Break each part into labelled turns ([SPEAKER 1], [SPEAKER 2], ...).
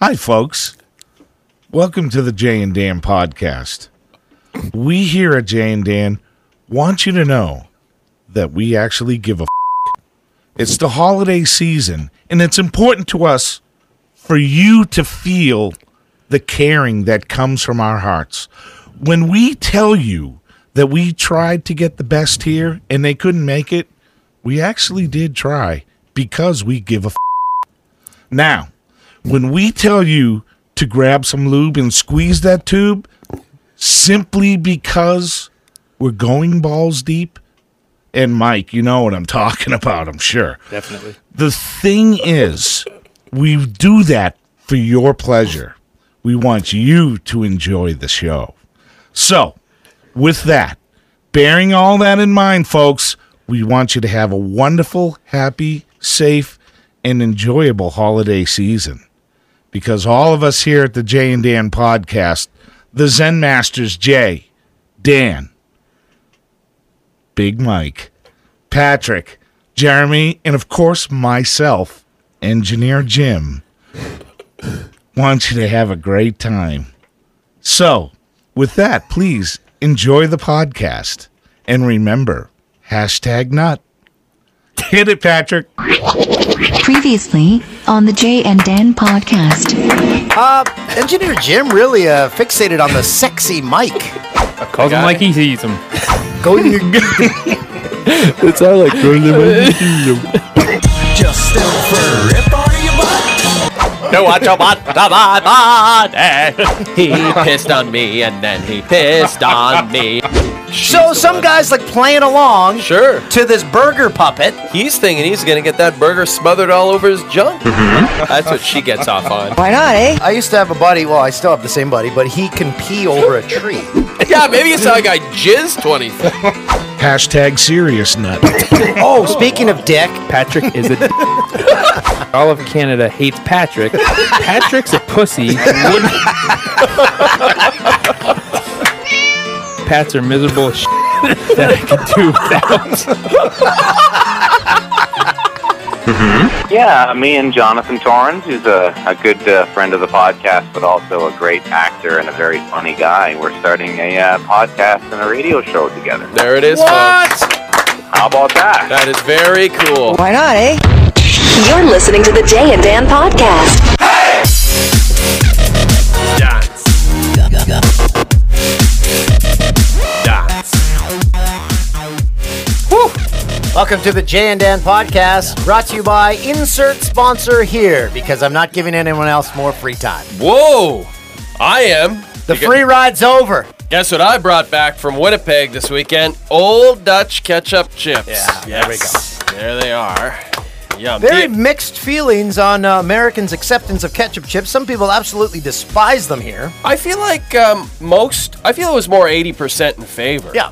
[SPEAKER 1] Hi, folks. Welcome to the Jay and Dan podcast. We here at Jay and Dan want you to know that we actually give a. F- it's the holiday season, and it's important to us for you to feel the caring that comes from our hearts. When we tell you that we tried to get the best here and they couldn't make it, we actually did try because we give a. F- now, when we tell you to grab some lube and squeeze that tube simply because we're going balls deep, and Mike, you know what I'm talking about, I'm sure.
[SPEAKER 2] Definitely.
[SPEAKER 1] The thing is, we do that for your pleasure. We want you to enjoy the show. So, with that, bearing all that in mind, folks, we want you to have a wonderful, happy, safe, and enjoyable holiday season. Because all of us here at the Jay and Dan podcast, the Zen Masters, Jay, Dan, Big Mike, Patrick, Jeremy, and of course myself, Engineer Jim, want you to have a great time. So, with that, please enjoy the podcast and remember hashtag nut. Hit it, Patrick.
[SPEAKER 3] Previously on the Jay and Dan podcast.
[SPEAKER 4] Uh, Engineer Jim really uh, fixated on the sexy mic.
[SPEAKER 2] Calls him like he sees him.
[SPEAKER 4] Go to your
[SPEAKER 5] It's all like going to
[SPEAKER 6] Just still for rip on your butt.
[SPEAKER 7] No, I don't want to my body. He pissed on me and then he pissed on me.
[SPEAKER 4] So some guy's like playing along
[SPEAKER 7] Sure.
[SPEAKER 4] to this burger puppet.
[SPEAKER 7] He's thinking he's going to get that burger smothered all over his junk.
[SPEAKER 4] Mm-hmm.
[SPEAKER 7] That's what she gets off on.
[SPEAKER 8] Why not, eh?
[SPEAKER 4] I used to have a buddy. Well, I still have the same buddy, but he can pee over a tree.
[SPEAKER 7] Yeah, maybe it's like I jizzed 20.
[SPEAKER 1] Hashtag serious nut.
[SPEAKER 4] oh, speaking of dick,
[SPEAKER 2] Patrick is a. d- All of Canada hates Patrick. Patrick's a pussy. Wouldn't- Pats are miserable as that I could do without.
[SPEAKER 9] Yeah, me and Jonathan Torrens, who's a, a good uh, friend of the podcast, but also a great actor and a very funny guy. We're starting a uh, podcast and a radio show together.
[SPEAKER 7] There it is, folks.
[SPEAKER 9] How about that?
[SPEAKER 7] That is very cool.
[SPEAKER 8] Why not, eh?
[SPEAKER 10] You're listening to the Jay and Dan podcast.
[SPEAKER 4] welcome to the Jay and Dan podcast, brought to you by insert sponsor here because I'm not giving anyone else more free time.
[SPEAKER 7] Whoa. I am.
[SPEAKER 4] The
[SPEAKER 7] You gu-
[SPEAKER 4] free ride's over.
[SPEAKER 7] Guess what I brought back from Winnipeg this weekend? Old Dutch ketchup chips.
[SPEAKER 4] Yeah, there we
[SPEAKER 7] yes. there we go. There they are. Yum.
[SPEAKER 4] Very
[SPEAKER 7] Do you-
[SPEAKER 4] mixed feelings on uh, Americans' acceptance of ketchup chips. Some people absolutely despise them here.
[SPEAKER 7] I feel like um, most. I feel it was more eighty percent in favor.
[SPEAKER 4] Yeah.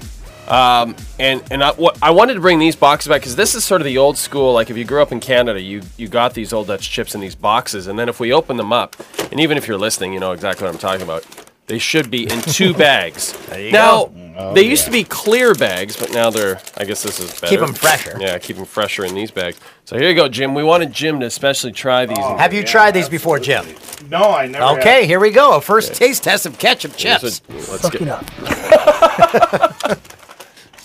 [SPEAKER 7] Um, and and I, what, I wanted to bring these boxes back because this is sort of the old school. Like if you grew up in Canada, you you got these old Dutch chips in these boxes, and then if we open them up, and even if you're listening, you know exactly what I'm talking about. They should be in two bags. now
[SPEAKER 11] Oh,
[SPEAKER 4] Oh,
[SPEAKER 7] they used to be clear bags, but now they're. I guess this is better.
[SPEAKER 4] 'em fresher.
[SPEAKER 7] Yeah, keep them fresher in these bags. So here you go, Jim. We wanted Jim to especially try these. and-
[SPEAKER 4] Have you tried these before, Jim?
[SPEAKER 1] No, I never.
[SPEAKER 4] Okay, here we go. Oh, A first taste test of ketchup chips.
[SPEAKER 7] Here's what- let's get,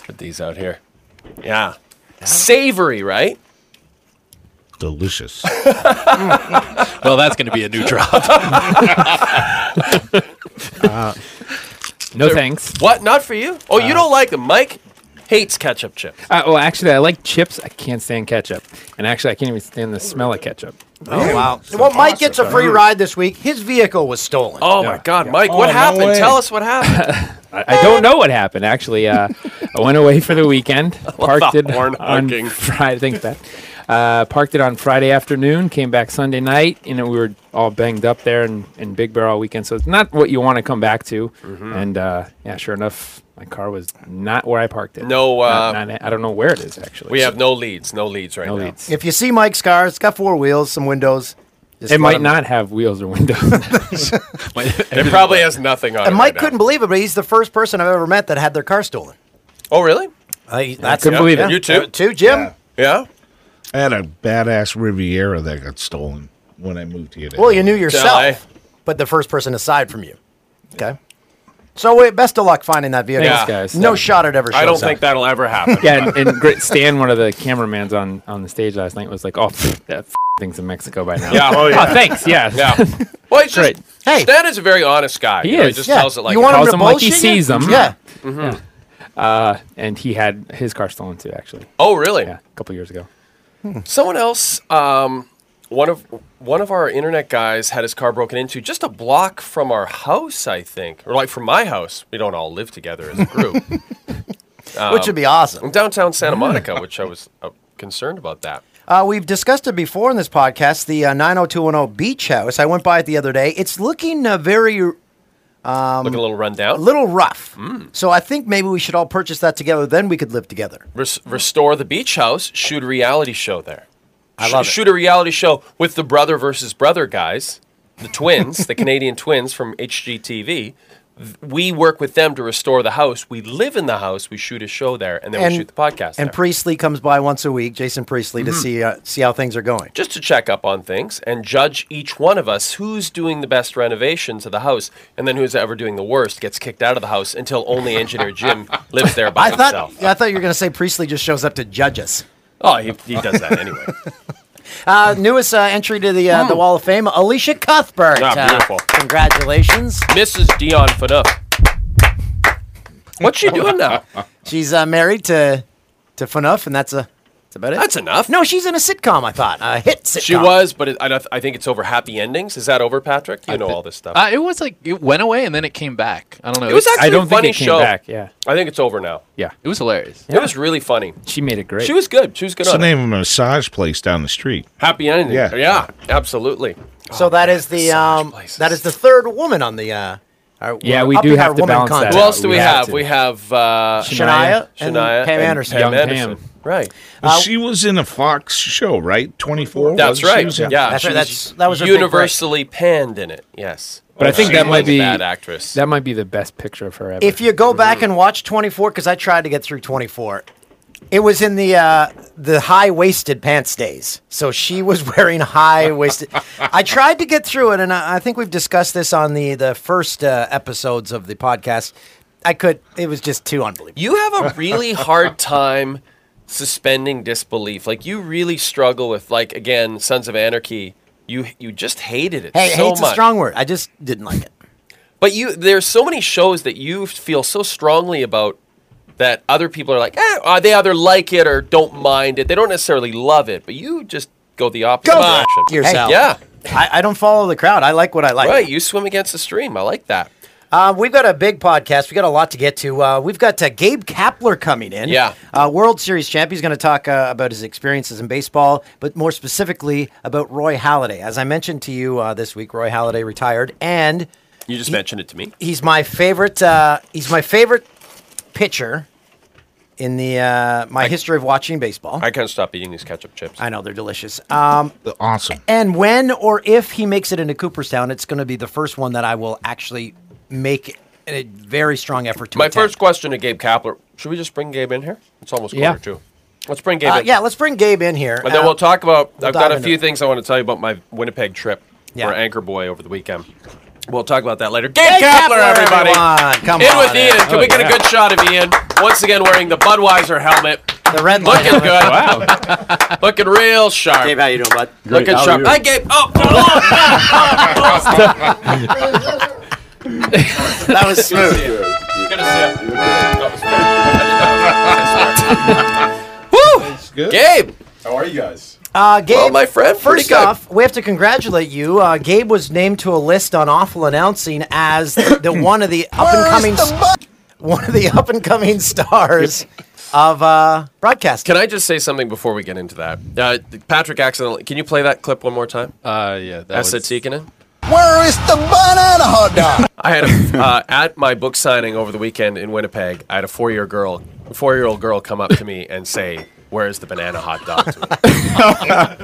[SPEAKER 7] put these out here. Yeah, savory, right?
[SPEAKER 1] Delicious.
[SPEAKER 5] Well, that's going to be a new drop.
[SPEAKER 2] No thanks.
[SPEAKER 7] Uh, What? Not for you? Oh, you don't like them. Mike hates ketchup chips.
[SPEAKER 2] Uh, well, actually, I like chips. I can't stand ketchup. And actually, I can't even stand the smell of ketchup.
[SPEAKER 4] Oh wow! Well, Mike gets a free ride this week. His vehicle was stolen.
[SPEAKER 7] Oh
[SPEAKER 2] Yeah,
[SPEAKER 7] my God, Mike! What
[SPEAKER 1] no
[SPEAKER 7] happened?
[SPEAKER 1] way.
[SPEAKER 7] Tell us what happened.
[SPEAKER 2] I don't know what happened. Actually, uh, I went away for the weekend. Parked it
[SPEAKER 7] horn honking.
[SPEAKER 2] on Friday. Thanks, Pat. Uh, parked it on Friday afternoon. Came back Sunday night. You know, we were all banged up there in, in Big Bear all weekend, so it's not what you want to come back to.
[SPEAKER 7] Mm-hmm.
[SPEAKER 2] And uh, yeah, sure enough, my car was not where I parked it.
[SPEAKER 7] No,
[SPEAKER 2] Not-
[SPEAKER 7] uh,
[SPEAKER 2] not- I don't know where it is actually.
[SPEAKER 7] we have no leads. No leads right
[SPEAKER 2] no
[SPEAKER 7] now.
[SPEAKER 2] leads.
[SPEAKER 4] If you see Mike's car, it's got four wheels, some windows. Just
[SPEAKER 2] It
[SPEAKER 4] let
[SPEAKER 2] might
[SPEAKER 4] him-
[SPEAKER 2] not have wheels or windows.
[SPEAKER 7] It probably has nothing on it.
[SPEAKER 4] And
[SPEAKER 7] right
[SPEAKER 4] Mike
[SPEAKER 7] now.
[SPEAKER 4] couldn't believe it, but he's the first person I've ever met that had their car stolen.
[SPEAKER 7] Oh, really?
[SPEAKER 4] I, that's
[SPEAKER 2] couldn't believe it.
[SPEAKER 7] You too?
[SPEAKER 4] Two, Jim.
[SPEAKER 7] Yeah.
[SPEAKER 1] I had a badass Riviera that got stolen. when I moved here.
[SPEAKER 4] Well, you knew yourself, but the first person aside from you. Okay. So wait, best of luck finding that vehicle.
[SPEAKER 2] Thanks, guys.
[SPEAKER 4] No shot it ever shows
[SPEAKER 7] I don't
[SPEAKER 4] up.
[SPEAKER 7] think that'll ever happen.
[SPEAKER 2] yeah, and, and Gr- Stan, one of the cameramans on, on the stage last night, was like, "Oh, pff, that f- thing's in Mexico by now."
[SPEAKER 7] Yeah. Oh, yeah.
[SPEAKER 2] thanks. Yeah.
[SPEAKER 7] Yeah. Well, it's just,
[SPEAKER 4] hey,
[SPEAKER 7] Stan is a very honest guy.
[SPEAKER 2] He
[SPEAKER 7] you know,
[SPEAKER 2] is.
[SPEAKER 7] He just
[SPEAKER 2] Yeah.
[SPEAKER 7] tells it like
[SPEAKER 2] You want him
[SPEAKER 7] tells
[SPEAKER 2] to
[SPEAKER 7] like he
[SPEAKER 2] bullshit you?
[SPEAKER 7] sees them.
[SPEAKER 2] Yeah. Mm-hmm.
[SPEAKER 7] Mhm.
[SPEAKER 2] Uh, and he had his car stolen too, actually.
[SPEAKER 7] Oh, really?
[SPEAKER 2] Yeah, a couple years ago.
[SPEAKER 7] Someone else, um, one of one of our internet guys had his car broken into just a block from our house, I think, or like from my house. We don't all live together as a group,
[SPEAKER 4] Which would be awesome.
[SPEAKER 7] In downtown Santa Monica, which I was uh, concerned about that.
[SPEAKER 4] Uh, we've discussed it before in this podcast, the uh, 90210 Beach House. I went by it the other day. It's looking uh, very. Um,
[SPEAKER 7] Looking a little Hmm.
[SPEAKER 4] a
[SPEAKER 7] rundown.
[SPEAKER 4] little rough. So I think maybe we should all purchase that together. Then we could live together.
[SPEAKER 7] Res- restore the beach house. Shoot a reality show there.
[SPEAKER 4] I love it.
[SPEAKER 7] Shoot a reality show with the brother versus brother guys, the twins, the Canadian twins from HGTV. Th- We work with them to restore the house. We live in the house. We shoot a show there, and then we shoot the podcast.
[SPEAKER 4] And
[SPEAKER 7] there.
[SPEAKER 4] Priestley comes by once a week, Jason Priestley, to
[SPEAKER 7] Mhm.
[SPEAKER 4] see uh, see how things are going.
[SPEAKER 7] just to check up on things and judge each one of us who's doing the best renovation to the house, and then who's ever doing the worst gets kicked out of the house until only engineer Jim lives there by
[SPEAKER 4] I thought
[SPEAKER 7] himself.
[SPEAKER 4] I thought you were going to say Priestley just shows up to judge us.
[SPEAKER 7] Oh, he, he does that anyway.
[SPEAKER 4] Uh, newest uh, entry to the uh,
[SPEAKER 7] Hmm.
[SPEAKER 4] the Wall of Fame, Alicia Cuthbert.
[SPEAKER 7] Ah,
[SPEAKER 4] Uh,
[SPEAKER 7] beautiful.
[SPEAKER 4] congratulations,
[SPEAKER 7] Mrs. Dion Phaneuf. What's she doing now?
[SPEAKER 4] She's uh, married to to FNUF, and that's a that's about it.
[SPEAKER 7] That's enough.
[SPEAKER 4] No, she's in a sitcom. I thought a hit sitcom.
[SPEAKER 7] She was, but it, I, don't- I think it's over happy endings. Is that over, Patrick? You know all this stuff.
[SPEAKER 5] Uh, it was like it went away and then it came back. I don't know.
[SPEAKER 7] it was
[SPEAKER 5] It's-
[SPEAKER 7] actually a funny show. I think it's over now.
[SPEAKER 2] Yeah.
[SPEAKER 5] It was hilarious.
[SPEAKER 7] It was really funny.
[SPEAKER 2] She made it great.
[SPEAKER 7] She was good. She was good
[SPEAKER 1] It's the
[SPEAKER 7] on it.
[SPEAKER 1] name of a massage place down the street.
[SPEAKER 7] Happy ending.
[SPEAKER 1] Yeah.
[SPEAKER 7] yeah, absolutely.
[SPEAKER 4] So that is the um, that is the third woman on the. Uh, our,
[SPEAKER 7] Yeah,
[SPEAKER 4] we're
[SPEAKER 7] we do
[SPEAKER 4] upping our
[SPEAKER 7] have to
[SPEAKER 4] woman
[SPEAKER 7] balance that
[SPEAKER 4] contest.
[SPEAKER 7] out. Who else do We we have have? to. We have, uh,
[SPEAKER 4] Shania,
[SPEAKER 7] Shania Shania
[SPEAKER 4] and Pam
[SPEAKER 7] and
[SPEAKER 4] Anderson.
[SPEAKER 7] Pam Young Anderson. Pam. Right. Uh,
[SPEAKER 1] she was in a Fox show, right?
[SPEAKER 2] Oh,
[SPEAKER 1] 24?
[SPEAKER 7] That's
[SPEAKER 1] wasn't she?
[SPEAKER 7] right.
[SPEAKER 1] Was-
[SPEAKER 7] Yeah,
[SPEAKER 1] she was-
[SPEAKER 7] universally panned in it. Yes,
[SPEAKER 2] But I think
[SPEAKER 7] Oh, She
[SPEAKER 2] that might
[SPEAKER 7] was a
[SPEAKER 2] be
[SPEAKER 7] bad actress.
[SPEAKER 2] That might be the best picture of her ever.
[SPEAKER 4] If you go back and watch 24, because I tried to get through 24, it was in the uh, the high waisted pants days. So she was wearing high waisted. I tried to get through it, and I, I think we've discussed this on the the first uh, episodes of the podcast. I could. It was just too unbelievable.
[SPEAKER 7] You have a really hard time suspending disbelief. Like you really struggle with, like again, Sons of Anarchy. You you just hated it.
[SPEAKER 4] Hey,
[SPEAKER 7] so
[SPEAKER 4] hate's
[SPEAKER 7] much.
[SPEAKER 4] a strong word. I just didn't like it.
[SPEAKER 7] But you, there's so many shows that you feel so strongly about that other people are like, eh, uh, they either like it or don't mind it. They don't necessarily love it, but you just go the opposite
[SPEAKER 4] Go
[SPEAKER 7] direction.
[SPEAKER 4] f- yourself.
[SPEAKER 7] Yeah,
[SPEAKER 4] I, I don't follow the crowd. I like what I like.
[SPEAKER 7] right. You swim against the stream. I like that.
[SPEAKER 4] Uh, we've got a big podcast. We've got a lot to get to. Uh, we've got uh, Gabe Kapler coming in.
[SPEAKER 7] Yeah.
[SPEAKER 4] Uh, World Series champ. He's going to talk uh, about his experiences in baseball, but more specifically about Roy Halladay. As I mentioned to you uh, this week, Roy Halladay retired, and
[SPEAKER 7] You just mentioned it to me.
[SPEAKER 4] he's my favorite. Uh, he's my favorite pitcher in the uh, my history of watching baseball.
[SPEAKER 7] I can't stop eating these ketchup chips.
[SPEAKER 4] I know they're delicious. Um,
[SPEAKER 1] awesome.
[SPEAKER 4] And when or if he makes it into Cooperstown, it's going to be the first one that I will actually make a very strong effort to
[SPEAKER 7] My
[SPEAKER 4] attend.
[SPEAKER 7] first question to Gabe Kapler: Should we just bring Gabe in here? It's almost
[SPEAKER 4] Yeah.
[SPEAKER 7] quarter two. Let's bring Gabe
[SPEAKER 4] Uh,
[SPEAKER 7] in.
[SPEAKER 4] yeah, let's bring Gabe in here.
[SPEAKER 7] And then
[SPEAKER 4] Uh,
[SPEAKER 7] we'll talk about.
[SPEAKER 4] we'll
[SPEAKER 7] I've got
[SPEAKER 4] dive
[SPEAKER 7] a
[SPEAKER 4] into
[SPEAKER 7] few
[SPEAKER 4] it.
[SPEAKER 7] things I want to tell you about my Winnipeg trip
[SPEAKER 4] Yeah.
[SPEAKER 7] for Anchor Boy over the weekend. We'll talk about that later. Gabe
[SPEAKER 4] Gabe
[SPEAKER 7] Kapler,
[SPEAKER 4] Kapler,
[SPEAKER 7] everybody.
[SPEAKER 4] everyone. Come
[SPEAKER 7] in
[SPEAKER 4] on
[SPEAKER 7] with
[SPEAKER 4] in.
[SPEAKER 7] Ian. Can
[SPEAKER 4] Oh,
[SPEAKER 7] we get
[SPEAKER 4] yeah.
[SPEAKER 7] a good shot of Ian? Once again, wearing the Budweiser helmet.
[SPEAKER 4] The red
[SPEAKER 7] Looking good. Wow. Looking real sharp. Gabe,
[SPEAKER 4] how you doing, bud?
[SPEAKER 7] Looking sharp. Hi, Gabe. Oh,
[SPEAKER 4] that was smooth.
[SPEAKER 7] Woo! Gabe.
[SPEAKER 8] How are you guys?
[SPEAKER 4] Uh, Gabe,
[SPEAKER 7] Well, my friend, pretty
[SPEAKER 4] First
[SPEAKER 7] good.
[SPEAKER 4] off, we have to congratulate you. Uh, Gabe was named to a list on Awful Announcing as the, the one of the up and coming one of the up and coming stars of uh, broadcast.
[SPEAKER 7] Can I just say something before we get into that? Uh, Patrick accidentally. Can you play that clip one more time?
[SPEAKER 5] Uh, yeah.
[SPEAKER 7] That Asa Tikkanen?
[SPEAKER 6] Where is the banana hot dog?
[SPEAKER 7] I had a, uh, at my book signing over the weekend in Winnipeg. I had a four-year girl, four-year-old girl, come up to me and say, "Where's the banana hot dog?" to me?"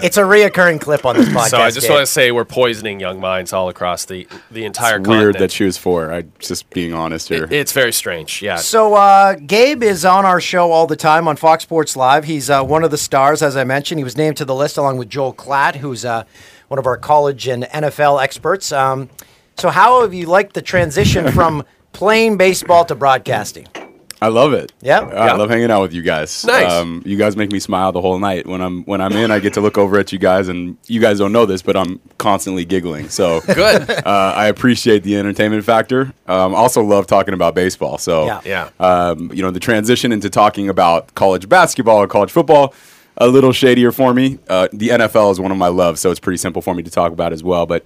[SPEAKER 4] It's a reoccurring clip on this podcast.
[SPEAKER 7] so I just
[SPEAKER 4] Gabe.
[SPEAKER 7] want to say we're poisoning young minds all across the the entire
[SPEAKER 8] It's
[SPEAKER 7] continent.
[SPEAKER 8] weird that she was four. I just being honest here.
[SPEAKER 7] It's very strange. Yeah.
[SPEAKER 4] So uh, Gabe is on our show all the time on Fox Sports Live. He's uh, one of the stars, as I mentioned. He was named to the list along with Joel Klatt, who's uh, one of our college and NFL experts. Um, so, how have you liked the transition from playing baseball to broadcasting?
[SPEAKER 8] I love it.
[SPEAKER 4] Yeah.
[SPEAKER 8] I love hanging out with you guys. Um,
[SPEAKER 4] Nice.
[SPEAKER 8] you guys make me smile the whole night. When I'm when I'm in, I get to look over at you guys, and you guys don't know this, but I'm constantly giggling. So
[SPEAKER 7] Good.
[SPEAKER 8] Uh, I appreciate the entertainment factor. Um, also love talking about baseball. So
[SPEAKER 7] Yeah. Yeah.
[SPEAKER 8] um, you know, the transition into talking about college basketball or college football, a little shadier for me. Uh, the NFL is one of my loves, so it's pretty simple for me to talk about as well. But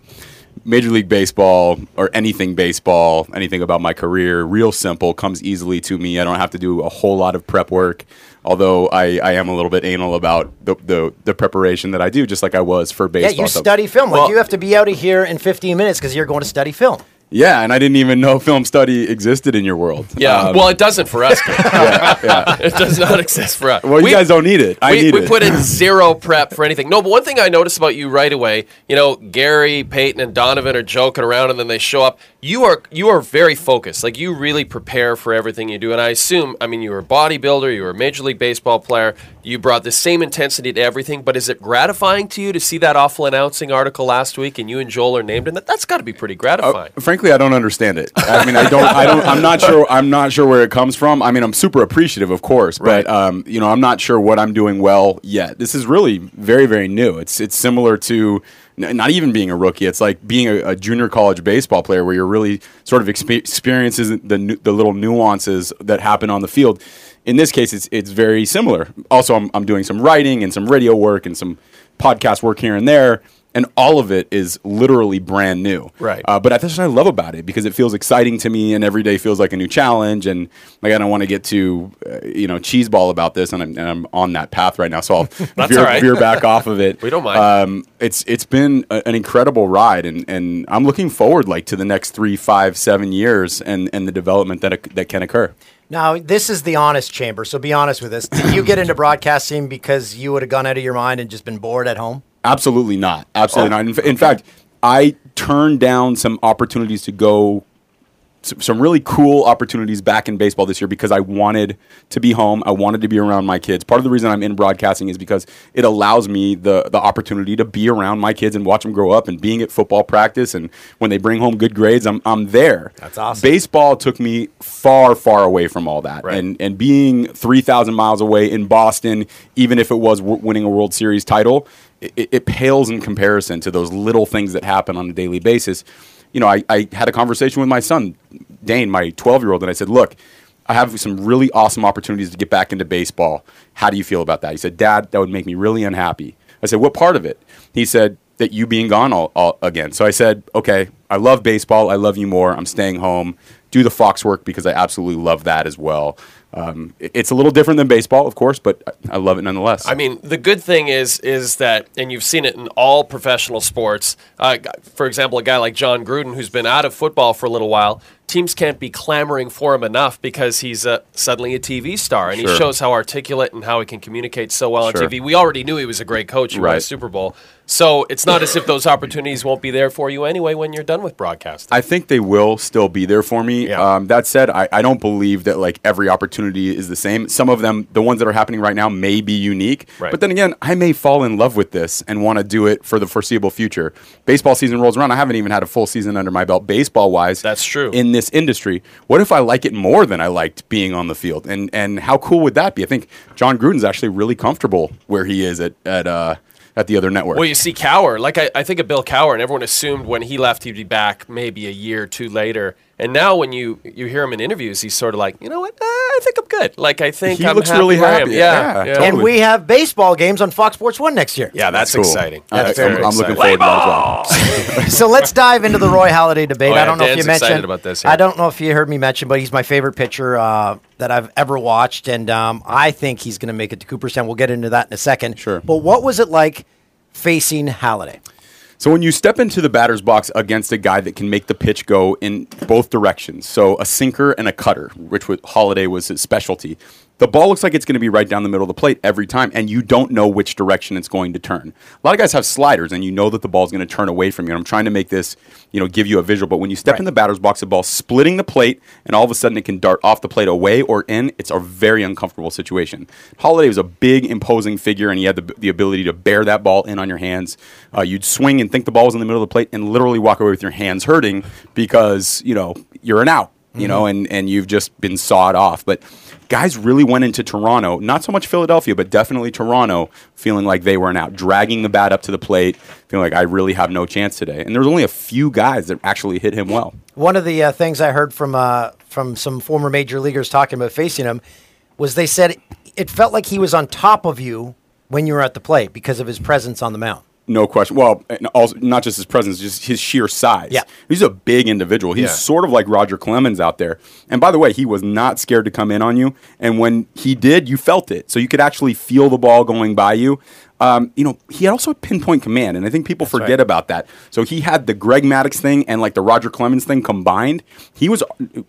[SPEAKER 8] Major League Baseball or anything baseball, anything about my career, real simple, comes easily to me. I don't have to do a whole lot of prep work, although I, I am a little bit anal about the, the, the preparation that I do, just like I was for baseball.
[SPEAKER 4] yeah, you
[SPEAKER 8] So-
[SPEAKER 4] study film. Like
[SPEAKER 8] Well,
[SPEAKER 4] you have to be out of here in 15 minutes because you're going to study film.
[SPEAKER 8] yeah, and I didn't even know film study existed in your world.
[SPEAKER 7] Yeah.
[SPEAKER 8] Um,
[SPEAKER 7] well, it doesn't for us. Kurt. It does not exist for us.
[SPEAKER 8] Well,
[SPEAKER 7] We-
[SPEAKER 8] you guys don't need it. I
[SPEAKER 7] we,
[SPEAKER 8] need
[SPEAKER 7] we
[SPEAKER 8] it.
[SPEAKER 7] put in zero prep for anything. No, but one thing I noticed about you right away, you know, Gary, Peyton, and Donovan are joking around, and then they show up. You are you are very focused. Like you really prepare for everything you do. And I assume, I mean, you were a bodybuilder, you were a major league baseball player. You brought the same intensity to everything. But is it gratifying to you to see that awful announcing article last week, and you and Joel are named in that? That's got to be pretty gratifying.
[SPEAKER 8] Frankly, I don't understand it. I mean, I don't, I don't, I'm not sure, I'm not sure where it comes from. I mean, I'm super appreciative, of course, but um, you know, I'm not sure what I'm doing well yet. This is really very, very new. It's it's similar to n- not even being a rookie. It's like being a, a junior college baseball player, where you're really sort of expe- experiences the nu- the little nuances that happen on the field. In this case, it's it's very similar. Also, I'm I'm doing some writing and some radio work and some podcast work here and there. And all of it is literally brand new.
[SPEAKER 7] Right.
[SPEAKER 8] Uh, but that's what I love about it because it feels exciting to me, and every day feels like a new challenge. And like I don't want to get too, uh, you know, cheeseball about this, and I'm, and I'm on that path right now, so I'll
[SPEAKER 7] That's
[SPEAKER 8] veer,
[SPEAKER 7] all right.
[SPEAKER 8] veer back off of it.
[SPEAKER 7] We don't mind.
[SPEAKER 8] Um, it's it's been a, an incredible ride, and, and I'm looking forward like to the next three, five, seven years, and, and the development that that can occur.
[SPEAKER 4] Now, this is the honest chamber, so be honest with us. Did you get into broadcasting because you would have gone out of your mind and just been bored at home?
[SPEAKER 8] Absolutely not. Absolutely not. In, fa- in fact, I turned down some opportunities to go, s- some really cool opportunities back in baseball this year because I wanted to be home. I wanted to be around my kids. Part of the reason I'm in broadcasting is because it allows me the the opportunity to be around my kids and watch them grow up. And being at football practice and when they bring home good grades, I'm I'm there. That's
[SPEAKER 4] awesome.
[SPEAKER 8] Baseball took me far, far away from all that, and and being three thousand miles away in Boston, even if it was w- winning a World Series title, it, it pales in comparison to those little things that happen on a daily basis. You know, I, I had a conversation with my son, Dane, my twelve year old, and I said, look. I have some really awesome opportunities to get back into baseball. How do you feel about that? He said, Dad, that would make me really unhappy. I said, What part of it? He said, That you being gone all, all again. So I said, Okay, I love baseball. I love you more. I'm staying home. Do the Fox work because I absolutely love that as well. Um, it- it's a little different than baseball, of course, but I I love it nonetheless.
[SPEAKER 7] I mean, the good thing is is that, and you've seen it in all professional sports. Uh, g- for example, a guy like John Gruden, who's been out of football for a little while, teams can't be clamoring for him enough because he's uh, suddenly a TV star, and he
[SPEAKER 8] Sure.
[SPEAKER 7] shows how articulate and how he can communicate so well
[SPEAKER 8] Sure.
[SPEAKER 7] on TV. We already knew he was a great coach. He won a
[SPEAKER 8] Right.
[SPEAKER 7] Super Bowl, so it's not as if those opportunities won't be there for you anyway when you're done with broadcasting.
[SPEAKER 8] I think they will still be there for me. Um, that said, I, I don't believe that like every opportunity is the same. Some of them, the ones that are happening right now, may be unique.
[SPEAKER 7] Right.
[SPEAKER 8] But then again, I may fall in love with this and want to do it for the foreseeable future. Baseball season rolls around. I haven't even had a full season under my belt, baseball wise.
[SPEAKER 7] That's true.
[SPEAKER 8] In this industry, what if I like it more than I liked being on the field? And and how cool would that be? I think John Gruden's actually really comfortable where he is at at uh, at the other network.
[SPEAKER 7] Well, you see, Cower, like I, I think of Bill Cower, and everyone assumed when he left he'd be back maybe a year or two later. And now when you, you hear him in interviews, he's sort of like, you know what? Uh, I think I'm good. Like, I think
[SPEAKER 8] He
[SPEAKER 7] I'm
[SPEAKER 8] looks
[SPEAKER 7] happy
[SPEAKER 8] really
[SPEAKER 7] where I am."
[SPEAKER 8] happy.
[SPEAKER 7] Yeah.
[SPEAKER 8] Yeah,
[SPEAKER 7] yeah.
[SPEAKER 4] And we have baseball games on Fox Sports 1 next year.
[SPEAKER 7] yeah, that's,
[SPEAKER 8] Cool.
[SPEAKER 7] exciting.
[SPEAKER 8] I-
[SPEAKER 7] That's
[SPEAKER 8] I'm,
[SPEAKER 7] very
[SPEAKER 8] I'm looking
[SPEAKER 7] exciting.
[SPEAKER 8] forward to that as well.
[SPEAKER 4] so let's dive into the Roy Holiday debate.
[SPEAKER 7] Oh, yeah,
[SPEAKER 4] I don't know if
[SPEAKER 7] Dan's
[SPEAKER 4] you mentioned.
[SPEAKER 7] excited about this, yeah.
[SPEAKER 4] I don't know if you heard me mention, but he's my favorite pitcher uh, that I've ever watched, and um, I think he's going to make it to Cooperstown. We'll get into that in a second. Sure. But what was it like facing Halliday?
[SPEAKER 8] So when you step into the batter's box against a guy that can make the pitch go in both directions, so a sinker and a cutter, which was, Holiday was his specialty, the ball looks like it's going to be right down the middle of the plate every time, and you don't know which direction it's going to turn. A lot of guys have sliders, and you know that the ball's going to turn away from you. And I'm trying to make this, you know, give you a visual. But when you step in the batter's box, the ball's splitting the plate, and all of a sudden it can dart off the plate away or in. It's a very uncomfortable situation. Holiday was a big, imposing figure, and he had the, the ability to bear that ball in on your hands. Uh, you'd swing and think the ball was in the middle of the plate, and literally walk away with your hands hurting because you know you're an out you know, and and you've just been sawed off. But guys really went into Toronto, not so much Philadelphia, but definitely Toronto, feeling like they were an out, dragging the bat up to the plate, feeling like I really have no chance today. And there's only a few guys that actually hit him well.
[SPEAKER 4] One of the uh, things I heard from uh, from some former major leaguers talking about facing him was they said it felt like he was on top of you when you were at the plate because of his presence on the mound.
[SPEAKER 8] No question. Well, and also not just his presence, just his sheer size. Yeah, he's a big individual. He's
[SPEAKER 7] Yeah.
[SPEAKER 8] sort of like Roger Clemens out there. And by the way, he was not scared to come in on you. And when he did, you felt it, so you could actually feel the ball going by you. Um, you know, he had also a pinpoint command, and I think people forget
[SPEAKER 7] right.
[SPEAKER 8] about that. So he had the Greg Maddox thing and like the Roger Clemens thing combined. He was,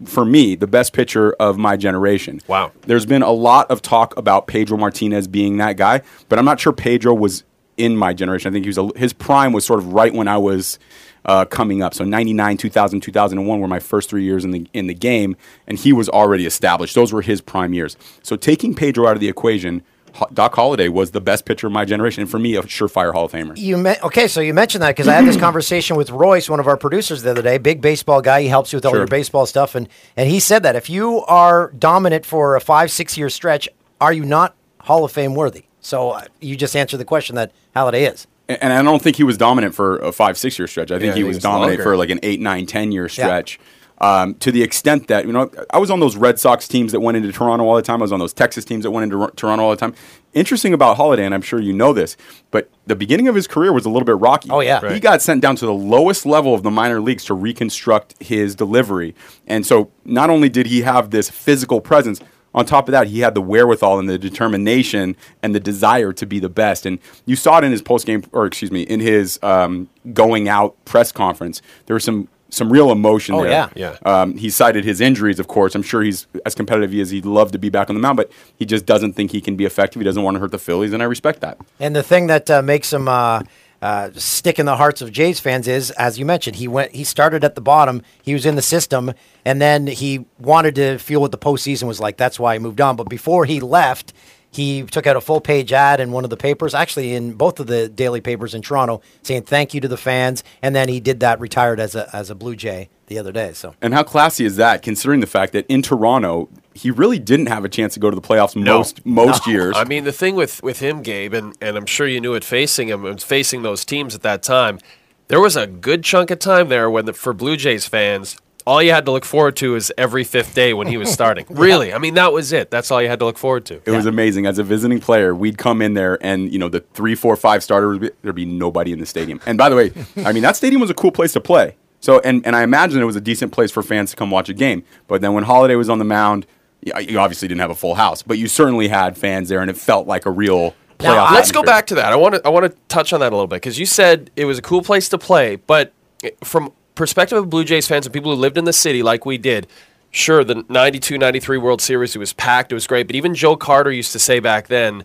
[SPEAKER 8] for me, the best pitcher of my generation. Wow. There's been a lot of talk about Pedro Martinez being that guy, but I'm not sure Pedro was in my generation. I think he was a, his prime was sort of right when I was uh, coming up. So 99, 2000, 2001 were my first three years in the in the game, and he was already established. Those were his prime years. So taking Pedro out of the equation, Ho- Doc Holliday was the best pitcher of my generation, and for me, a surefire Hall of Famer.
[SPEAKER 4] You me- okay? So you mentioned that because I had this conversation with Royce, one of our producers, the other day. Big baseball guy. He helps you with all
[SPEAKER 8] Sure.
[SPEAKER 4] your baseball stuff, and and he said that if you are dominant for a five six year stretch, are you not Hall of Fame worthy? So uh, you just answered the question that Halliday is.
[SPEAKER 8] A- And I don't think he was dominant for a five, six year stretch. I think
[SPEAKER 7] Yeah, I
[SPEAKER 8] he
[SPEAKER 7] think
[SPEAKER 8] was
[SPEAKER 7] it was
[SPEAKER 8] dominant
[SPEAKER 7] longer.
[SPEAKER 8] for like an eight, nine, ten year stretch. Um, to the extent that you know, I was on those Red Sox teams that went into Toronto all the time. I was on those Texas teams that went into Ro- Toronto all the time. Interesting about Holiday, and I'm sure you know this, but the beginning of his career was a little bit rocky. Oh yeah, he got sent down to the lowest level of the minor leagues to reconstruct his delivery, and so not only did he have this physical presence, on top of that, he had the wherewithal and the determination and the desire to be the best. And you saw it in his post game, or excuse me, in his um, going out press conference. There was some some real emotion
[SPEAKER 7] Oh,
[SPEAKER 8] there.
[SPEAKER 7] yeah. Yeah.
[SPEAKER 8] Um, he cited his injuries, of course. I'm sure he's as competitive as he'd love to be back on the mound, but he just doesn't think he can be effective. He doesn't want to hurt the Phillies, and I respect that.
[SPEAKER 4] And the thing that uh, makes him uh, uh, stick in the hearts of Jays fans is, as you mentioned, he went. He started at the bottom. He was in the system, and then he wanted to feel what the postseason was like. That's why he moved on. But before he left, he took out a full page ad in one of the papers, actually in both of the daily papers in Toronto, saying thank you to the fans. And then he did that, retired as a as a Blue Jay the other day. So
[SPEAKER 8] And how classy is that, considering the fact that in Toronto, he really didn't have a chance to go to the playoffs most most years.
[SPEAKER 7] I mean, the thing with with him, Gabe, and and I'm sure you knew it facing him and facing those teams at that time. There was a good chunk of time there when the, for Blue Jays fans, all you had to look forward to is every fifth day when he was starting. Really, I mean, that was it. That's all you had to look forward to.
[SPEAKER 8] It was amazing. As a visiting player, we'd come in there, and you know the three, four, five starters, would be- there'd be nobody in the stadium. And by the way, I mean that stadium was a cool place to play. So, and and I imagine it was a decent place for fans to come watch a game. But then when Holiday was on the mound, y- you obviously didn't have a full house, but you certainly had fans there, and it felt like a real playoff.
[SPEAKER 7] Now, let's go
[SPEAKER 8] atmosphere.
[SPEAKER 7] back to that. I want to I want to touch on that a little bit because you said it was a cool place to play, but i- from perspective of Blue Jays fans and people who lived in the city like we did, sure the 92-93 World Series it was packed, it was great, but even Joe Carter used to say back then,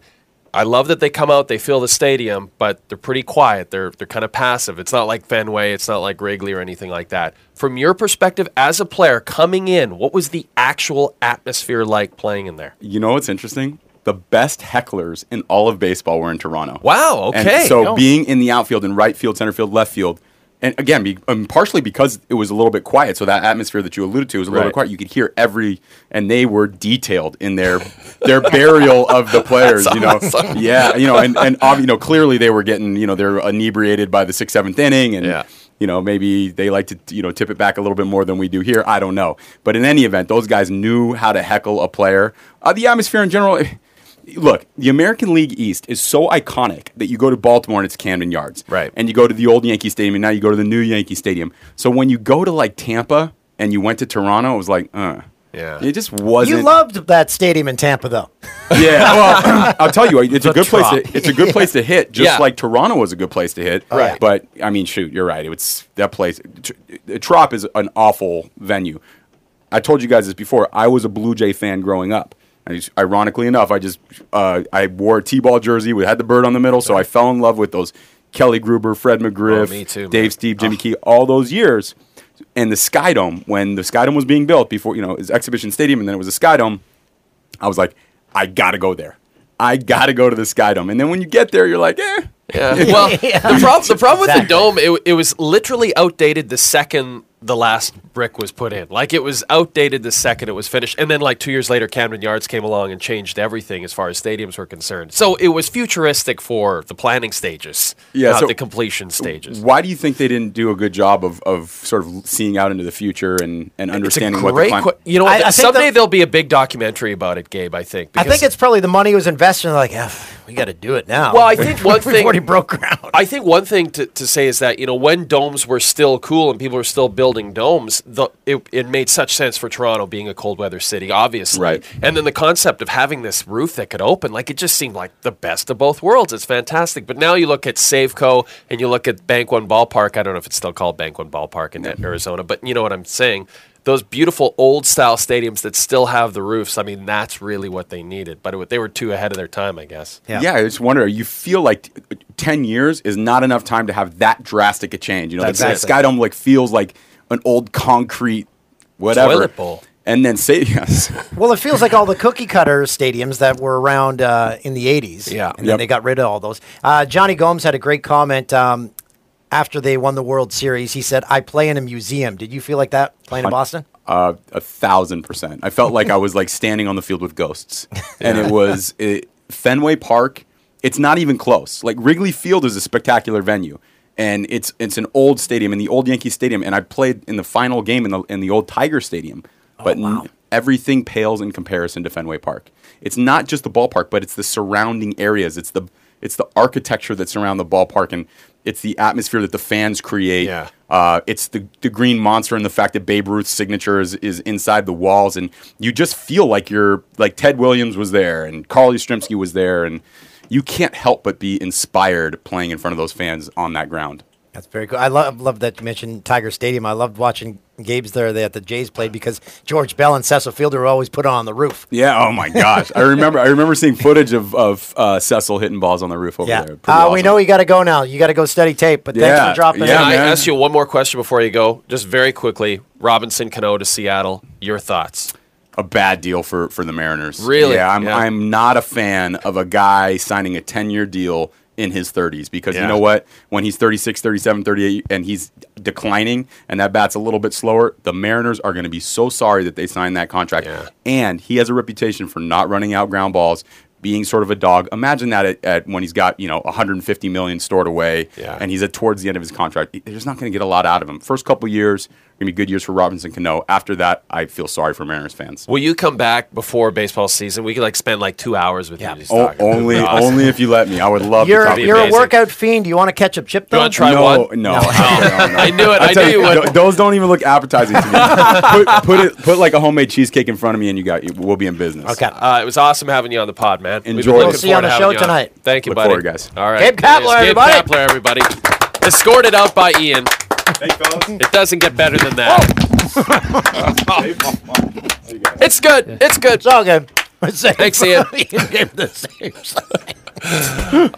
[SPEAKER 7] I love that they come out, they fill the stadium, but they're pretty quiet. They're they're kind of passive. It's not like Fenway, it's not like Wrigley or anything like that. From your perspective as a player coming in, what was the actual atmosphere like playing in there?
[SPEAKER 8] You know what's interesting? The best hecklers in all of baseball were in Toronto.
[SPEAKER 7] Wow,
[SPEAKER 8] And
[SPEAKER 7] okay.
[SPEAKER 8] so
[SPEAKER 7] Oh.
[SPEAKER 8] being in the outfield, in right field, center field, left field, and again, be, um, partially because it was a little bit quiet, so that atmosphere that you alluded to was a little
[SPEAKER 7] Right.
[SPEAKER 8] bit quiet. You could hear every, and they were detailed in their their burial of the players.
[SPEAKER 7] That's
[SPEAKER 8] you know,
[SPEAKER 7] awesome.
[SPEAKER 8] yeah, you know, and and ob- you know, clearly they were getting, you know, they're inebriated by the sixth, seventh inning, and you know, maybe they like to, you know, tip it back a little bit more than we do here. I don't know, but in any event, those guys knew how to heckle a player. Uh, the atmosphere in general. eh, Look, the American League East is so iconic that you go to Baltimore and it's Camden Yards. Right. And you go to the old Yankee Stadium and now you go to the new Yankee Stadium. So when you go to like Tampa and you went to Toronto, it was like, uh. Yeah. It just wasn't
[SPEAKER 4] you loved that stadium in Tampa, though.
[SPEAKER 8] yeah, well, I'll tell you, it's
[SPEAKER 4] The
[SPEAKER 8] a good
[SPEAKER 4] trop.
[SPEAKER 8] place. To, it's a good place to hit, just
[SPEAKER 4] Yeah.
[SPEAKER 8] like Toronto was a good place to hit.
[SPEAKER 4] Oh, yeah.
[SPEAKER 8] But I mean, shoot, you're right. It's that place. Tr- uh, Trop is an awful venue. I told you guys this before. I was a Blue Jay fan growing up, I just, ironically enough, I just uh, I wore a T-ball jersey. We had the bird on the middle, so I fell in love with those Kelly Gruber, Fred McGriff,
[SPEAKER 7] Oh, me too, man.
[SPEAKER 8] Dave Steve, Jimmy Key, all those years. And the Skydome, when the Skydome was being built before, you know, it's Exhibition Stadium, and then it was a Skydome. I was like, I gotta go there. I gotta go to the Skydome. And then when you get there, you're like, eh.
[SPEAKER 7] Yeah.
[SPEAKER 8] You know?
[SPEAKER 7] Well, the problem the problem with the
[SPEAKER 8] Exactly.
[SPEAKER 7] dome it, it was literally outdated the second the last brick was put in. Like it was outdated the second it was finished, and then like two years later, Camden Yards came along and changed everything as far as stadiums were concerned. So it was futuristic for the planning stages,
[SPEAKER 8] Yeah,
[SPEAKER 7] not
[SPEAKER 8] so-
[SPEAKER 7] the completion stages.
[SPEAKER 8] Why do you think they didn't do a good job of, of sort of seeing out into the future and, and understanding what the
[SPEAKER 7] Great,
[SPEAKER 8] climate?
[SPEAKER 7] que- you know,
[SPEAKER 4] I-
[SPEAKER 7] what,
[SPEAKER 4] I think
[SPEAKER 7] someday
[SPEAKER 4] the-
[SPEAKER 7] there'll be a big documentary about it, Gabe. I think.
[SPEAKER 4] I think it's probably the money was invested. and Like, "Ugh, we got to do it now.
[SPEAKER 7] Well, I think one
[SPEAKER 4] We've
[SPEAKER 7] thing
[SPEAKER 4] already broke ground.
[SPEAKER 7] I think one thing to, to say is that you know when domes were still cool and people were still building domes, the, it, it made such sense for Toronto being a cold weather city, obviously.
[SPEAKER 8] Right.
[SPEAKER 7] And then the concept of having this roof that could open, like it just seemed like the best of both worlds. It's fantastic. But now you look at Safeco and you look at Bank One Ballpark. I don't know if it's still called Bank One Ballpark in Arizona, but you know what I'm saying. Those beautiful old style stadiums that still have the roofs. I mean, that's really what they needed. But it, they were too ahead of their time, I guess.
[SPEAKER 8] Yeah. I just wonder. You feel like t- ten years is not enough time to have that drastic a change. You know,
[SPEAKER 7] That's
[SPEAKER 8] the,
[SPEAKER 7] it.
[SPEAKER 8] the Skydome like feels like an old concrete whatever
[SPEAKER 7] Toilet bowl.
[SPEAKER 8] And then say yes,
[SPEAKER 4] Well, it feels like all the cookie cutter stadiums that were around uh, in the 80s.
[SPEAKER 7] Yeah.
[SPEAKER 4] And then
[SPEAKER 8] Yep.
[SPEAKER 4] they got rid of all those. Uh, Johnny Gomes had a great comment um, after they won the World Series. He said, I play in a museum. Did you feel like that playing in
[SPEAKER 8] Hun-
[SPEAKER 4] Boston?
[SPEAKER 8] uh, a thousand percent. I felt like I was like standing on the field with ghosts, and it was it, Fenway Park. It's not even close. Like Wrigley Field is a spectacular venue, and it's it's an old stadium, in the old Yankee Stadium, and I played in the final game in the in the old Tiger Stadium. But n- everything pales in comparison to Fenway Park. It's not just the ballpark, but it's the surrounding areas. It's the it's the architecture that surround the ballpark, and it's the atmosphere that the fans create.
[SPEAKER 7] Yeah.
[SPEAKER 8] Uh, it's the, the green monster and the fact that Babe Ruth's signature is, is inside the walls, and you just feel like you're like Ted Williams was there and Carly Strzemski was there, and you can't help but be inspired playing in front of those fans on that ground.
[SPEAKER 4] That's very cool. I love love that you mentioned Tiger Stadium. I loved watching Gabe's there that the Jays played because George Bell and Cecil Fielder were always put on the roof.
[SPEAKER 8] Yeah. Oh my gosh. I remember. I remember seeing footage of of uh, Cecil hitting balls on the roof over
[SPEAKER 4] Yeah.
[SPEAKER 8] there. Pretty
[SPEAKER 4] Uh, We
[SPEAKER 8] awesome.
[SPEAKER 4] know you got to go now. You got to go study tape, but thanks
[SPEAKER 8] Yeah.
[SPEAKER 4] for dropping
[SPEAKER 8] Yeah,
[SPEAKER 7] Can
[SPEAKER 4] in.
[SPEAKER 7] I
[SPEAKER 8] man.
[SPEAKER 7] ask you one more question before you go? Just very quickly, Robinson Cano to Seattle. Your thoughts?
[SPEAKER 8] a bad deal for for the Mariners.
[SPEAKER 7] Really?
[SPEAKER 8] Yeah, I'm
[SPEAKER 7] Yeah.
[SPEAKER 8] I'm not a fan of a guy signing a 10-year deal in his 30s because
[SPEAKER 7] Yeah.
[SPEAKER 8] you know what? When he's 36, 37, 38 and he's declining and that bat's a little bit slower, the Mariners are going to be so sorry that they signed that contract.
[SPEAKER 7] Yeah.
[SPEAKER 8] And he has a reputation for not running out ground balls. Being sort of a dog. Imagine that at, at when he's got you know 150 million stored away,
[SPEAKER 7] Yeah.
[SPEAKER 8] and he's at towards the end of his contract. They're just not going to get a lot out of him. First couple years going to be good years for Robinson Cano. After that, I feel sorry for Mariners fans.
[SPEAKER 7] Will you come back before baseball season? We could like spend like two hours with you. Just
[SPEAKER 8] O-
[SPEAKER 7] talking.
[SPEAKER 8] only,
[SPEAKER 7] Awesome.
[SPEAKER 8] only if you let me. I would love to
[SPEAKER 4] You're,
[SPEAKER 8] talk.
[SPEAKER 4] you're a
[SPEAKER 7] amazing.
[SPEAKER 4] workout fiend. Do you want to catch up chip
[SPEAKER 7] You
[SPEAKER 4] though?
[SPEAKER 7] wanna try
[SPEAKER 8] no,
[SPEAKER 7] one? Oh.
[SPEAKER 8] No, no, no.
[SPEAKER 7] I knew it. I,
[SPEAKER 8] tell
[SPEAKER 7] knew you would.
[SPEAKER 8] th- those don't even look appetizing to me. put, put it, put like a homemade cheesecake in front of me, and you got, we'll be in business.
[SPEAKER 4] Okay.
[SPEAKER 7] Uh, it was awesome having you on the pod, man. We've been
[SPEAKER 8] Enjoy.
[SPEAKER 7] looking
[SPEAKER 8] We'll
[SPEAKER 4] see you on
[SPEAKER 7] forward to
[SPEAKER 4] the show
[SPEAKER 7] having you on.
[SPEAKER 4] tonight.
[SPEAKER 7] Thank you,
[SPEAKER 8] Look
[SPEAKER 7] buddy.
[SPEAKER 8] forward, guys.
[SPEAKER 7] All right.
[SPEAKER 4] Gabe
[SPEAKER 7] There he is.
[SPEAKER 4] Kapler, everybody.
[SPEAKER 7] Gabe Kapler, everybody. Escorted out by Ian. It doesn't get better than that. it's good. It's good.
[SPEAKER 4] It's all good. Thanks,
[SPEAKER 7] Ian.
[SPEAKER 4] the same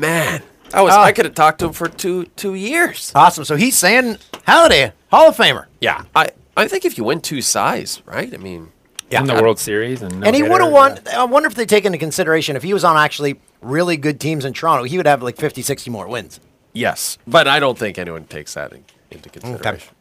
[SPEAKER 7] Man, I was. I could have talked to him for two two years.
[SPEAKER 4] Ah. Awesome. So he's saying Halliday, Hall of Famer.
[SPEAKER 7] Yeah, I I think if you win two size, right? I mean,
[SPEAKER 2] in the World Series, and,
[SPEAKER 4] and he
[SPEAKER 2] no-hitter,
[SPEAKER 4] would have
[SPEAKER 2] yeah.
[SPEAKER 4] won. I wonder if they take into consideration if he was on actually really good teams in Toronto, he would have like 50, 60 more wins.
[SPEAKER 7] yes, but I don't think anyone takes that in, into consideration.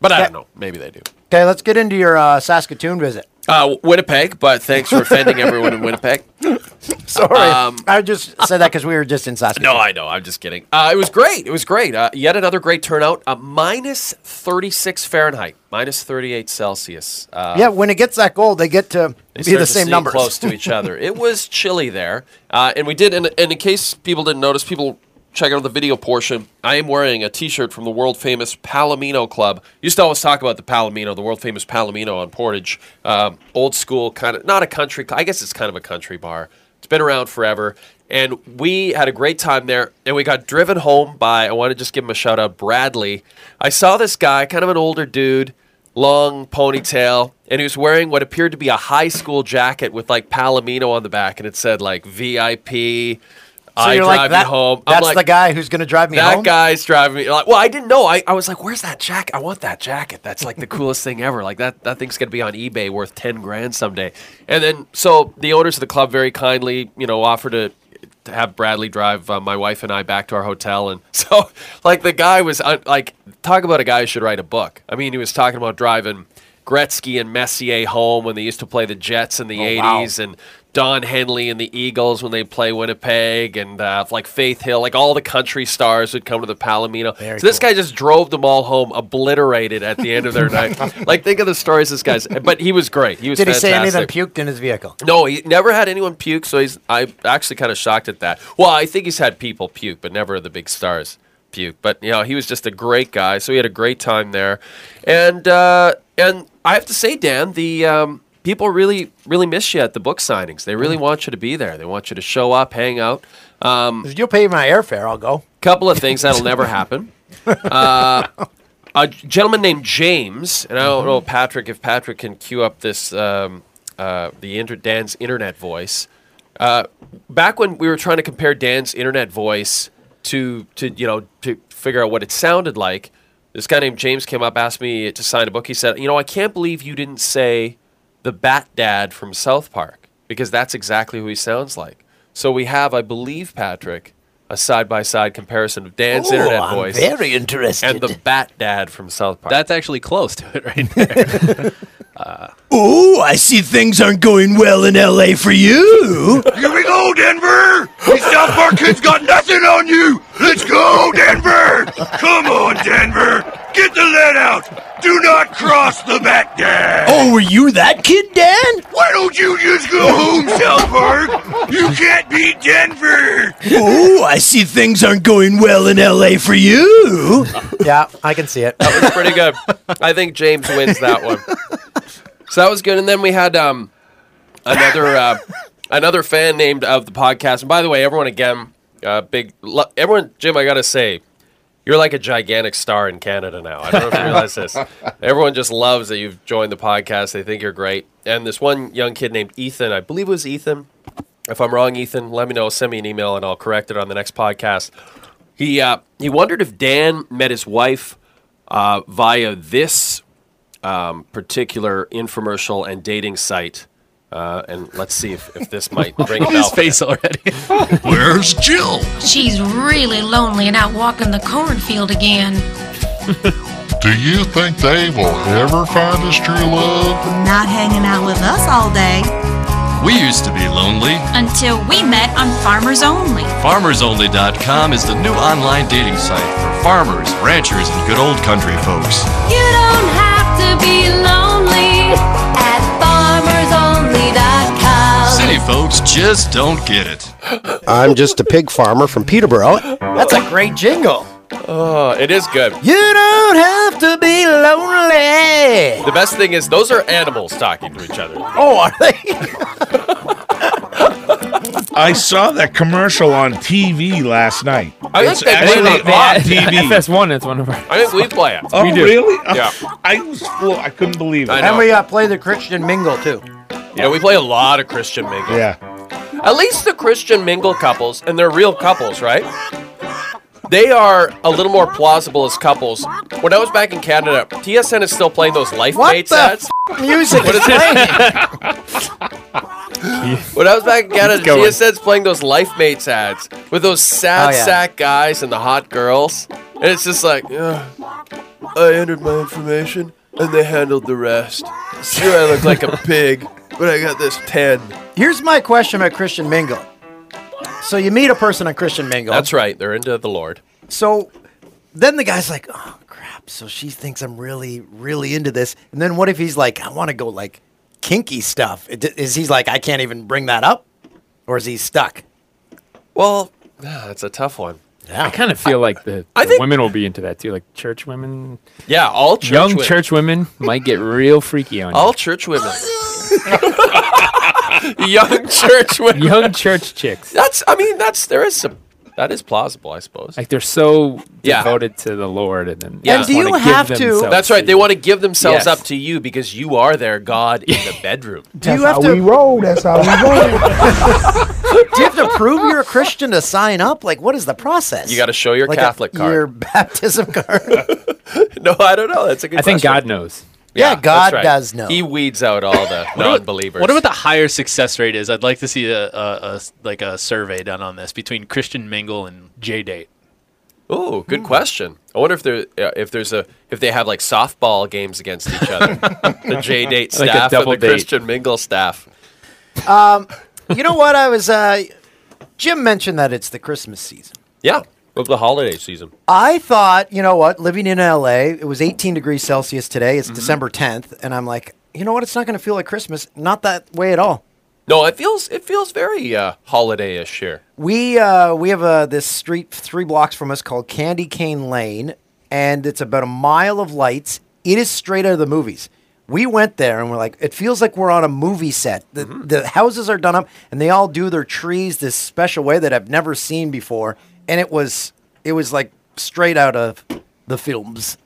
[SPEAKER 7] But I don't know. Maybe they do.
[SPEAKER 4] Okay, let's get into your uh, Saskatoon visit.
[SPEAKER 7] Uh, Winnipeg, but thanks for offending everyone in Winnipeg. Um,
[SPEAKER 4] Sorry. I just said that because we were just in Saskatoon.
[SPEAKER 7] No, I know. I'm just kidding. Uh, it was great. It was great. Uh, yet another great turnout. Uh, minus 36 Fahrenheit, minus 38 Celsius. Uh,
[SPEAKER 4] Yeah, when it gets that gold, they get to
[SPEAKER 7] They
[SPEAKER 4] be
[SPEAKER 7] start to
[SPEAKER 4] the same
[SPEAKER 7] sneak
[SPEAKER 4] numbers.
[SPEAKER 7] close to each other. It was chilly there, uh, and we did. And, and in case people didn't notice, people check out the video portion. I am wearing a T-shirt from the world famous Palomino Club. Used to always talk about the Palomino, the world famous Palomino on Portage. Um, old school kind of, not a country. I guess it's kind of a country bar. It's been around forever, and we had a great time there. And we got driven home by. I want to just give him a shout out, Bradley. I saw this guy, kind of an older dude long ponytail, and he was wearing what appeared to be a high school jacket with like Palomino on the back, and it said like VIP.
[SPEAKER 4] So
[SPEAKER 7] I
[SPEAKER 4] you're
[SPEAKER 7] drive
[SPEAKER 4] like that,
[SPEAKER 7] you home. I'm
[SPEAKER 4] That's
[SPEAKER 7] like,
[SPEAKER 4] the guy who's going to drive me
[SPEAKER 7] that
[SPEAKER 4] home.
[SPEAKER 7] guy's driving me. Like, well, I didn't know. I, I was like, "Where's that jacket? I want that jacket. That's like the coolest thing ever. Like that that thing's gonna be on eBay worth ten grand someday." And then so the owners of the club very kindly, you know, offered to, to have Bradley drive uh, my wife and I back to our hotel. And so like the guy was uh, like, talk about a guy who should write a book. I mean, he was talking about driving Gretzky and Messier home when they used to play the Jets in the
[SPEAKER 8] wow.
[SPEAKER 7] '80s and Don Henley and the Eagles when they play Winnipeg, and uh, like Faith Hill, like all the country stars would come to the Palomino. so this guy just drove them all home, obliterated at the end of their night. Like think of the stories this guy's, but he was great. He was.
[SPEAKER 4] Did he
[SPEAKER 7] fantastic.
[SPEAKER 4] say any of them puked in his vehicle?
[SPEAKER 7] No, he never had anyone puke. So he's. I actually kind of shocked at that. Well, I think he's had people puke, but never the big stars puke. But you know, he was just a great guy. So he had a great time there, and uh, and I have to say, Dan, the um, people really really miss you at the book signings. They
[SPEAKER 4] Mm.
[SPEAKER 7] really want you to be there. They want you to show up, hang out. Um,
[SPEAKER 4] If You'll pay my airfare. I'll go.
[SPEAKER 7] couple of things that'll never happen. Uh, a gentleman named James, and I
[SPEAKER 4] Mm-hmm.
[SPEAKER 7] don't know Patrick if Patrick can cue up this um, uh, the inter- Dan's internet voice. Uh, back when we were trying to compare Dan's internet voice to to you know to figure out what it sounded like, this guy named James came up, asked me to sign a book. He said, "You know, I can't believe you didn't say the Bat Dad from South Park because that's exactly who he sounds like." So we have, I believe, Patrick, a side by side comparison of Dan's
[SPEAKER 4] Oh,
[SPEAKER 7] internet
[SPEAKER 4] I'm
[SPEAKER 7] voice
[SPEAKER 4] very interested.
[SPEAKER 7] and the Bat Dad from South Park.
[SPEAKER 5] That's actually close to it right there. uh,
[SPEAKER 6] Ooh, I see things aren't going well in LA for you. Here we go, Denver. These South Park kids got nothing on you. Let's go, Denver. Come on, Denver. Get the lead out. Do not cross the back dam. Oh, were you that kid, Dan? Why don't you just go home, South Park? You can't beat Denver. Oh, I see things aren't going well in LA for you.
[SPEAKER 4] yeah, I can see it.
[SPEAKER 7] That was pretty good. I think James wins that one. So that was good. And then we had um, another uh, another fan named of the podcast. And by the way, everyone again, uh, big lo- everyone, Jim. I gotta say, you're like a gigantic star in Canada now. I don't know if you realize this. Everyone just loves that you've joined the podcast. They think you're great. And this one young kid named Ethan, I believe it was Ethan. If I'm wrong, Ethan, let me know. Send me an email and I'll correct it on the next podcast. He uh, he wondered if Dan met his wife uh, via this um, particular infomercial and dating site. Uh, and let's see if, if this might bring a
[SPEAKER 5] Look at his
[SPEAKER 7] bell. face already.
[SPEAKER 6] Where's Jill?
[SPEAKER 12] She's really lonely and out walking the cornfield again.
[SPEAKER 13] Do you think they will ever find us true love?
[SPEAKER 12] Not hanging out with us all day.
[SPEAKER 11] We used to be lonely.
[SPEAKER 12] Until we met on Farmers Only.
[SPEAKER 11] FarmersOnly.com is the new online dating site for farmers, ranchers, and good old country folks.
[SPEAKER 12] You don't have to be lonely at farmersonly.com.
[SPEAKER 11] City folks just don't get it.
[SPEAKER 14] I'm just a pig farmer from Peterborough.
[SPEAKER 4] That's a great jingle.
[SPEAKER 7] Oh, it is good.
[SPEAKER 4] You don't have to be lonely.
[SPEAKER 7] The best thing is those are animals talking to each other.
[SPEAKER 4] Oh, are they?
[SPEAKER 1] I saw that commercial on TV last night.
[SPEAKER 7] I think
[SPEAKER 1] it's
[SPEAKER 7] they played
[SPEAKER 1] actually
[SPEAKER 7] it live.
[SPEAKER 1] on TV.
[SPEAKER 2] FS1, that's one of our.
[SPEAKER 7] I think we play it.
[SPEAKER 1] Oh,
[SPEAKER 2] We do.
[SPEAKER 1] really?
[SPEAKER 7] Yeah.
[SPEAKER 1] I was full. I couldn't believe it.
[SPEAKER 4] And we uh, play the Christian mingle too.
[SPEAKER 7] Yeah, we play a lot of Christian mingle.
[SPEAKER 1] Yeah.
[SPEAKER 7] At least the Christian mingle couples, and they're real couples, right? They are a little more plausible as couples. When I was back in Canada, TSN is still playing those life
[SPEAKER 4] What
[SPEAKER 7] mates
[SPEAKER 4] the
[SPEAKER 7] ads.
[SPEAKER 4] f- music
[SPEAKER 7] What
[SPEAKER 4] is
[SPEAKER 7] is
[SPEAKER 4] playing?
[SPEAKER 7] When I was back in Canada,
[SPEAKER 4] It's going.
[SPEAKER 7] TSN's playing those life mates ads with those sad
[SPEAKER 4] Oh, yeah.
[SPEAKER 7] sack guys and the hot girls. And it's just like, "Ugh, I entered my information and they handled the rest. Sure, I look like a pig, but I got this 10.
[SPEAKER 4] Here's my question about Christian mingle. So you meet a person on Christian mingle.
[SPEAKER 7] That's right, they're into the Lord.
[SPEAKER 4] So then the guy's like, oh, crap. So she thinks I'm really, really into this. And then what if he's like, I want to go like kinky stuff? It- Is he like, I can't even bring that up? Or is he stuck?
[SPEAKER 7] Well, ah, that's a tough one.
[SPEAKER 2] I kind of feel like the, the women will be into that too, like church women.
[SPEAKER 7] Yeah, all church
[SPEAKER 2] young
[SPEAKER 7] women.
[SPEAKER 2] church women might get real freaky on you.
[SPEAKER 7] All church women. Young church women.
[SPEAKER 2] Young church chicks.
[SPEAKER 7] That's, I mean, that's, there is some That is plausible, I suppose.
[SPEAKER 2] Like they're so
[SPEAKER 7] Yeah.
[SPEAKER 2] devoted to the Lord, and then
[SPEAKER 7] Yeah.
[SPEAKER 2] just wanna give themselves
[SPEAKER 7] That's right. They want to give themselves
[SPEAKER 2] Yes.
[SPEAKER 7] up to you because you are their God in the bedroom.
[SPEAKER 14] That's how we roll. That's how we roll.
[SPEAKER 4] Do you have to prove you're a Christian to sign up? Like, what is the process?
[SPEAKER 7] You got to show your
[SPEAKER 4] Like a-
[SPEAKER 7] Catholic card.
[SPEAKER 4] Your baptism card.
[SPEAKER 7] no, I don't know. That's a good.
[SPEAKER 2] I think
[SPEAKER 7] question.
[SPEAKER 2] God knows.
[SPEAKER 4] Yeah,
[SPEAKER 7] that's
[SPEAKER 4] God does know.
[SPEAKER 7] He weeds out all the non-believers.
[SPEAKER 5] What about the higher success rate is? I'd like to see a, a, a s- like a survey done on this between Christian Mingle and J Date.
[SPEAKER 7] Oh, good question. I wonder if there uh, if there's a if they have like softball games against each other. the J date
[SPEAKER 2] Like a
[SPEAKER 7] staff
[SPEAKER 2] double
[SPEAKER 7] and the
[SPEAKER 2] date.
[SPEAKER 7] Christian Mingle staff.
[SPEAKER 4] Um, you know what? I was. Uh, Jim mentioned that it's the Christmas season.
[SPEAKER 7] Yeah, of the holiday season.
[SPEAKER 4] I thought, you know what? Living in LA, it was 18 degrees Celsius today. It's December 10th, and I'm like, you know what? It's not going to feel like Christmas. Not that way at all.
[SPEAKER 7] No, it feels it feels very uh, holiday-ish here.
[SPEAKER 4] We uh, we have uh, this street three blocks from us called Candy Cane Lane, and it's about a mile of lights. It is straight out of the movies. We went there and we're like, it feels like we're on a movie set. The, the houses are done up, and they all do their trees this special way that I've never seen before. And it was it was like straight out of the films.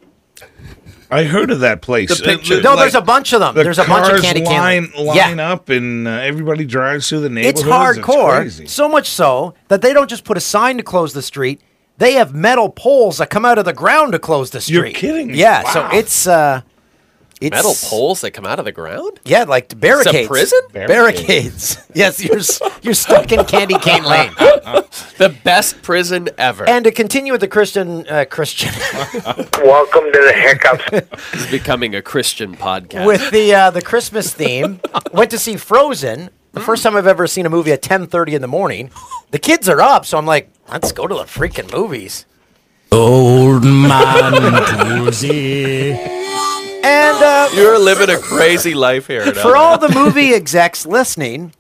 [SPEAKER 1] I heard of that place.
[SPEAKER 4] The picture- No, there's a bunch of them.
[SPEAKER 1] the
[SPEAKER 4] There's a bunch of
[SPEAKER 1] cars
[SPEAKER 4] candy cane
[SPEAKER 1] line,
[SPEAKER 4] lane.
[SPEAKER 1] line up, and uh, everybody drives through the neighborhood.
[SPEAKER 4] It's hardcore. so much so that they don't just put a sign to close the street. They have metal poles that come out of the ground to close the street.
[SPEAKER 7] You're kidding me.
[SPEAKER 4] Yeah,
[SPEAKER 7] Wow.
[SPEAKER 4] so it's uh it's
[SPEAKER 7] Metal poles that come out of the ground.
[SPEAKER 4] Yeah, like barricades.
[SPEAKER 7] It's a prison?
[SPEAKER 4] Barricades. yes, you're s- you're stuck in candy cane lane.
[SPEAKER 7] the best prison ever.
[SPEAKER 4] And to continue with the Christian uh, Christian
[SPEAKER 7] Welcome to the hiccups. this is becoming a Christian podcast.
[SPEAKER 4] with the uh, the Christmas theme, went to see Frozen.
[SPEAKER 7] Hmm.
[SPEAKER 4] The first time I've ever seen a movie at 10:30 in the morning. The kids are up, so I'm like, let's go to the freaking movies.
[SPEAKER 6] Old man Toolsy.
[SPEAKER 4] And uh,
[SPEAKER 7] You're living a crazy life here. in
[SPEAKER 4] For
[SPEAKER 7] LA.
[SPEAKER 4] all the movie execs listening,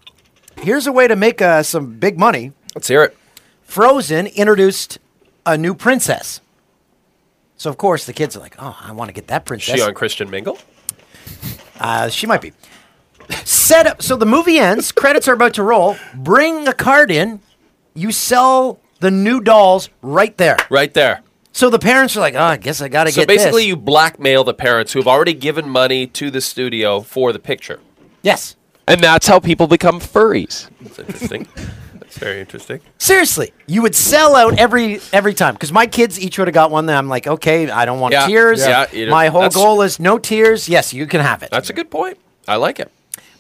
[SPEAKER 4] here's a way to make uh, some big money.
[SPEAKER 7] Let's hear it.
[SPEAKER 4] Frozen introduced a new princess. So of course the kids are like, "Oh, I want to get that princess."
[SPEAKER 7] she on Christian Mingle.
[SPEAKER 4] Uh, she might be. Set up. So the movie ends. credits are about to roll. Bring a card in. You sell the new dolls right there.
[SPEAKER 7] Right there.
[SPEAKER 4] So the parents are like, "Oh, I guess I got to
[SPEAKER 7] So
[SPEAKER 4] get this."
[SPEAKER 7] basically, you blackmail the parents who've already given money to the studio for the picture.
[SPEAKER 4] Yes.
[SPEAKER 7] And that's how people become furries. That's interesting. that's very interesting.
[SPEAKER 4] Seriously, you would sell out every every time because my kids each would have got one. That I'm like, okay, I don't want
[SPEAKER 7] Yeah,
[SPEAKER 4] tears.
[SPEAKER 7] yeah, you-
[SPEAKER 4] my whole
[SPEAKER 7] that's-
[SPEAKER 4] goal is no tears. Yes, you can have it.
[SPEAKER 7] That's a good point. I like it.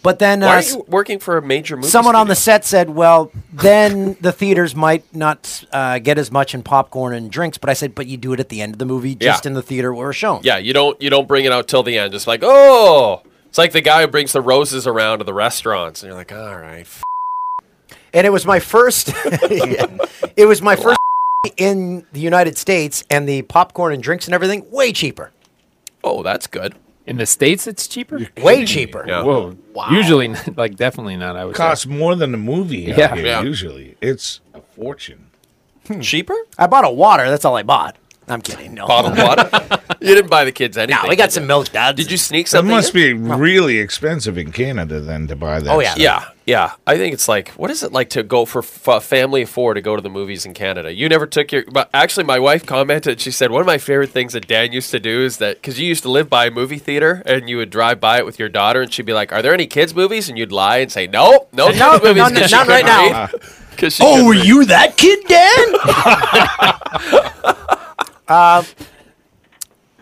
[SPEAKER 4] But then
[SPEAKER 7] Why are
[SPEAKER 4] uh,
[SPEAKER 7] you working for a major movie?
[SPEAKER 4] someone on the set said, well, then the theaters might not uh, get as much in popcorn and drinks. But I said, but you do it at the end of the movie,
[SPEAKER 7] Yeah.
[SPEAKER 4] just in the theater where it's shown.
[SPEAKER 7] Yeah, you don't you don't bring it out till the end. It's like oh, it's like the guy who brings the roses around to the restaurants, and you're like, all right, f-
[SPEAKER 4] And it was my first. Yeah. It was my first in the United States, and the popcorn and drinks and everything way cheaper.
[SPEAKER 7] oh, that's good.
[SPEAKER 2] In the states, it's cheaper.
[SPEAKER 4] Way cheaper.
[SPEAKER 2] Whoa. Usually, not- like definitely not. I would.
[SPEAKER 1] costs
[SPEAKER 2] say.
[SPEAKER 1] more than a movie. Out
[SPEAKER 2] Yeah.
[SPEAKER 1] here,
[SPEAKER 2] Yeah.
[SPEAKER 1] usually it's a fortune.
[SPEAKER 7] Hmm. Cheaper?
[SPEAKER 4] I bought a water. That's all I bought. I'm kidding. No.
[SPEAKER 7] Bottled water. you didn't buy the kids anything.
[SPEAKER 4] we got
[SPEAKER 7] did
[SPEAKER 4] some
[SPEAKER 7] you?
[SPEAKER 4] milk, Dad.
[SPEAKER 7] Did you sneak
[SPEAKER 1] It
[SPEAKER 7] something?
[SPEAKER 1] must
[SPEAKER 7] in?
[SPEAKER 1] be really expensive in Canada then to buy that. stuff.
[SPEAKER 7] yeah, yeah. I think it's like, what is it like to go for f- a family of four to go to the movies in Canada? You never took your. But actually, my wife commented. She said one of my favorite things that Dan used to do is that because you used to live by a movie theater and you would drive by it with your daughter, and she'd be like, "Are there any kids movies?" And you'd lie and say, "No, no,
[SPEAKER 4] No,
[SPEAKER 7] kids movies,
[SPEAKER 4] none-
[SPEAKER 7] 'cause she
[SPEAKER 4] none right
[SPEAKER 7] couldn't
[SPEAKER 4] now.
[SPEAKER 7] read." 'Cause she
[SPEAKER 4] Oh,
[SPEAKER 7] couldn't
[SPEAKER 4] were
[SPEAKER 7] read.
[SPEAKER 4] you that kid, Dan? uh,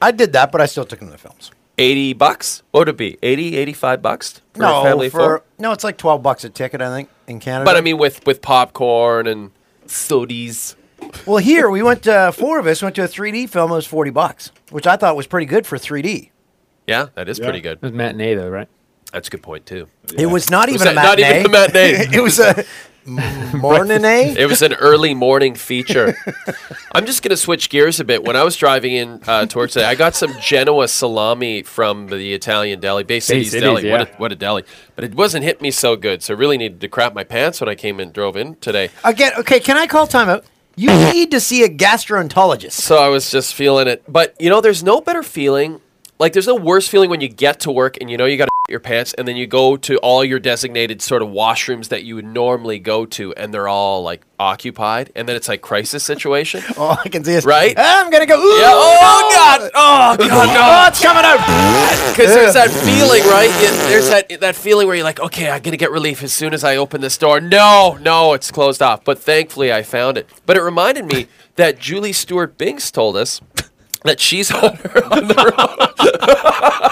[SPEAKER 4] I did that, but I still took him to the films.
[SPEAKER 7] Eighty bucks? What would it be? 80, 85 bucks for a family of four?
[SPEAKER 4] no, it's like twelve bucks a ticket, I think, in Canada.
[SPEAKER 7] But I mean, with with popcorn and sodas.
[SPEAKER 4] well, here we went. Uh, four of us went to a 3D film. It was forty bucks, which I thought was pretty good for 3D.
[SPEAKER 7] Yeah, that is pretty good.
[SPEAKER 2] It was matinee though, right?
[SPEAKER 7] That's a good point too.
[SPEAKER 4] It was not even
[SPEAKER 7] that
[SPEAKER 4] a
[SPEAKER 7] not
[SPEAKER 4] matinee.
[SPEAKER 7] even a matinee.
[SPEAKER 4] it was a morning. eh?
[SPEAKER 7] It was an early morning feature. I'm just going to switch gears a bit. When I was driving in uh, towards today, I got some Genoa salami from the Italian deli, Bay City's
[SPEAKER 2] Cities,
[SPEAKER 7] deli. What,
[SPEAKER 2] yeah.
[SPEAKER 7] a, what a deli. But it wasn't hitting me so good, so I really needed to crap my pants when I came in, drove in today.
[SPEAKER 4] Again, okay. Can I call timeout? You need to see a gastroenterologist.
[SPEAKER 7] So I was just feeling it. But, you know, there's no better feeling like there's no worse feeling when you get to work and you know you got to your pants and then you go to all your designated sort of washrooms that you would normally go to and they're all like occupied and then it's like crisis situation.
[SPEAKER 4] All I can see is
[SPEAKER 7] Right?
[SPEAKER 4] I'm gonna go. Ooh,
[SPEAKER 7] Yeah, oh,
[SPEAKER 4] no!"
[SPEAKER 7] God! Oh God! No!
[SPEAKER 4] Oh, it's coming out.
[SPEAKER 7] Because there's that feeling, right? Yeah, There's that that feeling where you're like, okay, I'm gonna get relief as soon as I open this door. No, no, it's closed off. But thankfully, I found it. But it reminded me that Julie Stewart Binks told us that she's on her on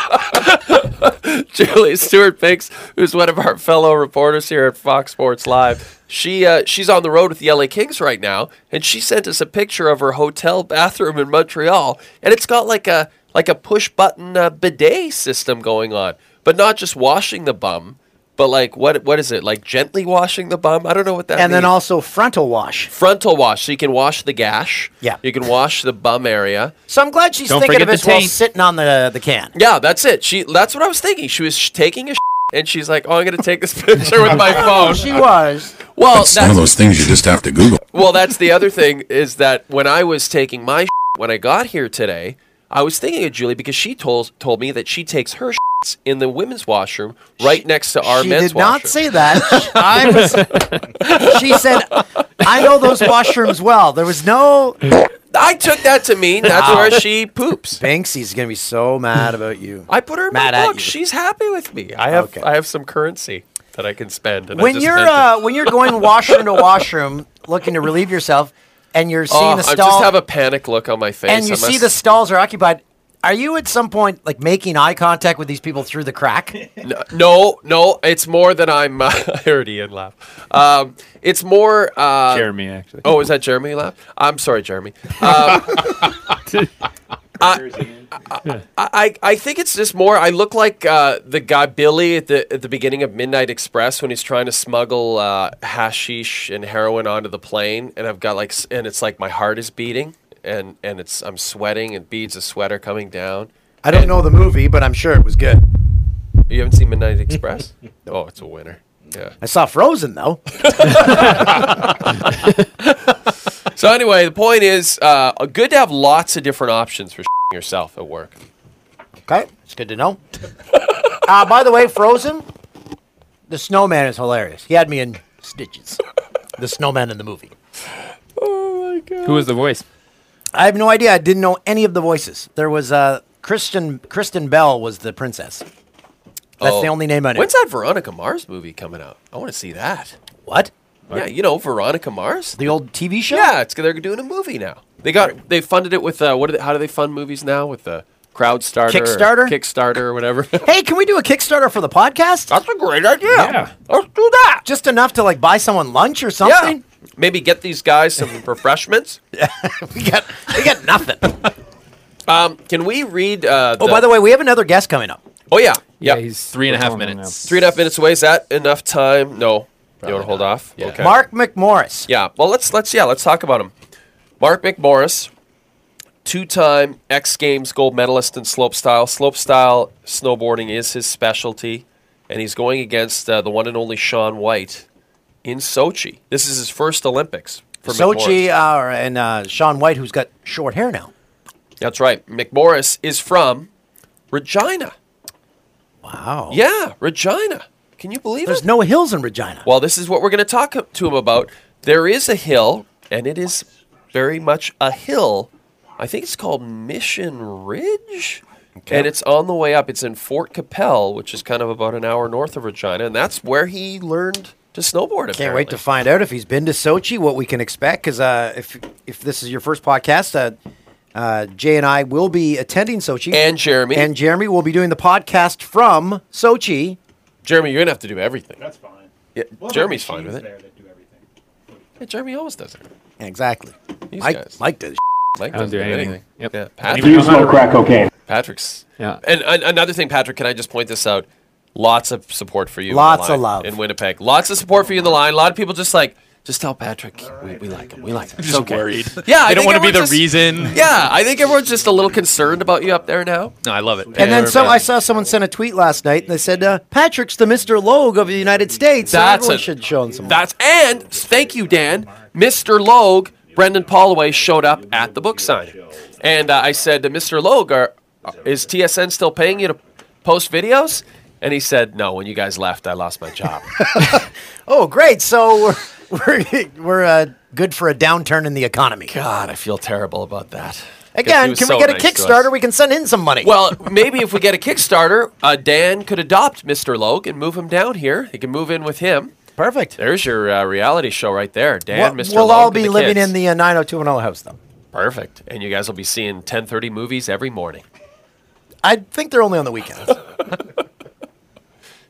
[SPEAKER 7] the road. Julie Stewart Binks, who's one of our fellow reporters here at Fox Sports Live, she uh, she's on the road with the LA Kings right now, and she sent us a picture of her hotel bathroom in Montreal, and it's got like a like a push button uh, bidet system going on, but not just washing the bum, but like what what is it like gently washing the bum? I don't know what that
[SPEAKER 4] And then
[SPEAKER 7] means.
[SPEAKER 4] also frontal wash.
[SPEAKER 7] frontal wash, so you can wash the gash.
[SPEAKER 4] Yeah.
[SPEAKER 7] you can wash the bum area.
[SPEAKER 4] So I'm glad she's
[SPEAKER 7] Don't
[SPEAKER 4] thinking
[SPEAKER 7] forget
[SPEAKER 4] of
[SPEAKER 7] the
[SPEAKER 4] it while
[SPEAKER 7] taint.
[SPEAKER 4] sitting on the the can.
[SPEAKER 7] Yeah, that's it. She that's what I was thinking. She was sh- taking a sh- and she's like, "Oh, I'm gonna take this picture with my phone."
[SPEAKER 4] She was.
[SPEAKER 7] Well,
[SPEAKER 15] it's one of those things you just have to Google.
[SPEAKER 7] Well, that's the other thing is that when I was taking my when I got here today, I was thinking of Julie because she told told me that she takes her in the women's washroom right next to our
[SPEAKER 4] she
[SPEAKER 7] men's
[SPEAKER 4] did not
[SPEAKER 7] washroom.
[SPEAKER 4] say that. I was. She said, "I know those washrooms well." There was no.
[SPEAKER 7] I took that to mean that's
[SPEAKER 4] Wow.
[SPEAKER 7] where she poops.
[SPEAKER 4] Banksy's gonna be so mad about you.
[SPEAKER 7] I put her in
[SPEAKER 4] Mad
[SPEAKER 7] my
[SPEAKER 4] at
[SPEAKER 7] book.
[SPEAKER 4] you.
[SPEAKER 7] She's happy with me. I have I have some currency that I can spend. And I
[SPEAKER 4] when
[SPEAKER 7] just
[SPEAKER 4] you're
[SPEAKER 7] spent it.
[SPEAKER 4] uh, when you're going washroom to washroom, looking to relieve yourself, and you're uh, seeing
[SPEAKER 7] Oh,
[SPEAKER 4] the
[SPEAKER 7] I
[SPEAKER 4] stall,
[SPEAKER 7] just have a panic look on my face.
[SPEAKER 4] and you
[SPEAKER 7] I
[SPEAKER 4] see
[SPEAKER 7] must-
[SPEAKER 4] the stalls are occupied. Are you at some point like making eye contact with these people through the crack?
[SPEAKER 7] No, no, no, it's more than I'm. Uh, I already in laugh. Um, it's more. Uh,
[SPEAKER 2] Jeremy, actually.
[SPEAKER 7] Oh, is that Jeremy laugh? I'm sorry, Jeremy. Um, I, I, I, I think it's just more. I look like uh, the guy Billy at the at the beginning of Midnight Express when he's trying to smuggle uh, hashish and heroin onto the plane, and I've got like, s- and it's like my heart is beating, and and it's I'm sweating, and beads of sweat are coming down.
[SPEAKER 4] I don't know the movie, but I'm sure it was good.
[SPEAKER 7] You haven't seen Midnight Express? oh, it's a winner. Yeah.
[SPEAKER 4] I saw Frozen though.
[SPEAKER 7] So anyway, the point is, uh, good to have lots of different options for yourself at work.
[SPEAKER 4] Okay, it's good to know. uh, by the way, Frozen, the snowman is hilarious. He had me in stitches. The snowman in the movie.
[SPEAKER 7] Oh,
[SPEAKER 2] Who was the voice?
[SPEAKER 4] I have no idea. I didn't know any of the voices. There was uh, Kristen Kristen Bell was the princess. That's the
[SPEAKER 7] Oh.
[SPEAKER 4] only name I knew.
[SPEAKER 7] When's that Veronica Mars movie coming out? I want to see that.
[SPEAKER 4] What?
[SPEAKER 7] Yeah, you know Veronica Mars,
[SPEAKER 4] the old TV show.
[SPEAKER 7] Yeah, it's they're doing a movie now. They got they funded it with uh, what? Are they, how do they fund movies now with the crowd starter, or
[SPEAKER 4] Kickstarter?
[SPEAKER 7] Kickstarter, or whatever?
[SPEAKER 4] Hey, can we do a Kickstarter for the podcast? That's
[SPEAKER 7] a great idea. Yeah. Let's do that.
[SPEAKER 4] Just enough to like buy someone lunch or something.
[SPEAKER 7] Yeah. Maybe get these guys some refreshments.
[SPEAKER 4] we got we got nothing.
[SPEAKER 7] Um, can we read? Uh,
[SPEAKER 4] Oh, by the way, we have another guest coming up.
[SPEAKER 7] Oh yeah,
[SPEAKER 5] Yeah,
[SPEAKER 7] yeah.
[SPEAKER 5] he's three and a half minutes.
[SPEAKER 7] Three and a half minutes away. Is that enough time? No. you want to hold off? Okay.
[SPEAKER 4] Mark McMorris.
[SPEAKER 7] Yeah. Well, let's let's yeah let's talk about him. Mark McMorris, two-time X Games gold medalist in slopestyle. Slopestyle snowboarding is his specialty, and he's going against uh, the one and only Sean White in Sochi. This is his first Olympics for
[SPEAKER 4] Sochi
[SPEAKER 7] McMorris.
[SPEAKER 4] uh, and uh, Sean White, who's got short hair now.
[SPEAKER 7] That's right. McMorris is from Regina.
[SPEAKER 4] Wow.
[SPEAKER 7] Yeah, Regina. Can you believe it?
[SPEAKER 4] There's no hills in Regina.
[SPEAKER 7] Well, this is what we're going to talk to him about. There is a hill, and it is very much a hill. I think it's called Mission Ridge, and it's on the way up. It's in Fort Capel, which is kind of about an hour north of Regina, and that's where he learned to snowboard.
[SPEAKER 4] Can't wait to find out if he's been to Sochi, what we can expect. Because uh, if if this is your first podcast, uh, uh, Jay and I will be attending Sochi,
[SPEAKER 7] And Jeremy.
[SPEAKER 4] and Jeremy will be doing the podcast from Sochi.
[SPEAKER 7] Jeremy, you're going to have to do everything. That's fine. Yeah, Jeremy's fine with it. Yeah, Jeremy always does it.
[SPEAKER 4] Exactly.
[SPEAKER 7] These
[SPEAKER 4] Mike,
[SPEAKER 7] guys.
[SPEAKER 4] Mike does.
[SPEAKER 7] Mike
[SPEAKER 2] I don't
[SPEAKER 7] doesn't
[SPEAKER 2] do anything. Yep.
[SPEAKER 7] Yeah,
[SPEAKER 2] I don't even Please know how no to- crack cocaine.
[SPEAKER 7] Patrick's.
[SPEAKER 2] Yeah.
[SPEAKER 7] And an another thing, Patrick, can I just point this out? Lots of support for you. in the
[SPEAKER 4] Lots
[SPEAKER 7] line
[SPEAKER 4] of love.
[SPEAKER 7] in Winnipeg. Lots of support for you in the line. A lot of people just like. Just tell Patrick we, we like him. We like him. It's
[SPEAKER 5] Just
[SPEAKER 7] okay.
[SPEAKER 5] worried.
[SPEAKER 7] Yeah, I
[SPEAKER 5] They don't
[SPEAKER 7] think
[SPEAKER 5] wanna be
[SPEAKER 7] everyone's
[SPEAKER 5] the
[SPEAKER 7] just-
[SPEAKER 5] reason.
[SPEAKER 7] Yeah, I think everyone's just a little concerned about you up there now.
[SPEAKER 5] No, I love it.
[SPEAKER 4] And then so I saw someone send a tweet last night, and they said uh, Patrick's the Mister Logue of the United States. so
[SPEAKER 7] That's
[SPEAKER 4] everyone
[SPEAKER 7] a-
[SPEAKER 4] should show him some.
[SPEAKER 7] That's and thank you, Dan. Mr. Logue, Brendan Holloway showed up at the book signing, and uh, I said to Mr. Logue, are, is TSN still paying you to post videos? And he said, no, when you guys left, I lost my job.
[SPEAKER 4] Oh, great. So we're we're, we're uh, good for a downturn in the economy.
[SPEAKER 7] God, I feel terrible about that. Because he
[SPEAKER 4] Again,
[SPEAKER 7] was
[SPEAKER 4] can
[SPEAKER 7] so
[SPEAKER 4] we get a
[SPEAKER 7] nice to us.
[SPEAKER 4] Kickstarter? We can send in some money.
[SPEAKER 7] Well, maybe if we get a Kickstarter, uh, Dan could adopt Mr. Logue and move him down here. He can move in with him.
[SPEAKER 4] Perfect.
[SPEAKER 7] There's your uh, reality show right there, Dan,
[SPEAKER 4] we'll,
[SPEAKER 7] Mr.
[SPEAKER 4] we'll
[SPEAKER 7] Logue
[SPEAKER 4] all
[SPEAKER 7] and
[SPEAKER 4] be
[SPEAKER 7] the
[SPEAKER 4] living
[SPEAKER 7] kids.
[SPEAKER 4] in the uh, 90210 house, though.
[SPEAKER 7] Perfect. And you guys will be seeing 10:30 movies every morning.
[SPEAKER 4] I think they're only on the weekends.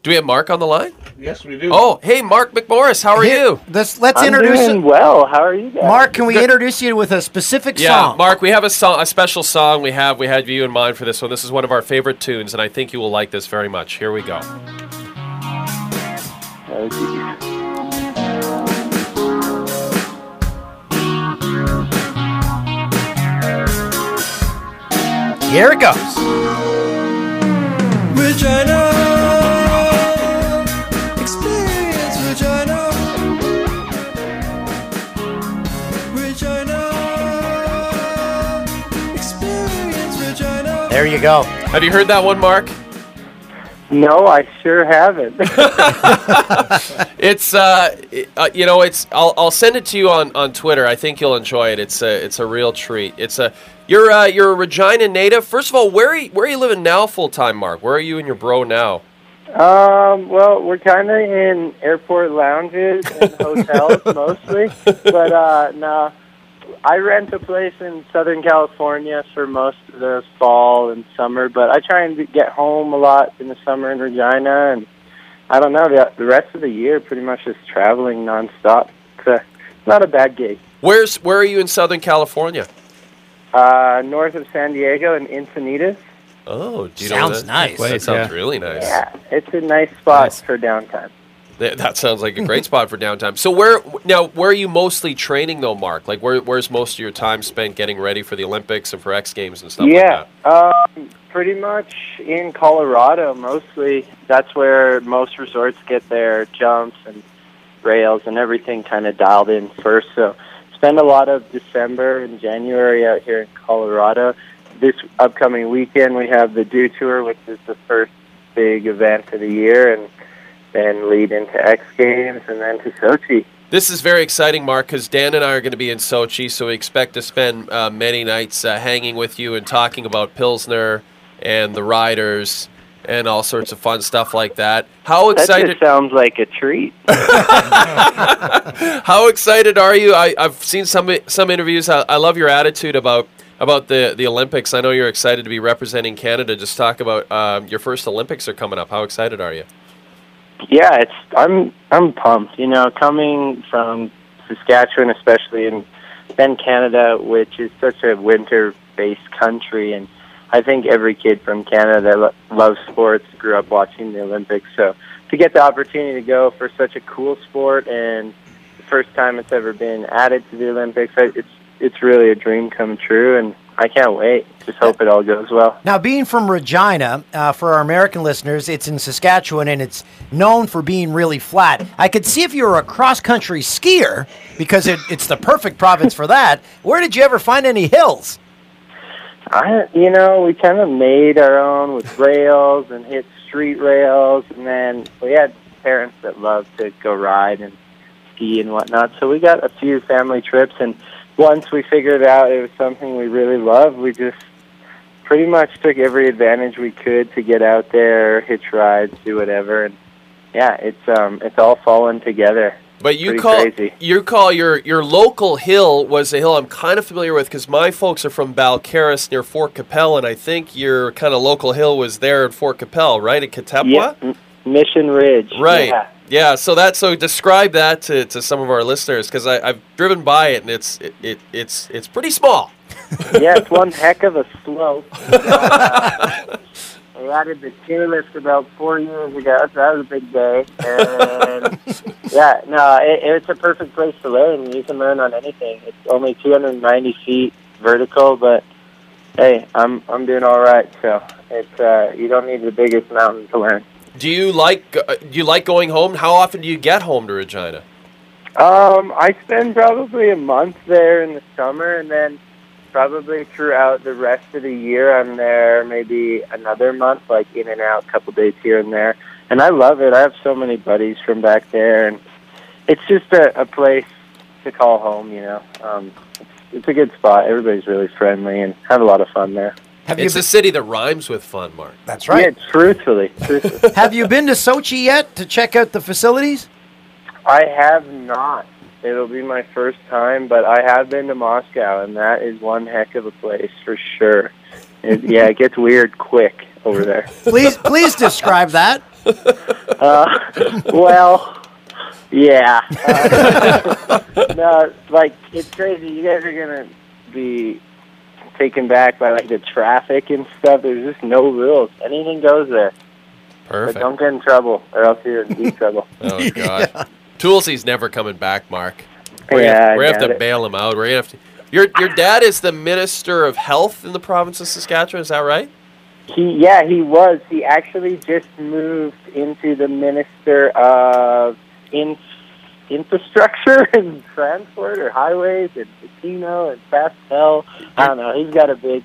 [SPEAKER 7] Do we have Mark on the line?
[SPEAKER 1] Yes, we
[SPEAKER 7] Oh, hey, Mark McMorris, how are
[SPEAKER 4] Hey,
[SPEAKER 7] you?
[SPEAKER 4] Let's let's introduce.
[SPEAKER 9] well, how are you guys?
[SPEAKER 4] Mark, can we introduce you with a specific
[SPEAKER 7] Yeah,
[SPEAKER 4] song?
[SPEAKER 7] Mark, we have a song, a special song. We have we had you in mind for this one. This is one of our favorite tunes, and I think you will like this very much. Here we go.
[SPEAKER 4] Here it goes.
[SPEAKER 6] Vagina. Experience vagina. Vagina. Experience vagina.
[SPEAKER 4] There you go.
[SPEAKER 7] Have you heard that one, Mark?
[SPEAKER 16] No, I sure haven't.
[SPEAKER 7] It's uh, i- uh you know, it's I'll, I'll send it to you on, on Twitter. I think you'll enjoy it. It's a it's a real treat. It's a you're uh, you're a Regina native. First of all, where are you, where are you living now full time, Mark? Where are you and your bro now?
[SPEAKER 16] um, well, we're kind of in airport lounges and hotels mostly, but uh, no, I rent a place in Southern California for most of the fall and summer. But I try and get home a lot in the summer in Regina, and I don't know the, the rest of the year pretty much just traveling nonstop. It's a- not a bad gig.
[SPEAKER 7] Where's where are you in Southern California?
[SPEAKER 16] Uh, north of San Diego in Encinitas.
[SPEAKER 7] Oh, do you know
[SPEAKER 16] Sounds
[SPEAKER 7] that?
[SPEAKER 16] nice.
[SPEAKER 7] That
[SPEAKER 16] Place,
[SPEAKER 7] sounds
[SPEAKER 16] yeah.
[SPEAKER 7] really nice.
[SPEAKER 16] Yeah, it's a nice spot for downtime.
[SPEAKER 7] That, that sounds like a great spot for downtime. So where now? Where are you mostly training though, Mark? Like where where's most of your time spent getting ready for the Olympics and for X Games and stuff? like
[SPEAKER 16] yeah, um, pretty much in Colorado mostly. That's where most resorts get their jumps and rails and everything kind of dialed in first. So spend a lot of December and January out here in Colorado. This upcoming weekend we have the Dew Tour, which is the first big event of the year, and then lead into X Games and then to Sochi.
[SPEAKER 7] This is very exciting, Mark, because Dan and I are going to be in Sochi, so we expect to spend uh, many nights uh, hanging with you and talking about Pilsner and the riders and all sorts of fun stuff like that. How
[SPEAKER 16] That
[SPEAKER 7] excited?
[SPEAKER 16] just sounds like a treat.
[SPEAKER 7] How excited are you? I, I've seen some some interviews. I, I love your attitude about about the the Olympics. I know you're excited to be representing Canada. Just talk about um, your first Olympics are coming up. How excited are you?
[SPEAKER 16] yeah, it's I'm I'm pumped. You know, coming from Saskatchewan, especially and then Canada, which is such a winter-based country, and I think every kid from Canada that lo- loves sports grew up watching the Olympics. So to get the opportunity to go for such a cool sport and the first time it's ever been added to the Olympics, I, it's it's really a dream come true, and I can't wait. Just hope it all goes well.
[SPEAKER 4] Now, being from Regina, uh, for our American listeners, it's in Saskatchewan and it's known for being really flat. I could see if you were a cross country skier because it, it's the perfect province for that. Where did you ever find any hills?
[SPEAKER 16] I, you know, we kind of made our own with rails and hit street rails, and then we had parents that loved to go ride and ski and whatnot. So we got a few family trips, and once we figured out it was something we really loved, we just pretty much took every advantage we could to get out there, hitch rides, do whatever, and yeah, it's um, it's all fallen together.
[SPEAKER 7] But you
[SPEAKER 16] Pretty
[SPEAKER 7] call
[SPEAKER 16] crazy.
[SPEAKER 7] you call your your local hill was a hill I'm kind of familiar with because my folks are from Balcarres near Fort Capel, and I think your kind of local hill was there at Fort Capel, right at Catepwa.
[SPEAKER 16] Yeah, M- Mission Ridge,
[SPEAKER 7] Right.
[SPEAKER 16] Yeah.
[SPEAKER 7] Yeah. So that. So describe that to, to some of our listeners because I've driven by it and it's it, it it's it's pretty small.
[SPEAKER 16] yeah, it's one heck of a slope. I added the tier list about four years ago, so that was a big day. And yeah, no, it, it's a perfect place to learn. You can learn on anything. It's only 290 feet vertical, but hey, I'm I'm doing all right. So it's uh, you don't need the biggest mountain to learn.
[SPEAKER 7] Do you like uh, do you like going home? How often do you get home to Regina?
[SPEAKER 16] Um, I spend probably a month there in the summer, and then probably throughout the rest of the year. I'm there maybe another month, like in and out, a couple days here and there. And I love it. I have so many buddies from back there, and it's just a, a place to call home. You know, um, it's, it's a good spot. Everybody's really friendly, and have a lot of fun there.
[SPEAKER 7] it's a city that rhymes with fun, Mark.
[SPEAKER 4] That's right.
[SPEAKER 16] Yeah, truthfully, truthfully.
[SPEAKER 4] Have you been to Sochi yet to check out the facilities?
[SPEAKER 16] I have not. It'll be my first time, but I have been to Moscow, and that is one heck of a place for sure. It, yeah, it gets weird quick over there.
[SPEAKER 4] Please, please describe that.
[SPEAKER 16] Uh, well, yeah. Uh, no, like it's crazy. You guys are gonna be taken back by like the traffic and stuff. There's just no rules. Anything goes there. But
[SPEAKER 7] Perfect.
[SPEAKER 16] don't get in trouble, or else you're in deep trouble.
[SPEAKER 7] Oh god. Toolsy's never coming back, Mark.
[SPEAKER 16] Yeah,
[SPEAKER 7] We're
[SPEAKER 16] I
[SPEAKER 7] gonna, we're gonna have
[SPEAKER 16] doubt
[SPEAKER 7] to
[SPEAKER 16] it.
[SPEAKER 7] bail him out. We're gonna have to. Your your dad is the minister of health in the province of Saskatchewan. Is that right?
[SPEAKER 16] He, yeah, he was. He actually just moved into the Minister of in, Infrastructure and Transport, or Highways, and Casino, and Pastel. I don't know. He's got a big,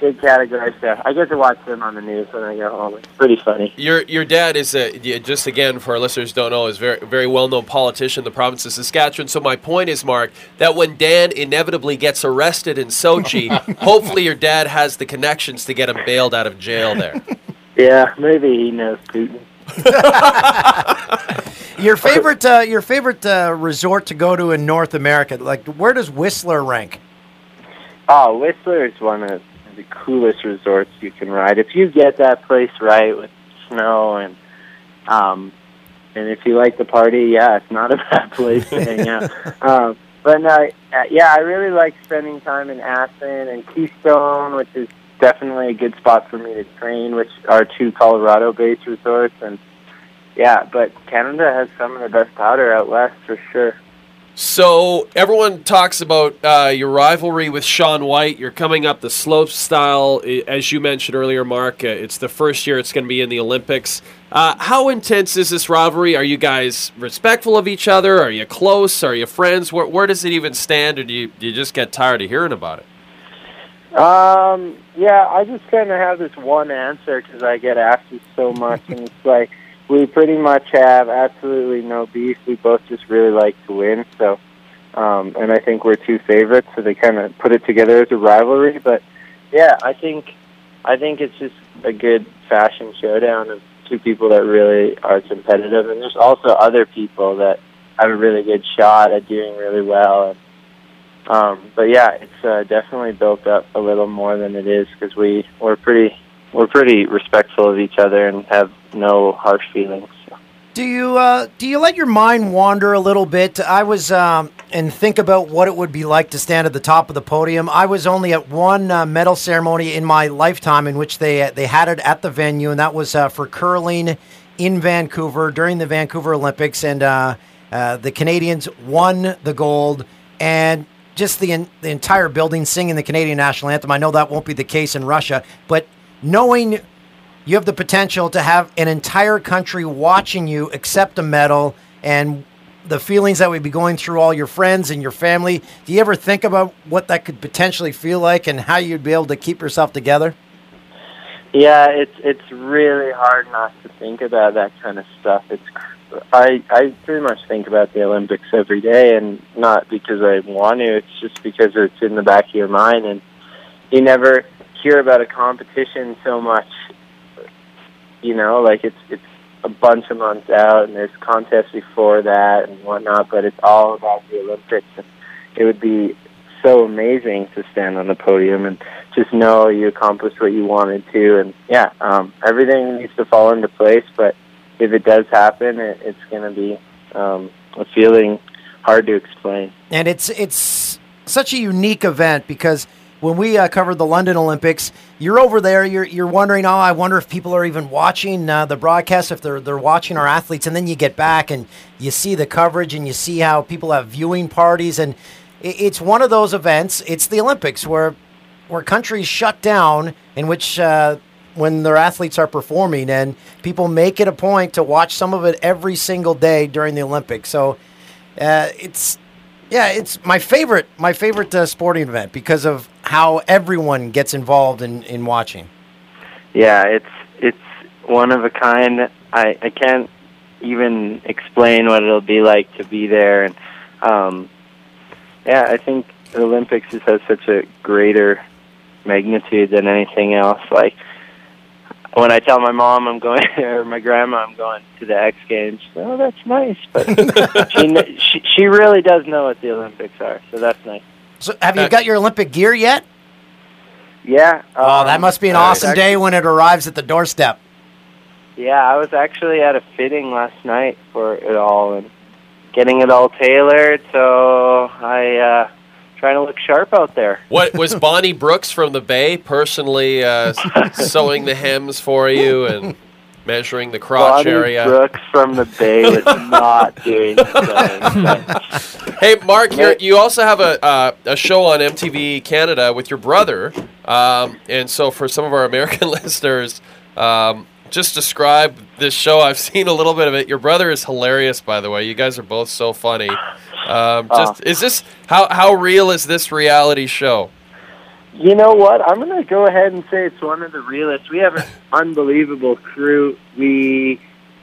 [SPEAKER 16] big category. So I get to watch him on the news when I go home. It's pretty funny.
[SPEAKER 7] Your your dad is a yeah, just again for our listeners who don't know is very very well known politician in the province of Saskatchewan. So my point is, Mark, that when Dan inevitably gets arrested in Sochi, hopefully your dad has the connections to get him bailed out of jail there.
[SPEAKER 16] Yeah, maybe he knows Putin.
[SPEAKER 4] Your favorite, uh, your favorite uh, resort to go to in North America? Like, where does Whistler rank?
[SPEAKER 16] Oh, Whistler is one of the coolest resorts you can ride. If you get that place right with snow and um and if you like the party, yeah, it's not a bad place to hang out. Um but no, uh, yeah, I really like spending time in Aspen and Keystone, which is definitely a good spot for me to train, which are two Colorado-based resorts and yeah, but Canada has some of the best powder out west for sure.
[SPEAKER 7] So everyone talks about uh, your rivalry with Sean White. You're coming up the slope style, I- as you mentioned earlier, Mark. Uh, it's the first year it's going to be in the Olympics. Uh, how intense is this rivalry? Are you guys respectful of each other? Are you close? Are you friends? Where, where does it even stand, or do you, do you just get tired of hearing about it?
[SPEAKER 16] Um, yeah, I just kind of have this one answer 'cause I get asked it so much, and it's like we pretty much have absolutely no beef. We both just really like to win, so um, and I think we're two favorites, so they kind of put it together as a rivalry. But yeah, I think I think it's just a good fashion showdown of two people that really are competitive, and there's also other people that have a really good shot at doing really well. And, um, but yeah, it's uh, definitely built up a little more than it is because we we're pretty we're pretty respectful of each other and have no harsh feelings.
[SPEAKER 4] Do you uh, do you let your mind wander a little bit? I was um, and think about what it would be like to stand at the top of the podium. I was only at one uh, medal ceremony in my lifetime in which they they had it at the venue, and that was uh, for curling in Vancouver during the Vancouver Olympics, and uh, uh, the Canadians won the gold and. Just the, en- the entire building singing the Canadian national anthem. I know that won't be the case in Russia, but knowing you have the potential to have an entire country watching you accept a medal and the feelings that we'd be going through all your friends and your family. Do you ever think about what that could potentially feel like and how you'd be able to keep yourself together?
[SPEAKER 16] Yeah, it's it's really hard not to think about that kind of stuff. It's cr- I I pretty much think about the Olympics every day, and not because I want to. It's just because it's in the back of your mind, and you never hear about a competition so much. You know, like it's it's a bunch of months out, and there's contests before that and whatnot. But it's all about the Olympics. And it would be so amazing to stand on the podium and just know you accomplished what you wanted to and yeah um, everything needs to fall into place but if it does happen it, it's going to be um, a feeling hard to explain
[SPEAKER 4] and it's it's such a unique event because when we uh, covered the London Olympics, you're over there, you're you're wondering, oh, I wonder if people are even watching uh, the broadcast, if they're they're watching our athletes, and then you get back and you see the coverage and you see how people have viewing parties, and it, it's one of those events. It's the Olympics where where countries shut down in which uh, when their athletes are performing and people make it a point to watch some of it every single day during the olympics so uh, it's yeah it's my favorite my favorite uh, sporting event because of how everyone gets involved in, in watching.
[SPEAKER 16] Yeah, it's it's one of a kind. I I can't even explain what it'll be like to be there, and um, yeah, I think the Olympics just has such a greater magnitude than anything else. Like when I tell my mom I'm going or my grandma I'm going to the X Games, well, that's nice, but she, kn- she she really does know what the Olympics are, so that's nice.
[SPEAKER 4] So have you got your Olympic gear yet?
[SPEAKER 16] Yeah.
[SPEAKER 7] Um,
[SPEAKER 4] Oh, that must be an awesome day when it arrives at the doorstep.
[SPEAKER 16] Yeah, I was actually at a fitting last night for it all and getting it all tailored. So I uh, trying to look sharp out there.
[SPEAKER 7] What was Bonnie Brooks from the Bay personally uh, s- sewing the hems for you and measuring the crotch
[SPEAKER 16] Bonnie
[SPEAKER 7] area?
[SPEAKER 16] Brooks from the Bay was not doing the same.
[SPEAKER 7] Hey, Mark, you're, you also have a uh, a show on MTV Canada with your brother, um, and so for some of our American listeners, um, just describe this show. I've seen a little bit of it. Your brother is hilarious, by the way. You guys are both so funny. Um, just is this how how real is this reality show?
[SPEAKER 16] You know what? I'm going to go ahead and say it's one of the realest. We have an unbelievable crew. We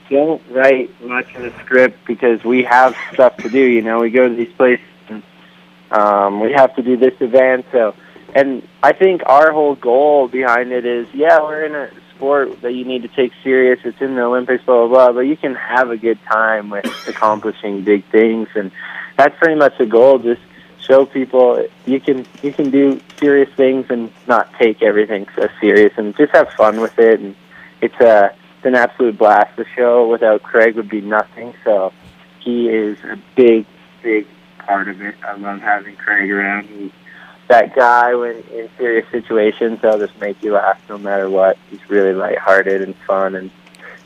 [SPEAKER 16] don't write much of the script because we have stuff to do. You know, we go to these places. And, um, we have to do this event. So, and I think our whole goal behind it is, yeah, we're in a sport that you need to take serious. It's in the Olympics, blah blah blah. But you can have a good time with accomplishing big things, and that's pretty much the goal. Just show people you can you can do serious things and not take everything so serious and just have fun with it and it's a it's an absolute blast. The show without Craig would be nothing, so he is a big, big part of it. I love having Craig around. He's that guy when in serious situations that'll just make you laugh no matter what. He's really lighthearted and fun and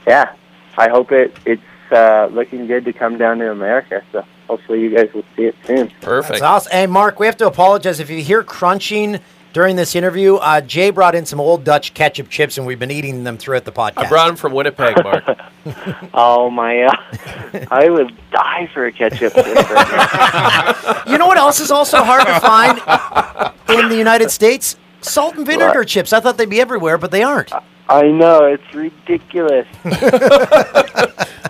[SPEAKER 16] yeah. I hope it it's uh, looking good to come down to America, so hopefully you guys will see it soon.
[SPEAKER 4] That's awesome. Hey, Mark, we have to apologize if you hear crunching during this interview. Uh, Jay brought in some old Dutch ketchup chips, and we've been eating them throughout the podcast.
[SPEAKER 7] I brought him from Winnipeg, Mark.
[SPEAKER 16] Oh my! Uh, I would die for a ketchup. dip right now.
[SPEAKER 4] You know what else is also hard to find in the United States? Salt and vinegar chips. I thought they'd be everywhere, but they aren't.
[SPEAKER 16] I know it's ridiculous.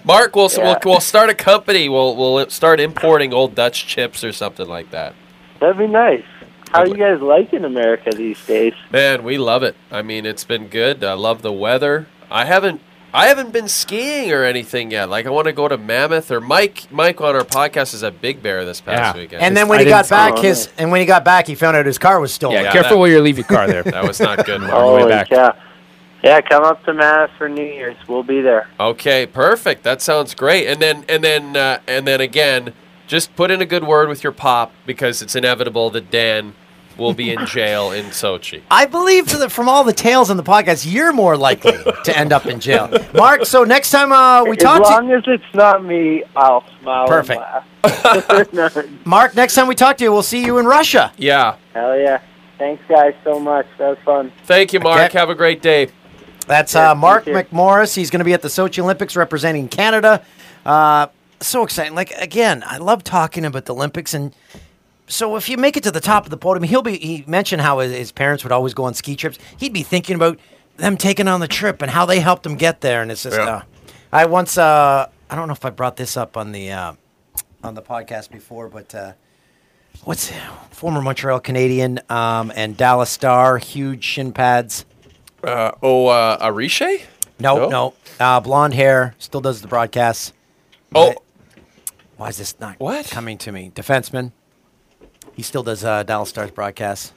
[SPEAKER 7] Mark, we'll,
[SPEAKER 16] Yeah.
[SPEAKER 7] we'll we'll start a company. We'll we'll start importing old Dutch chips or something like that.
[SPEAKER 16] That'd be nice. How you guys liking America these days?
[SPEAKER 7] Man, we love it. I mean, it's been good. I love the weather. I haven't I haven't been skiing or anything yet. Like I want to go to Mammoth or Mike Mike on our podcast is at Big Bear this past weekend.
[SPEAKER 4] And then when he got back, his and when he got back, he found out his car was stolen.
[SPEAKER 7] Oh, Yeah, careful that- where
[SPEAKER 2] you leave your car there.
[SPEAKER 7] That was not good. Mark.
[SPEAKER 16] Holy cow! Yeah, come up to Mass for New Year's. We'll be there.
[SPEAKER 7] Okay, perfect. That sounds great. And then and then uh, and then again, just put in a good word with your pop because it's inevitable that Dan will be in jail in Sochi.
[SPEAKER 4] I believe to the, from all the tales in the podcast, you're more likely to end up in jail. Mark, so next time uh, we
[SPEAKER 16] as
[SPEAKER 4] talk to
[SPEAKER 16] long as it's not me, I'll smile.
[SPEAKER 4] Perfect.
[SPEAKER 16] And laugh.
[SPEAKER 4] Mark, next time we talk to you, we'll see you in Russia.
[SPEAKER 7] Yeah.
[SPEAKER 16] Hell yeah! Thanks guys so much. That was fun.
[SPEAKER 7] Thank you, Mark. Have a great day.
[SPEAKER 4] That's uh, Mark McMorris. He's going to be at the Sochi Olympics representing Canada. Uh, so exciting! Like again, I love talking about the Olympics, and so if you make it to the top of the podium, he'll be. He mentioned how his, his parents would always go on ski trips. He'd be thinking about them taking on the trip and how they helped him get there, and it's just. Uh, I once. Uh, I don't know if I brought this up on the uh, on the podcast before, but. Uh, What's former Montreal Canadian um, and Dallas Star, huge shin pads.
[SPEAKER 7] Uh, oh, uh, Ariche?
[SPEAKER 4] No, no. Uh, blonde hair, still does the broadcasts.
[SPEAKER 7] Oh.
[SPEAKER 4] Why is this not what? coming to me? Defenseman. He still does uh, Dallas Stars broadcasts.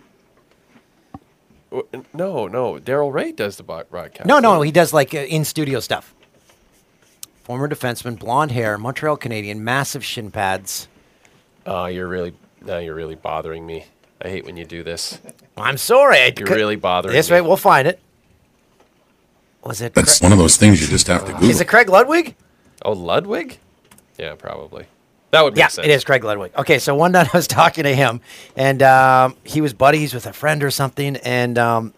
[SPEAKER 7] W- No, no. Daryl Ray does the bo- broadcast.
[SPEAKER 4] No, no, he does like uh, in studio stuff. Former defenseman, blonde hair, Montreal Canadian, massive shin pads.
[SPEAKER 7] Oh, you're really now you're really bothering me. I hate when you do this.
[SPEAKER 4] I'm sorry. I
[SPEAKER 7] You're
[SPEAKER 4] cou-
[SPEAKER 7] really bothering
[SPEAKER 4] This
[SPEAKER 7] me.
[SPEAKER 4] way, we'll find it. Was it?
[SPEAKER 15] That's one of those things you just have to Google.
[SPEAKER 4] Is it Craig Ludwig?
[SPEAKER 7] Oh, Ludwig? Yeah, probably.
[SPEAKER 5] Oh,
[SPEAKER 7] That would make
[SPEAKER 4] yeah,
[SPEAKER 7] sense.
[SPEAKER 4] it is Craig Ludwig. Okay, so one night I was talking to him, and um, he was buddies with a friend or something, and um,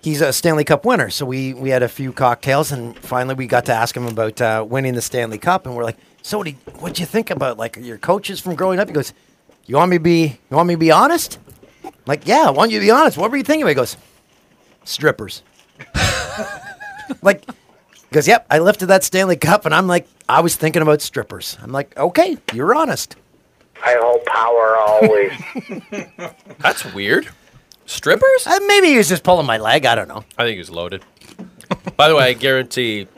[SPEAKER 4] he's a Stanley Cup winner. So we we had a few cocktails, and finally we got to ask him about uh, winning the Stanley Cup, and we're like, "So, what would you think about like your coaches from growing up?" He goes, "You want me to be you want me to be honest?" Like, yeah, why don't you be honest? What were you thinking? about?" He goes, strippers. like, he goes, yep, I lifted that Stanley Cup, and I'm like, I was thinking about strippers. I'm like, okay, you're honest.
[SPEAKER 17] I hold power always.
[SPEAKER 7] That's weird. Strippers?
[SPEAKER 4] Uh, maybe he was just pulling my leg. I don't know.
[SPEAKER 7] I think he was loaded. By the way, I guarantee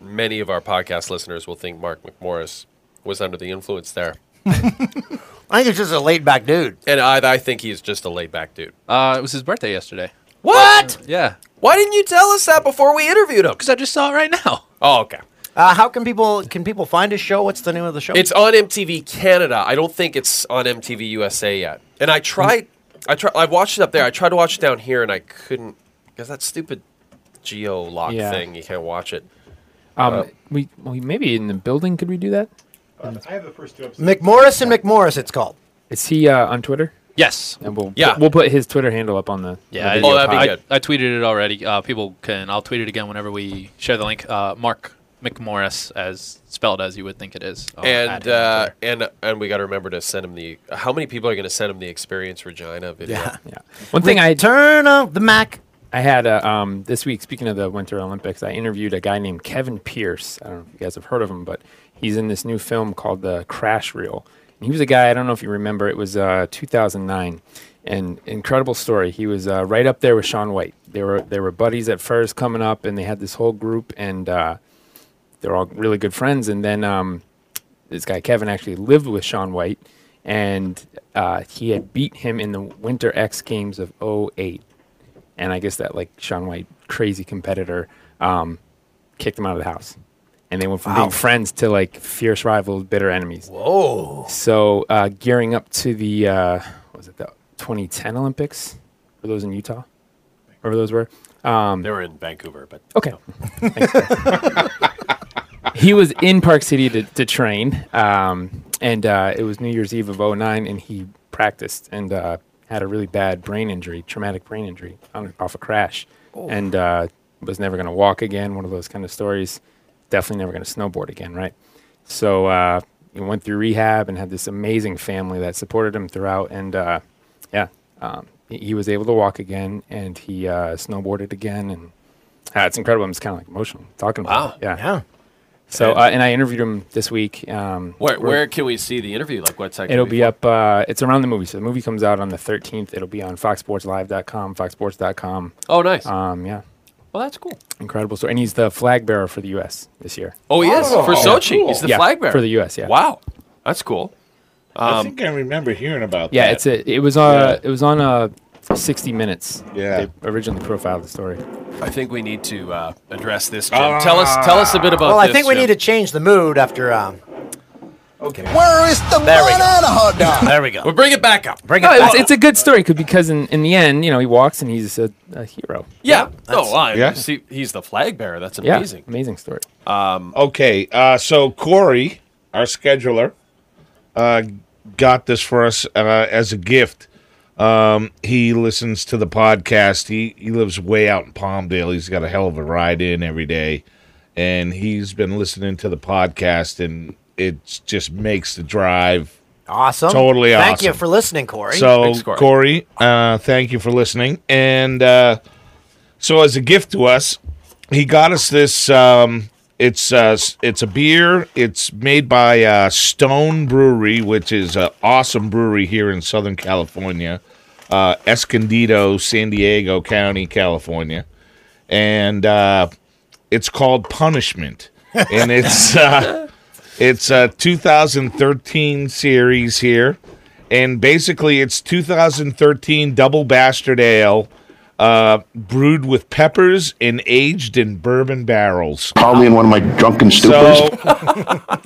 [SPEAKER 7] many of our podcast listeners will think Mark McMorris was under the influence there.
[SPEAKER 4] I think he's just a laid back dude.
[SPEAKER 7] And I, I think he's just a laid back dude.
[SPEAKER 5] Uh, it was his birthday yesterday.
[SPEAKER 7] What?
[SPEAKER 5] Yeah.
[SPEAKER 7] Why didn't you tell us that before we interviewed him?
[SPEAKER 5] Because I just saw it right now.
[SPEAKER 7] Oh, okay.
[SPEAKER 4] Uh, how can people can people find his show? What's the name of the show?
[SPEAKER 7] It's on MTV Canada. I don't think it's on MTV USA yet. And I tried, I try, I watched it up there. I tried to watch it down here, and I couldn't because that stupid geo lock
[SPEAKER 2] Yeah.
[SPEAKER 7] thing. You can't watch it.
[SPEAKER 2] Um,
[SPEAKER 7] Uh,
[SPEAKER 2] we, we maybe in the building could we do that?
[SPEAKER 18] I have the first two episodes.
[SPEAKER 4] McMorris and McMorris, it's called.
[SPEAKER 2] Is he uh, on Twitter?
[SPEAKER 5] Yes.
[SPEAKER 2] And we'll
[SPEAKER 5] Yeah.
[SPEAKER 2] we'll put his Twitter handle up on the
[SPEAKER 5] Yeah.
[SPEAKER 2] The
[SPEAKER 5] I,
[SPEAKER 11] Oh,
[SPEAKER 2] video pod.
[SPEAKER 5] I, I tweeted it already. Uh, people can. I'll tweet it again whenever we share the link. Uh, Mark McMorris, as spelled as you would think it is. I'll add
[SPEAKER 7] and
[SPEAKER 5] him.
[SPEAKER 7] uh, and and we got to remember to send him the. How many people are going to send him the Experience Regina video?
[SPEAKER 4] Yeah.
[SPEAKER 7] yeah.
[SPEAKER 2] One thing I
[SPEAKER 4] turn up the Mac.
[SPEAKER 2] I had uh, um, this week. Speaking of the Winter Olympics, I interviewed a guy named Kevin Pierce. I don't know if you guys have heard of him, but he's in this new film called The Crash Reel. And he was a guy I don't know if you remember. It was uh, 2009, and incredible story. He was uh, right up there with Sean White. They were they were buddies at first coming up, and they had this whole group, and uh, they're all really good friends. And then um, this guy Kevin actually lived with Sean White, and uh, he had beat him in the Winter X Games of 08. And I guess that like Sean White, crazy competitor, um, kicked him out of the house, and they went from
[SPEAKER 4] Wow.
[SPEAKER 2] being friends to like fierce rivals, bitter enemies.
[SPEAKER 4] Whoa!
[SPEAKER 2] So uh, gearing up to the uh, what was it the 2010 Olympics? Were those in Utah? Wherever those were. Um,
[SPEAKER 7] they were in Vancouver, but
[SPEAKER 2] okay. Thanks, guys. he was in Park City to, to train, um, and uh, it was New Year's Eve of 09, and he practiced and uh, had a really bad brain injury, traumatic brain injury, on, off a crash,
[SPEAKER 19] Oh.
[SPEAKER 2] and uh, was never going to walk again. One of those kind of stories. Definitely never going to snowboard again, right? So uh, he went through rehab and had this amazing family that supported him throughout, and uh, yeah, um, he, he was able to walk again, and he uh, snowboarded again, and uh, it's incredible. I'm just kind of like emotional talking about it. Yeah.
[SPEAKER 4] Yeah.
[SPEAKER 2] So, uh, and I interviewed him this week. Um,
[SPEAKER 7] Where
[SPEAKER 2] we're-
[SPEAKER 7] where can we see the interview? Like what's that? gonna
[SPEAKER 2] It'll be up. Uh, it's around the movie. So the movie comes out on the 13th. It'll be on foxsportslive.com, foxsports.com.
[SPEAKER 7] Oh, nice.
[SPEAKER 2] Um, yeah,
[SPEAKER 7] Well, that's cool.
[SPEAKER 2] incredible story. And he's the flag bearer for the U.S. this year.
[SPEAKER 7] Oh, he is
[SPEAKER 2] Oh,
[SPEAKER 7] for Sochi.
[SPEAKER 2] cool.
[SPEAKER 7] He's the
[SPEAKER 2] Yeah,
[SPEAKER 7] flag bearer
[SPEAKER 2] for the US, yeah.
[SPEAKER 7] Wow, that's cool.
[SPEAKER 1] I
[SPEAKER 7] Um,
[SPEAKER 1] think I remember hearing about
[SPEAKER 2] Yeah,
[SPEAKER 1] that.
[SPEAKER 2] it's a, it was on it was on uh, 60 Minutes.
[SPEAKER 1] Yeah.
[SPEAKER 2] they originally profiled the story.
[SPEAKER 7] I think we need to uh, address this. Jim.
[SPEAKER 18] Ah.
[SPEAKER 7] Tell us tell us a bit about.
[SPEAKER 4] Well, I
[SPEAKER 7] this,
[SPEAKER 4] think we
[SPEAKER 7] Jim.
[SPEAKER 4] need to change the mood after. Um, okay.
[SPEAKER 6] Where is the
[SPEAKER 4] There we
[SPEAKER 6] one
[SPEAKER 4] go.
[SPEAKER 6] and a hot dog?
[SPEAKER 4] There we go.
[SPEAKER 7] We'll bring it back up.
[SPEAKER 4] Bring it
[SPEAKER 2] No,
[SPEAKER 4] back.
[SPEAKER 2] it's, it's a good story 'cause- because in, in the end, you know, he walks and he's a, a hero.
[SPEAKER 7] Yeah. No,
[SPEAKER 2] that's-
[SPEAKER 7] I
[SPEAKER 2] Yeah.
[SPEAKER 7] see. He's the flag bearer. That's
[SPEAKER 2] Yeah,
[SPEAKER 7] amazing.
[SPEAKER 2] amazing story.
[SPEAKER 7] Um,
[SPEAKER 1] okay, uh, so Corey, our scheduler, uh, got this for us uh, as a gift. Um, he listens to the podcast. He he lives way out in Palmdale. He's got a hell of a ride in every day, and he's been listening to the podcast, and it just makes the drive
[SPEAKER 4] awesome.
[SPEAKER 1] Totally
[SPEAKER 4] Thank
[SPEAKER 1] awesome.
[SPEAKER 4] you for listening, Corey.
[SPEAKER 1] so, Corey, uh, thank you for listening. And uh, so, as a gift to us, he got us this. Um, it's uh, s- it's a beer. It's made by uh, Stone Brewery, which is an awesome brewery here in Southern California, uh, Escondido, San Diego County, California, and uh, it's called Punishment, and it's. Uh, It's a 2013 series here, and basically it's 2013 Double Bastard Ale, uh, brewed with peppers and aged in bourbon barrels.
[SPEAKER 15] Call me in one of my drunken stupors.
[SPEAKER 1] So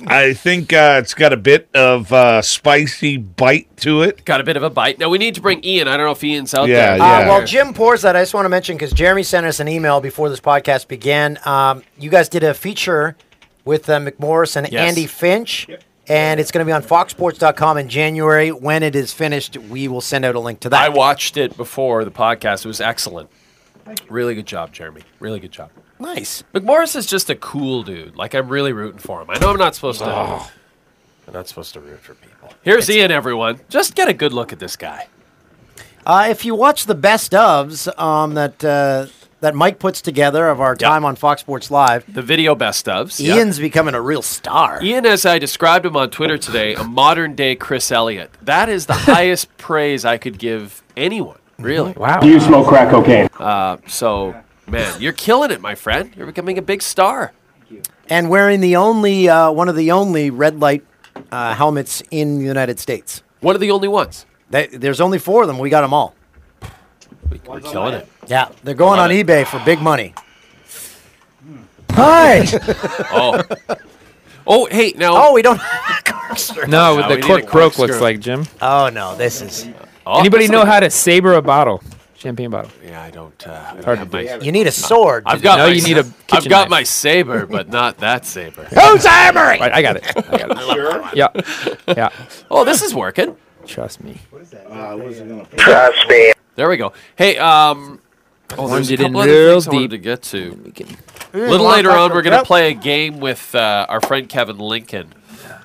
[SPEAKER 1] I think uh, it's got a bit of uh, spicy bite to it.
[SPEAKER 7] Got a bit of a bite. Now we need to bring Ian. I don't know if Ian's out
[SPEAKER 1] Yeah,
[SPEAKER 7] there.
[SPEAKER 1] yeah.
[SPEAKER 4] Uh, while Jim pours that, I just want to mention because Jeremy sent us an email before this podcast began. Um, you guys did a feature with uh, McMorris and
[SPEAKER 20] Yes.
[SPEAKER 4] Andy Finch, and it's going to be on FoxSports.com in January. When it is finished, we will send out a link to that.
[SPEAKER 7] I watched it before the podcast. It was excellent. Really good job, Jeremy. Really good job.
[SPEAKER 4] Nice.
[SPEAKER 7] McMorris is just a cool dude. Like I'm really rooting for him. I know I'm not supposed to.
[SPEAKER 4] Oh.
[SPEAKER 7] I'm not supposed to root for people. Here's Ian, everyone. Just get a good look at this guy.
[SPEAKER 4] Uh, if you watch the best ofs um, that uh, that Mike puts together of our time on Fox Sports Live,
[SPEAKER 7] The video best ofs. yeah.
[SPEAKER 4] Ian's becoming a real star.
[SPEAKER 7] Ian, as I described him on Twitter today, a modern day Chris Elliott. That is the highest praise I could give anyone.
[SPEAKER 2] Mm-hmm.
[SPEAKER 7] Really?
[SPEAKER 15] Wow. Do you smoke crack cocaine?
[SPEAKER 7] Uh, so, man, you're killing it, my friend. You're becoming a big star.
[SPEAKER 4] And wearing the only uh, one of the only red light uh, helmets in the United States.
[SPEAKER 7] One of the only ones.
[SPEAKER 4] They, there's only four of them. We got them all.
[SPEAKER 7] You're killing it.
[SPEAKER 4] Yeah, they're going on eBay for big money.
[SPEAKER 14] Hi.
[SPEAKER 7] Oh. Oh, hey, now.
[SPEAKER 4] Oh, we don't. corkscrew.
[SPEAKER 2] No, with the cork broke looks like Jim.
[SPEAKER 4] Oh no, this is.
[SPEAKER 7] Oh.
[SPEAKER 2] Anybody know how to saber a bottle, champagne bottle?
[SPEAKER 7] Yeah, I don't. Uh, I
[SPEAKER 2] hard
[SPEAKER 7] don't have
[SPEAKER 2] to
[SPEAKER 7] my,
[SPEAKER 2] do. You need a sword
[SPEAKER 7] I've
[SPEAKER 2] to
[SPEAKER 7] got.
[SPEAKER 2] do that.
[SPEAKER 7] my
[SPEAKER 2] No, you need a
[SPEAKER 7] sa- I've
[SPEAKER 2] kitchen
[SPEAKER 7] got
[SPEAKER 2] knife.
[SPEAKER 7] my saber, but not that saber.
[SPEAKER 2] Who's hammering? Right, I got it. I got it.
[SPEAKER 7] Sure?
[SPEAKER 2] Yeah, yeah.
[SPEAKER 7] Oh, this is working.
[SPEAKER 2] Trust me.
[SPEAKER 6] Uh,
[SPEAKER 17] Trust me.
[SPEAKER 7] There we go. Hey, um, oh, there's
[SPEAKER 2] Plunge
[SPEAKER 7] a
[SPEAKER 2] it in
[SPEAKER 7] couple other
[SPEAKER 2] real
[SPEAKER 7] things I wanted to get to. A little later on, we're going to
[SPEAKER 5] Yep.
[SPEAKER 7] play a game with uh, our friend Kevin Lincoln.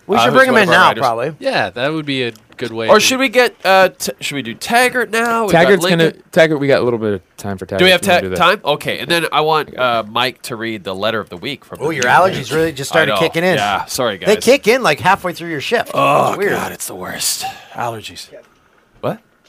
[SPEAKER 5] We
[SPEAKER 7] uh,
[SPEAKER 5] should
[SPEAKER 7] who's
[SPEAKER 5] bring him
[SPEAKER 7] one
[SPEAKER 5] in
[SPEAKER 7] of our
[SPEAKER 5] now,
[SPEAKER 7] writers.
[SPEAKER 5] probably. Yeah, that would be a good way.
[SPEAKER 7] Or
[SPEAKER 5] to-
[SPEAKER 7] should we get? Uh, t- should we do Taggart now? We've got
[SPEAKER 2] Taggart's gonna.
[SPEAKER 7] Lincoln.
[SPEAKER 2] Taggart, we got a little bit of time for Taggart.
[SPEAKER 7] Do we have
[SPEAKER 2] if you wanna do
[SPEAKER 7] ta-
[SPEAKER 2] that.
[SPEAKER 7] time? Okay, and then I want uh, Mike to read the letter of the week from.
[SPEAKER 4] Oh,
[SPEAKER 7] the
[SPEAKER 4] your
[SPEAKER 7] Daily
[SPEAKER 4] allergies
[SPEAKER 7] News.
[SPEAKER 4] really just
[SPEAKER 7] I
[SPEAKER 4] started
[SPEAKER 7] know.
[SPEAKER 4] kicking in.
[SPEAKER 7] Yeah, sorry guys.
[SPEAKER 4] They kick in like halfway through your shift.
[SPEAKER 7] Oh
[SPEAKER 4] it's weird.
[SPEAKER 7] God, it's the worst. Allergies. What?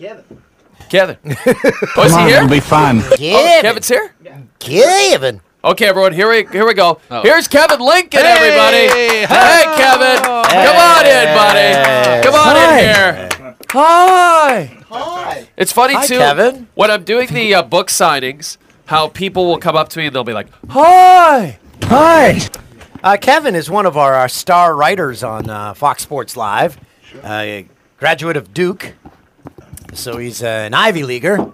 [SPEAKER 7] Kevin. Oh, is
[SPEAKER 4] Come
[SPEAKER 7] he
[SPEAKER 4] on,
[SPEAKER 7] here?
[SPEAKER 4] it'll be fine.
[SPEAKER 7] Oh, Kevin's here.
[SPEAKER 4] Kevin.
[SPEAKER 7] Okay, everyone. Here we here we go.
[SPEAKER 4] Oh.
[SPEAKER 7] Here's Kevin Lincoln, everybody. Hey, Kevin. Come on in, buddy. Come on
[SPEAKER 6] Hi.
[SPEAKER 7] in here.
[SPEAKER 6] Hi.
[SPEAKER 7] It's funny
[SPEAKER 6] Hi,
[SPEAKER 7] too.
[SPEAKER 6] Kevin.
[SPEAKER 7] When I'm doing the uh, book signings, how people will come up to me and they'll be like,
[SPEAKER 4] Hi. Hi. Uh, Kevin is one of our, our star writers on uh, Fox Sports Live. Uh, a graduate of Duke, so he's uh, an Ivy Leaguer.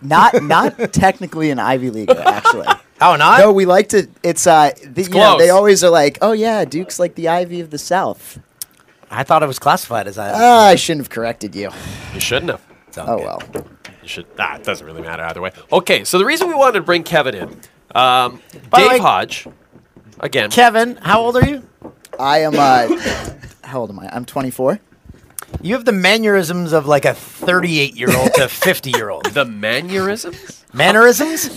[SPEAKER 19] Not not technically an Ivy Leaguer, actually.
[SPEAKER 4] Oh, not?
[SPEAKER 19] No, we like to. It's uh, the, you know,
[SPEAKER 4] close.
[SPEAKER 19] they always are like, oh yeah, Duke's like the Ivy of the South.
[SPEAKER 4] I thought it was classified as Ivy.
[SPEAKER 19] Ah, I shouldn't have corrected you.
[SPEAKER 7] "You shouldn't have."
[SPEAKER 19] Oh well.
[SPEAKER 7] You should. Ah, it doesn't really matter either way. Okay, so the reason we wanted to bring Kevin in, um,
[SPEAKER 4] By the
[SPEAKER 7] Dave
[SPEAKER 4] way-
[SPEAKER 7] Hodge, again.
[SPEAKER 4] Kevin, how old are you?
[SPEAKER 19] I am. Uh, how old am I? I'm 24.
[SPEAKER 4] You have the mannerisms of like a 38 year old to 50 year old.
[SPEAKER 7] The mannerisms?
[SPEAKER 4] Mannerisms?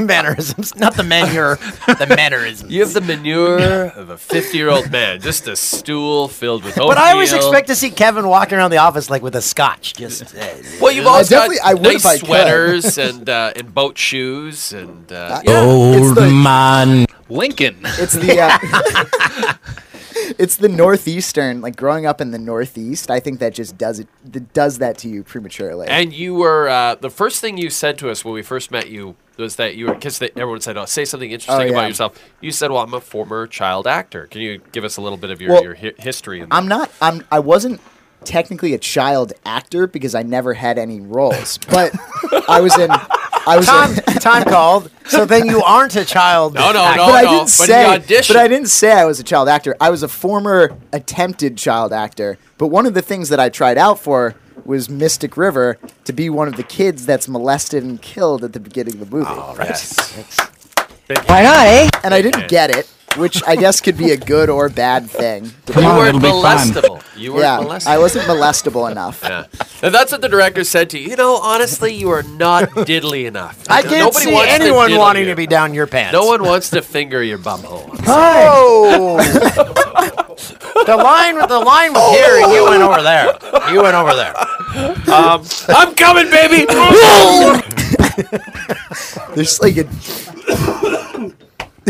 [SPEAKER 4] mannerisms. Not the manure, the mannerisms.
[SPEAKER 7] You have the manure of a 50 year old man, just a stool filled with oatmeal.
[SPEAKER 4] But I always expect to see Kevin walking around the office like with a scotch. Just uh,
[SPEAKER 7] Well, you've
[SPEAKER 4] I
[SPEAKER 7] always got
[SPEAKER 4] definitely- I would
[SPEAKER 7] nice
[SPEAKER 4] if I could.
[SPEAKER 7] sweaters and uh, and boat shoes and uh, yeah.
[SPEAKER 19] Old the-
[SPEAKER 4] man.
[SPEAKER 5] Lincoln.
[SPEAKER 19] It's the uh, it's the northeastern. Like growing up in the northeast, I think that just does it that does that to you prematurely.
[SPEAKER 7] And you were uh, the first thing you said to us when we first met you was that you were because everyone said, "Oh, say something interesting
[SPEAKER 19] yeah.
[SPEAKER 7] about yourself." You said, "Well, I'm a former child actor." Can you give us a little bit of your
[SPEAKER 19] Well,
[SPEAKER 7] your hi- history? In that?
[SPEAKER 19] I'm not. I'm. I wasn't technically a child actor because I never had any roles, but I was in. I was
[SPEAKER 4] time,
[SPEAKER 19] in.
[SPEAKER 4] time called. So then you aren't a child. actor.
[SPEAKER 19] but I didn't say. but I didn't say I was a child actor. I was a former attempted child actor. But one of the things that I tried out for was Mystic River to be one of the kids that's molested and killed at the beginning of the movie. Oh,
[SPEAKER 7] right.
[SPEAKER 19] Why not, eh? And I
[SPEAKER 7] Big
[SPEAKER 19] didn't
[SPEAKER 7] hand.
[SPEAKER 19] get it, which I guess could be a good or bad thing.
[SPEAKER 7] Come on, weren't it'll be fun. molestable. You weren't
[SPEAKER 19] yeah,
[SPEAKER 7] molestable.
[SPEAKER 19] I wasn't molestable enough.
[SPEAKER 7] Yeah. And that's what the director said to you. You know, honestly, you are not diddly enough.
[SPEAKER 4] I can't
[SPEAKER 7] Nobody
[SPEAKER 4] see
[SPEAKER 7] wants to
[SPEAKER 4] anyone
[SPEAKER 7] diddle
[SPEAKER 4] wanting
[SPEAKER 7] you.
[SPEAKER 4] to be down your pants.
[SPEAKER 7] No one wants to finger your bumhole.
[SPEAKER 4] Hi. the line, the line was here, and you went over there. You went over there.
[SPEAKER 7] Um, I'm coming, baby.
[SPEAKER 19] There's like a.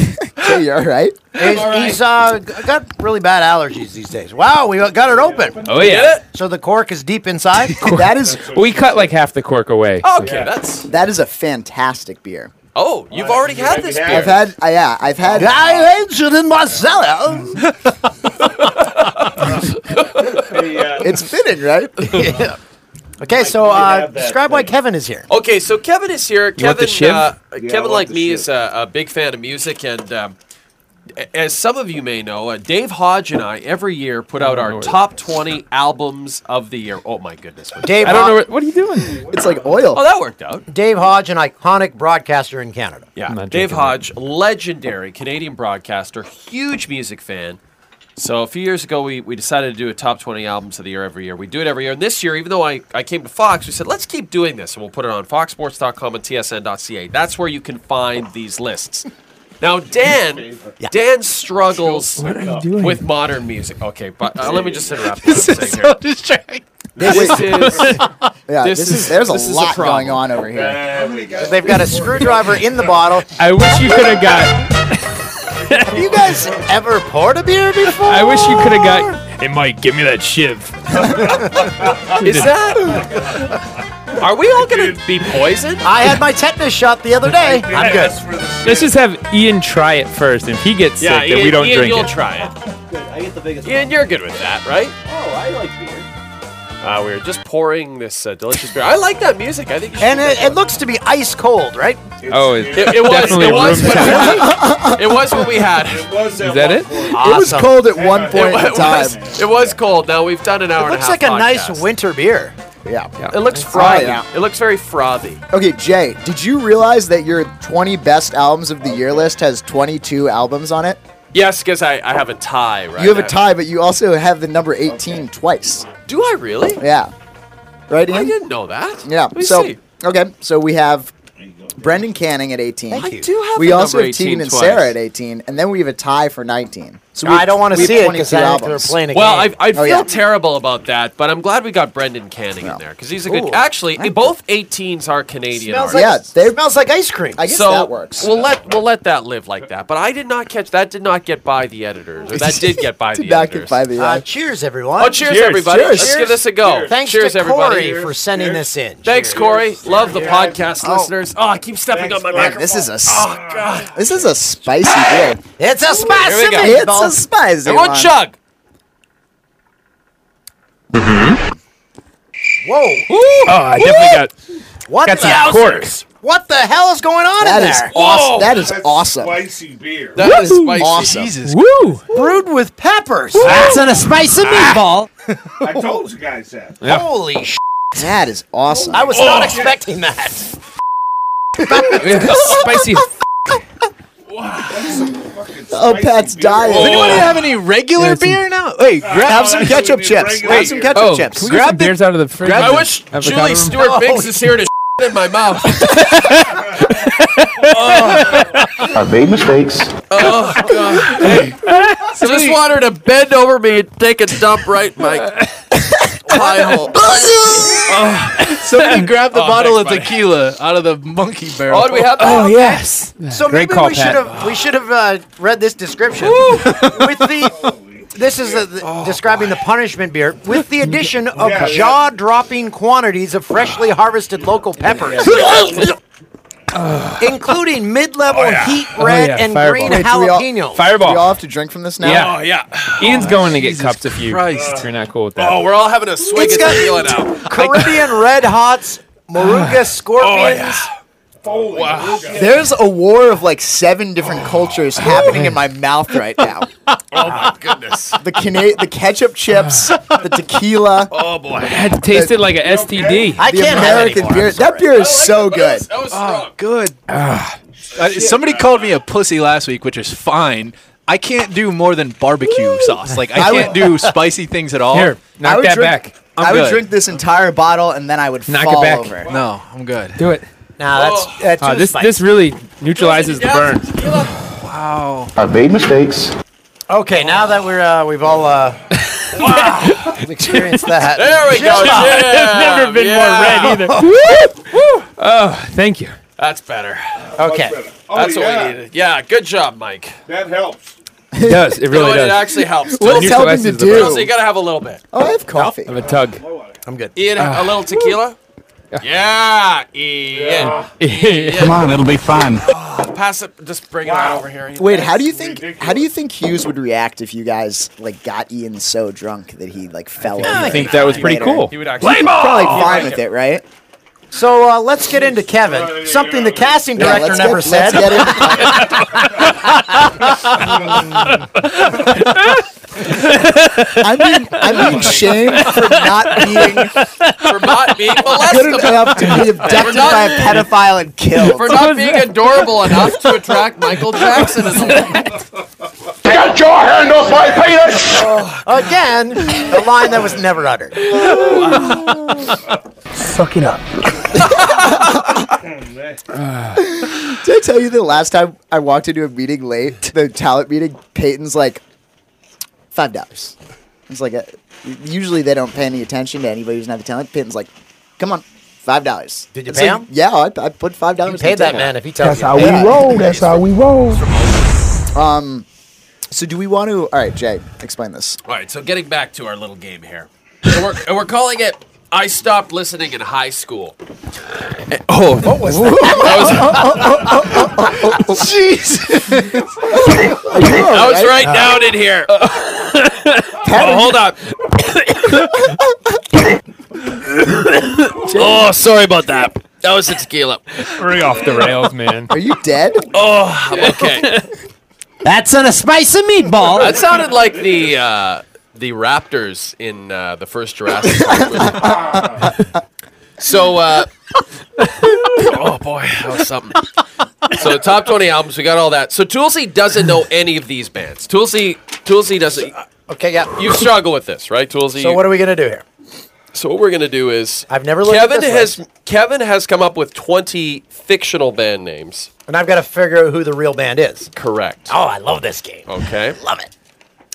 [SPEAKER 19] Jay, you Oh. all right?
[SPEAKER 4] He's, he's uh, g- got really bad allergies these days. Wow, we got it open.
[SPEAKER 2] Oh, yeah.
[SPEAKER 4] So the cork is deep inside.
[SPEAKER 19] that is.
[SPEAKER 2] We cut like half the cork away.
[SPEAKER 7] Okay, that's
[SPEAKER 19] that is a fantastic beer.
[SPEAKER 7] Oh, you've already had this beer.
[SPEAKER 19] I've had, uh, yeah, I've had.
[SPEAKER 4] I hate it in my cellar.
[SPEAKER 19] it's fitting, right?
[SPEAKER 4] yeah. Okay, so
[SPEAKER 7] we
[SPEAKER 4] uh,
[SPEAKER 7] have that
[SPEAKER 4] describe why Kevin is here.
[SPEAKER 7] Okay, so Kevin is here.
[SPEAKER 4] You want the
[SPEAKER 7] Kevin,
[SPEAKER 4] shiv?
[SPEAKER 7] uh,
[SPEAKER 4] Yeah, I
[SPEAKER 7] Kevin,
[SPEAKER 4] want
[SPEAKER 7] like
[SPEAKER 4] the
[SPEAKER 7] me, is a, a big fan of music, and um, a- as some of you may know, uh, Dave Hodge and I every year put out our top twenty albums of the year. Oh my goodness,
[SPEAKER 4] Dave,
[SPEAKER 7] I don't know.
[SPEAKER 4] Hod-
[SPEAKER 2] what are you doing?
[SPEAKER 19] It's like oil.
[SPEAKER 7] Oh, that worked out.
[SPEAKER 4] Dave Hodge, an iconic broadcaster in Canada.
[SPEAKER 7] Yeah, Dave Hodge, legendary Canadian broadcaster, huge music fan. So a few years ago, we, we decided to do a top 20 albums of the year every year. We do it every year. And this year, even though I, I came to Fox, we said, let's keep doing this. And we'll put it on foxsports.com and tsn.ca. That's where you can find these lists. Now, Dan, Dan struggles
[SPEAKER 6] What are you doing?
[SPEAKER 7] with modern music. Okay, but uh, let me just interrupt. what
[SPEAKER 6] This
[SPEAKER 7] I'm
[SPEAKER 6] is
[SPEAKER 7] saying here.
[SPEAKER 6] so distracting.
[SPEAKER 7] This
[SPEAKER 6] Wait.
[SPEAKER 7] is
[SPEAKER 19] Yeah,
[SPEAKER 7] this
[SPEAKER 19] this,
[SPEAKER 7] is-
[SPEAKER 19] is, there's a
[SPEAKER 7] this is a
[SPEAKER 19] lot
[SPEAKER 7] problem.
[SPEAKER 19] going on over here.
[SPEAKER 4] They've got a screwdriver in the bottle.
[SPEAKER 2] I wish you could have got.
[SPEAKER 4] Have you guys ever poured a beer before?
[SPEAKER 2] I wish you could have got. Hey, Mike, give me that shiv.
[SPEAKER 7] Is that? Are we all gonna be poisoned?
[SPEAKER 4] I had my tetanus shot the other day. I'm good.
[SPEAKER 2] Let's just have Ian try it first, and if he gets
[SPEAKER 7] Yeah,
[SPEAKER 2] sick,
[SPEAKER 7] Ian-
[SPEAKER 2] then we don't
[SPEAKER 7] Ian,
[SPEAKER 2] drink
[SPEAKER 7] you'll
[SPEAKER 2] it.
[SPEAKER 7] try it. I get the biggest. Ian, you're good with that, right?
[SPEAKER 6] Oh, I like beer.
[SPEAKER 7] Uh, we are just pouring this uh, delicious beer. I like that music. I think you should.
[SPEAKER 4] And it, it looks to be ice cold, right?
[SPEAKER 2] Oh, it's
[SPEAKER 7] It, it was.
[SPEAKER 2] definitely
[SPEAKER 7] it was.
[SPEAKER 2] room
[SPEAKER 7] What
[SPEAKER 2] temperature.
[SPEAKER 7] it was what we had. It
[SPEAKER 2] was Is that it?
[SPEAKER 19] It was cold at one point in
[SPEAKER 7] It
[SPEAKER 19] time.
[SPEAKER 7] was, it was cold. Now we've done an hour. and
[SPEAKER 4] It looks
[SPEAKER 7] half
[SPEAKER 4] like a nice
[SPEAKER 7] podcast.
[SPEAKER 4] winter beer.
[SPEAKER 19] Yeah.
[SPEAKER 7] It looks frothy. It looks very frothy.
[SPEAKER 19] Okay, Jay, did you realize that your 20 best albums of the year list has 22 albums on it?
[SPEAKER 7] Yes, because I, I have a tie. Right.
[SPEAKER 19] you have
[SPEAKER 7] now.
[SPEAKER 19] a tie, but you also have the number 18 twice.
[SPEAKER 7] Do I really?
[SPEAKER 19] Yeah. Right, Ian?
[SPEAKER 7] I didn't know that.
[SPEAKER 19] Yeah.
[SPEAKER 7] Let me
[SPEAKER 19] so
[SPEAKER 7] see.
[SPEAKER 19] okay, so we have Brendan Canning at 18.
[SPEAKER 7] Thank I you. do have
[SPEAKER 19] We
[SPEAKER 7] the
[SPEAKER 19] also
[SPEAKER 7] number
[SPEAKER 19] have Tegan
[SPEAKER 7] 18
[SPEAKER 19] and
[SPEAKER 7] twice.
[SPEAKER 19] Sarah at 18, and then we have a tie for 19. So we
[SPEAKER 4] I
[SPEAKER 19] have-
[SPEAKER 4] don't wanna
[SPEAKER 19] we have
[SPEAKER 4] see it
[SPEAKER 19] 22
[SPEAKER 4] 'cause I don't think
[SPEAKER 19] albums.
[SPEAKER 4] they're playing a
[SPEAKER 7] Well, I, I
[SPEAKER 19] Oh,
[SPEAKER 7] feel
[SPEAKER 19] yeah.
[SPEAKER 7] terrible about that, but I'm glad we got Brendan Canning in there because he's a good.
[SPEAKER 19] Ooh.
[SPEAKER 7] actually, both 18s are Canadian.
[SPEAKER 4] Smells
[SPEAKER 7] artists.
[SPEAKER 4] like, smells like ice cream.
[SPEAKER 19] I guess
[SPEAKER 7] so
[SPEAKER 19] that works.
[SPEAKER 7] We'll let we'll let that live like that. But I did not catch that. Did not get by the editors. Or that did get by the
[SPEAKER 19] Did not
[SPEAKER 7] editors.
[SPEAKER 19] get by the
[SPEAKER 4] Uh,
[SPEAKER 19] editors.
[SPEAKER 4] cheers, everyone.
[SPEAKER 7] Oh, cheers, everybody! Let's give this a go.
[SPEAKER 4] Thanks
[SPEAKER 7] cheers,
[SPEAKER 4] to
[SPEAKER 7] everybody,
[SPEAKER 4] Corey for sending this in.
[SPEAKER 7] Thanks, Corey. Love the podcast listeners. Oh, I keep stepping
[SPEAKER 4] Thanks,
[SPEAKER 7] up my
[SPEAKER 4] Corey.
[SPEAKER 7] microphone.
[SPEAKER 19] This is a s-
[SPEAKER 7] oh god.
[SPEAKER 19] This is a spicy beer.
[SPEAKER 4] It's a spicy
[SPEAKER 7] Here we go.
[SPEAKER 4] meatball.
[SPEAKER 19] It's a spicy
[SPEAKER 7] Everyone,
[SPEAKER 19] one.
[SPEAKER 7] chug.
[SPEAKER 4] Mm-hmm. Whoa.
[SPEAKER 2] Oh, I definitely got.
[SPEAKER 4] What
[SPEAKER 2] got
[SPEAKER 4] the
[SPEAKER 2] some corks.
[SPEAKER 4] What the hell is going on
[SPEAKER 19] That
[SPEAKER 4] in
[SPEAKER 19] is
[SPEAKER 4] there?
[SPEAKER 19] awesome. That is awesome.
[SPEAKER 18] Spicy beer.
[SPEAKER 7] That is
[SPEAKER 19] Woo!
[SPEAKER 7] spicy.
[SPEAKER 19] Awesome.
[SPEAKER 7] Jesus.
[SPEAKER 2] Woo!
[SPEAKER 4] Brewed with peppers.
[SPEAKER 19] Woo!
[SPEAKER 4] That's in a spicy
[SPEAKER 7] Ah.
[SPEAKER 4] meatball.
[SPEAKER 18] I told you guys that.
[SPEAKER 4] Holy sh!
[SPEAKER 19] That is awesome.
[SPEAKER 4] I was not
[SPEAKER 7] Oh.
[SPEAKER 4] expecting that.
[SPEAKER 2] Spicy.
[SPEAKER 19] Oh, Pat's dying.
[SPEAKER 20] Does anybody have any regular
[SPEAKER 2] Yeah, some-
[SPEAKER 20] beer now? Wait,
[SPEAKER 7] Ah,
[SPEAKER 20] grab
[SPEAKER 19] Have some ketchup chips. Have some ketchup
[SPEAKER 2] oh,
[SPEAKER 19] chips.
[SPEAKER 2] Can we get some beers out of the fridge?
[SPEAKER 7] I wish Julie Stewart Biggs is here to shit in my mouth.
[SPEAKER 15] I've made mistakes.
[SPEAKER 7] Oh god. Hey, just want her to bend over me and take a dump right in my pie hole.
[SPEAKER 11] Somebody grabbed the
[SPEAKER 7] Oh,
[SPEAKER 11] bottle
[SPEAKER 7] thanks,
[SPEAKER 11] of
[SPEAKER 7] buddy.
[SPEAKER 11] tequila out of the monkey barrel.
[SPEAKER 7] Oh, do we have that?
[SPEAKER 2] Oh yes.
[SPEAKER 4] So
[SPEAKER 2] Great
[SPEAKER 4] maybe
[SPEAKER 2] call,
[SPEAKER 4] we
[SPEAKER 2] Pat.
[SPEAKER 4] should have we should have uh, read this description with the. This is uh, the, the- describing the punishment beer with the addition of
[SPEAKER 18] Yeah, yeah.
[SPEAKER 4] jaw-dropping quantities of freshly harvested local peppers, including mid-level heat red
[SPEAKER 2] Oh, yeah,
[SPEAKER 4] and
[SPEAKER 2] fireball.
[SPEAKER 4] green
[SPEAKER 2] Wait,
[SPEAKER 19] do we all-
[SPEAKER 4] jalapeno.
[SPEAKER 2] Fireball.
[SPEAKER 19] We all have to drink from this now.
[SPEAKER 2] Yeah.
[SPEAKER 7] yeah.
[SPEAKER 2] Ian's going to get cups if you
[SPEAKER 7] Christ.
[SPEAKER 2] if you're not cool with that.
[SPEAKER 7] Oh, we're all having a swig
[SPEAKER 4] It's
[SPEAKER 7] at
[SPEAKER 4] got-
[SPEAKER 7] tequila now.
[SPEAKER 4] Caribbean red hots,
[SPEAKER 7] Oh,
[SPEAKER 4] Moruga scorpions.
[SPEAKER 18] Holy shit.
[SPEAKER 19] There's a war of like seven different cultures happening in my mouth right now.
[SPEAKER 7] Oh my goodness.
[SPEAKER 19] The cana- the ketchup chips, the tequila,
[SPEAKER 7] Oh boy.
[SPEAKER 2] That tasted like a STD.
[SPEAKER 4] I
[SPEAKER 19] the
[SPEAKER 4] can't have
[SPEAKER 19] American
[SPEAKER 4] anymore.
[SPEAKER 19] beer. That beer is so good.
[SPEAKER 7] That was strong.
[SPEAKER 11] Good. Uh, somebody called me a pussy last week, which is fine. I can't do more than barbecue sauce. Like I
[SPEAKER 19] I would-
[SPEAKER 11] can't do spicy things at all.
[SPEAKER 2] Here,
[SPEAKER 19] I
[SPEAKER 2] knock
[SPEAKER 19] would
[SPEAKER 2] that
[SPEAKER 19] drink-
[SPEAKER 2] back.
[SPEAKER 11] I'm
[SPEAKER 19] I would
[SPEAKER 11] good.
[SPEAKER 19] drink this entire bottle and then I would
[SPEAKER 2] Knock it
[SPEAKER 19] fall
[SPEAKER 2] back.
[SPEAKER 19] over.
[SPEAKER 11] No, I'm good.
[SPEAKER 2] Do it.
[SPEAKER 4] Nah,
[SPEAKER 7] Oh.
[SPEAKER 4] that's that's
[SPEAKER 2] Uh,
[SPEAKER 4] too
[SPEAKER 2] this
[SPEAKER 4] spicy.
[SPEAKER 2] this really neutralizes the burn.
[SPEAKER 11] Wow.
[SPEAKER 15] I've made mistakes.
[SPEAKER 4] Okay, now that we're uh, we've all uh, experienced that.
[SPEAKER 7] There we go.
[SPEAKER 2] It's
[SPEAKER 7] Yeah.
[SPEAKER 2] never been more
[SPEAKER 7] Yeah.
[SPEAKER 2] red either. Woo! Woo! Oh, thank you.
[SPEAKER 7] That's better.
[SPEAKER 4] Okay.
[SPEAKER 18] Oh,
[SPEAKER 7] That's
[SPEAKER 18] yeah.
[SPEAKER 7] what we needed. Yeah, good job, Mike.
[SPEAKER 18] That helps.
[SPEAKER 2] It does. It really
[SPEAKER 7] you know, what? It
[SPEAKER 2] does.
[SPEAKER 7] actually helps.
[SPEAKER 19] What
[SPEAKER 7] too.
[SPEAKER 19] is helping to
[SPEAKER 2] Neutralizes the burn.
[SPEAKER 7] So you
[SPEAKER 19] do?
[SPEAKER 7] gotta have a little bit.
[SPEAKER 19] Oh, I have coffee.
[SPEAKER 2] Of a tug.
[SPEAKER 4] I'm good.
[SPEAKER 7] Ian,
[SPEAKER 19] Ah.
[SPEAKER 7] a little tequila. Yeah, Ian.
[SPEAKER 2] Come
[SPEAKER 15] on, it'll be fun.
[SPEAKER 7] Pass it. Just bring it over here.
[SPEAKER 19] Wait, how do you think how do you think Hughes would react if you guys like got Ian so drunk that he like fell over?
[SPEAKER 2] I think that was pretty
[SPEAKER 19] later?
[SPEAKER 2] cool.
[SPEAKER 7] He would actually.
[SPEAKER 19] He'd probably fine with it, right?
[SPEAKER 4] So uh, let's get into Kevin. Something the casting
[SPEAKER 19] Yeah,
[SPEAKER 4] director
[SPEAKER 19] let's get-
[SPEAKER 4] never said.
[SPEAKER 19] let's get in- I'm being I'm being shamed for not being
[SPEAKER 7] For not being
[SPEAKER 19] good
[SPEAKER 7] molestable.
[SPEAKER 19] enough to be abducted by a pedophile and killed.
[SPEAKER 7] For not being adorable enough to attract Michael Jackson. as a-
[SPEAKER 4] Get your hand off my penis!
[SPEAKER 19] Oh,
[SPEAKER 4] Again, the line that was never uttered.
[SPEAKER 16] Suck it
[SPEAKER 4] Oh,
[SPEAKER 16] up.
[SPEAKER 19] Did I tell you the last time I walked into a meeting late, the talent meeting, Peyton's like, five dollars. It's like, a, usually they don't pay any attention to anybody who's not the talent. Peyton's like, come on, five dollars.
[SPEAKER 4] Did
[SPEAKER 16] you pay him?
[SPEAKER 19] Yeah, I, I put five dollars.
[SPEAKER 4] paid that man if he
[SPEAKER 16] That's
[SPEAKER 4] tells
[SPEAKER 16] how we roll. That's how we roll.
[SPEAKER 19] Um, so do we want to? All right, Jay, explain this.
[SPEAKER 7] All right, so getting back to our little game here. And we're, and we're calling it I Stopped Listening in High School.
[SPEAKER 21] Oh, what was
[SPEAKER 7] that?
[SPEAKER 21] Jeez.
[SPEAKER 7] I was right
[SPEAKER 21] Uh,
[SPEAKER 7] down in here. oh, hold up. oh, sorry about that. That was a tequila.
[SPEAKER 22] Three off the rails, man.
[SPEAKER 19] Are you dead?
[SPEAKER 7] Oh, I'm okay.
[SPEAKER 4] That's on a spice of meatball.
[SPEAKER 7] That sounded like the uh, the Raptors in uh, the first Jurassic Park movie. so, uh, oh boy, that was something. So, top twenty albums, we got all that. So, Toolsy doesn't know any of these bands. Toolsy, Toolsy doesn't.
[SPEAKER 4] Okay, yeah.
[SPEAKER 7] You struggle with this, right, Toolsy?
[SPEAKER 4] So what are we gonna do here?
[SPEAKER 7] So what we're gonna do is
[SPEAKER 4] I've never looked
[SPEAKER 7] Kevin
[SPEAKER 4] at this
[SPEAKER 7] has
[SPEAKER 4] list,
[SPEAKER 7] Kevin has come up with twenty fictional band names.
[SPEAKER 4] and I've got to figure out who the real band is.
[SPEAKER 7] Correct.
[SPEAKER 4] Oh, I love this game.
[SPEAKER 7] Okay.
[SPEAKER 4] Love it.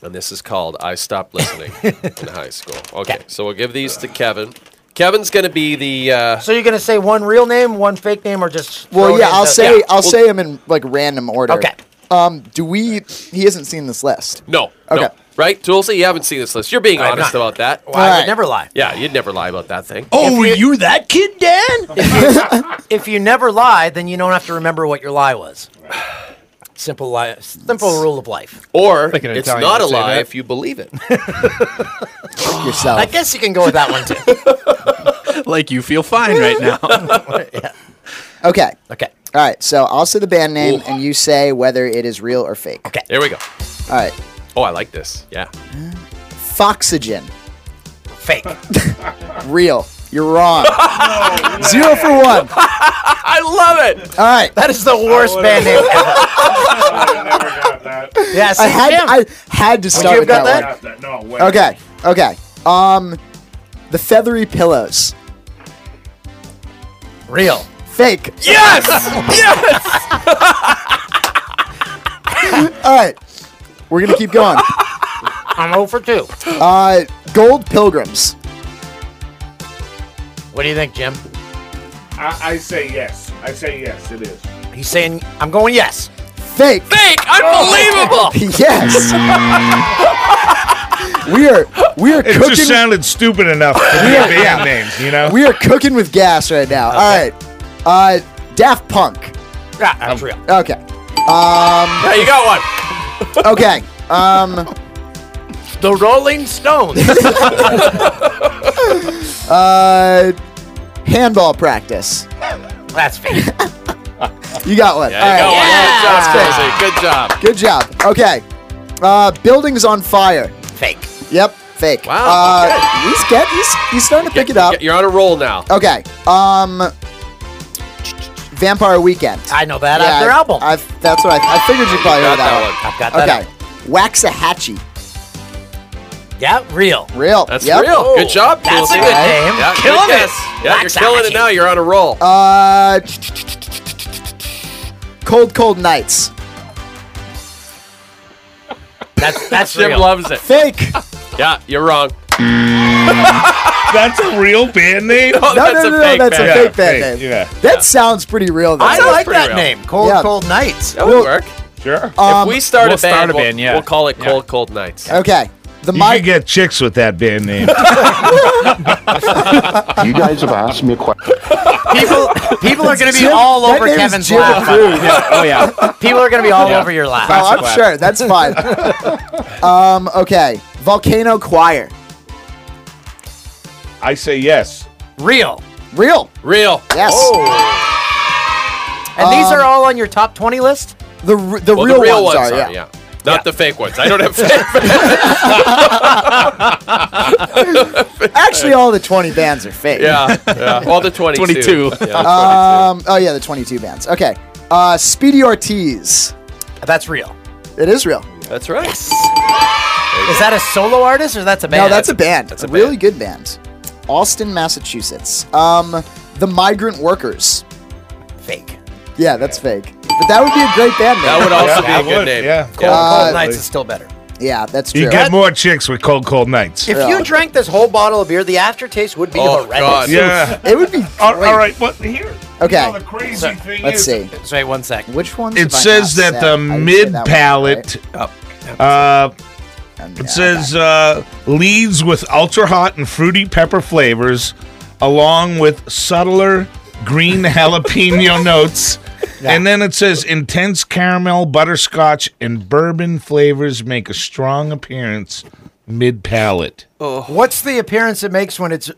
[SPEAKER 7] And this is called I Stopped Listening in High School. Okay. So we'll give these to Kevin. Kevin's going to be the. Uh,
[SPEAKER 4] So you're gonna say one real name, one fake name, or just?
[SPEAKER 19] Well,
[SPEAKER 4] throw it
[SPEAKER 19] yeah, I'll
[SPEAKER 4] into-
[SPEAKER 19] say I'll say them in like random order.
[SPEAKER 7] Okay.
[SPEAKER 19] Um, do we? He hasn't seen this list.
[SPEAKER 7] no. Okay. No,
[SPEAKER 19] Okay.
[SPEAKER 7] right? Tulsi, you haven't seen this list. You're being
[SPEAKER 19] I have
[SPEAKER 7] honest
[SPEAKER 19] not.
[SPEAKER 7] about that.
[SPEAKER 19] Well, I would Alright. never
[SPEAKER 4] lie.
[SPEAKER 7] Yeah, you'd never lie about that thing.
[SPEAKER 4] Oh, were
[SPEAKER 7] you that kid, Dan?
[SPEAKER 4] if you never lie, then you don't have to remember what your lie was. Simple lie, simple rule of life.
[SPEAKER 7] Or
[SPEAKER 4] Like an
[SPEAKER 7] it's
[SPEAKER 4] Italian
[SPEAKER 7] not a
[SPEAKER 4] would say
[SPEAKER 7] lie
[SPEAKER 4] that.
[SPEAKER 7] if you believe it.
[SPEAKER 19] Yourself.
[SPEAKER 4] I guess you can go with that one too.
[SPEAKER 6] like you feel fine right now.
[SPEAKER 19] Okay.
[SPEAKER 4] Okay.
[SPEAKER 19] All right. So I'll say the band name, and you say whether it is real or fake.
[SPEAKER 4] Okay.
[SPEAKER 7] There we go.
[SPEAKER 19] All right.
[SPEAKER 7] Oh, I like this. Yeah.
[SPEAKER 19] Foxygen.
[SPEAKER 4] Fake.
[SPEAKER 19] real. You're wrong. Zero for one.
[SPEAKER 7] I love it.
[SPEAKER 19] All right.
[SPEAKER 4] That is the worst band name ever. Yes.
[SPEAKER 19] I had I had to
[SPEAKER 4] Would
[SPEAKER 19] start
[SPEAKER 4] you
[SPEAKER 19] with
[SPEAKER 4] have Oh, got
[SPEAKER 19] that,
[SPEAKER 4] that?
[SPEAKER 19] one.
[SPEAKER 4] No way.
[SPEAKER 19] Okay. Okay. Um, the feathery pillows.
[SPEAKER 4] Real.
[SPEAKER 19] Fake.
[SPEAKER 7] Yes. yes.
[SPEAKER 19] All right. We're gonna keep going.
[SPEAKER 4] I'm 0 for 2.
[SPEAKER 19] Uh, gold pilgrims.
[SPEAKER 4] What do you think, Jim?
[SPEAKER 23] I, I say yes. I say yes. It is.
[SPEAKER 4] He's saying I'm going yes.
[SPEAKER 19] Fake.
[SPEAKER 7] Fake.
[SPEAKER 23] Unbelievable.
[SPEAKER 19] yes. we are we are
[SPEAKER 1] It
[SPEAKER 19] cooking.
[SPEAKER 1] just sounded stupid enough to be
[SPEAKER 19] Yeah.
[SPEAKER 1] band names, you know?
[SPEAKER 19] we are cooking with gas right now. All right. Uh, Daft Punk.
[SPEAKER 4] Yeah, that's real.
[SPEAKER 19] Okay. Um.
[SPEAKER 7] Hey, you got one.
[SPEAKER 19] okay. Um.
[SPEAKER 4] The Rolling Stones.
[SPEAKER 19] uh, handball practice.
[SPEAKER 4] That's fake.
[SPEAKER 19] You got one.
[SPEAKER 7] Yeah, you got
[SPEAKER 19] All
[SPEAKER 7] one.
[SPEAKER 19] right. That's fake.
[SPEAKER 7] Good job, Tulsi. Good job.
[SPEAKER 19] Good job. Okay. Uh, buildings on fire.
[SPEAKER 4] Fake.
[SPEAKER 19] Yep. Fake.
[SPEAKER 7] Wow,
[SPEAKER 19] Uh,
[SPEAKER 7] okay.
[SPEAKER 19] He's get. He's he's starting to pick it up.
[SPEAKER 7] You're on a roll now.
[SPEAKER 19] Okay. Um. Vampire Weekend.
[SPEAKER 4] I know that.
[SPEAKER 19] Yeah,
[SPEAKER 4] uh, their
[SPEAKER 19] I-
[SPEAKER 4] album.
[SPEAKER 19] I, that's what I. I figured you probably
[SPEAKER 7] You got
[SPEAKER 19] heard
[SPEAKER 7] that
[SPEAKER 19] that,
[SPEAKER 7] one.
[SPEAKER 4] I've got
[SPEAKER 19] one.
[SPEAKER 4] that.
[SPEAKER 19] Okay. Waxahachie.
[SPEAKER 4] Yeah, real.
[SPEAKER 19] Real.
[SPEAKER 7] That's
[SPEAKER 19] Yep.
[SPEAKER 7] real. Good job,
[SPEAKER 4] That's
[SPEAKER 7] Tulsi.
[SPEAKER 4] a good name.
[SPEAKER 7] Yeah,
[SPEAKER 4] Killing
[SPEAKER 7] good
[SPEAKER 4] it.
[SPEAKER 7] guess. Yeah, you're killing it now. You're on a roll.
[SPEAKER 19] Uh, cold, cold nights.
[SPEAKER 4] That's that's
[SPEAKER 7] Jim
[SPEAKER 4] real.
[SPEAKER 7] loves it.
[SPEAKER 19] Fake.
[SPEAKER 7] Yeah, you're wrong.
[SPEAKER 1] That's a real band name?
[SPEAKER 7] No,
[SPEAKER 19] no, no, no, no, that's a
[SPEAKER 1] band.
[SPEAKER 19] fake band
[SPEAKER 1] Yeah,
[SPEAKER 19] name.
[SPEAKER 1] fake, yeah.
[SPEAKER 19] That sounds pretty real. Though.
[SPEAKER 4] I like that name. Cold
[SPEAKER 19] Yeah.
[SPEAKER 4] Cold Nights.
[SPEAKER 7] That would work.
[SPEAKER 1] Sure.
[SPEAKER 19] Um,
[SPEAKER 7] if we start
[SPEAKER 1] we'll
[SPEAKER 7] a band,
[SPEAKER 1] start a
[SPEAKER 7] we'll,
[SPEAKER 1] band, yeah.
[SPEAKER 7] we'll call it
[SPEAKER 1] Yeah.
[SPEAKER 7] Cold Cold Nights.
[SPEAKER 19] Okay. The
[SPEAKER 1] you
[SPEAKER 19] my
[SPEAKER 1] could get chicks with that band name.
[SPEAKER 24] You guys have asked me a question.
[SPEAKER 4] People people are gonna be
[SPEAKER 19] Jim-
[SPEAKER 4] all
[SPEAKER 19] that
[SPEAKER 4] over
[SPEAKER 19] name's
[SPEAKER 4] Kevin's
[SPEAKER 19] Jim
[SPEAKER 4] laugh.
[SPEAKER 19] Cruz.
[SPEAKER 4] Oh yeah. People are gonna be all
[SPEAKER 19] Yeah.
[SPEAKER 4] over your laugh.
[SPEAKER 19] Oh, I'm sure. That's fine. um, okay. Volcano Choir.
[SPEAKER 1] I say yes.
[SPEAKER 4] Real.
[SPEAKER 19] Real.
[SPEAKER 7] Real.
[SPEAKER 19] Yes.
[SPEAKER 6] oh,
[SPEAKER 4] And these
[SPEAKER 19] Um,
[SPEAKER 4] are all on your top twenty list?
[SPEAKER 19] The r- the,
[SPEAKER 7] Well,
[SPEAKER 19] real,
[SPEAKER 7] the real
[SPEAKER 19] ones, are, yeah.
[SPEAKER 7] Not the fake ones. I don't have fake.
[SPEAKER 19] Actually, all the 20 bands are fake.
[SPEAKER 7] yeah, yeah. All the 22.
[SPEAKER 6] 22.
[SPEAKER 7] Yeah.
[SPEAKER 19] Um, oh yeah, the 22 bands. Okay. Uh, Speedy Ortiz.
[SPEAKER 4] That's real.
[SPEAKER 19] It is real.
[SPEAKER 7] That's right.
[SPEAKER 4] Is that a solo artist or that's a band?
[SPEAKER 19] No, that's a band. That's a really good band. Austin, Massachusetts. Um, the Migrant Workers.
[SPEAKER 4] Fake.
[SPEAKER 19] Yeah, that's fake. But that would be a great band name.
[SPEAKER 7] That would
[SPEAKER 1] Yeah,
[SPEAKER 7] also be
[SPEAKER 1] I
[SPEAKER 7] a good
[SPEAKER 1] would,
[SPEAKER 7] name.
[SPEAKER 1] yeah.
[SPEAKER 4] Cold,
[SPEAKER 19] Uh,
[SPEAKER 4] cold nights is still better.
[SPEAKER 19] Yeah, that's true.
[SPEAKER 1] You get more chicks with cold, cold nights.
[SPEAKER 4] If you drank this whole bottle of beer, the aftertaste would be horrendous.
[SPEAKER 1] Oh, Yeah.
[SPEAKER 19] it would be.
[SPEAKER 1] All right, what here?
[SPEAKER 19] Okay.
[SPEAKER 1] the crazy thing
[SPEAKER 19] Let's
[SPEAKER 1] is-
[SPEAKER 19] see.
[SPEAKER 4] Sorry, one second.
[SPEAKER 19] Which one?
[SPEAKER 1] It says that the mid palate. Uh, it says uh, leaves with ultra hot and fruity pepper flavors, along with subtler green jalapeno notes. And then it says intense caramel, butterscotch, and bourbon flavors make a strong appearance mid palate.
[SPEAKER 4] What's the appearance it makes when it's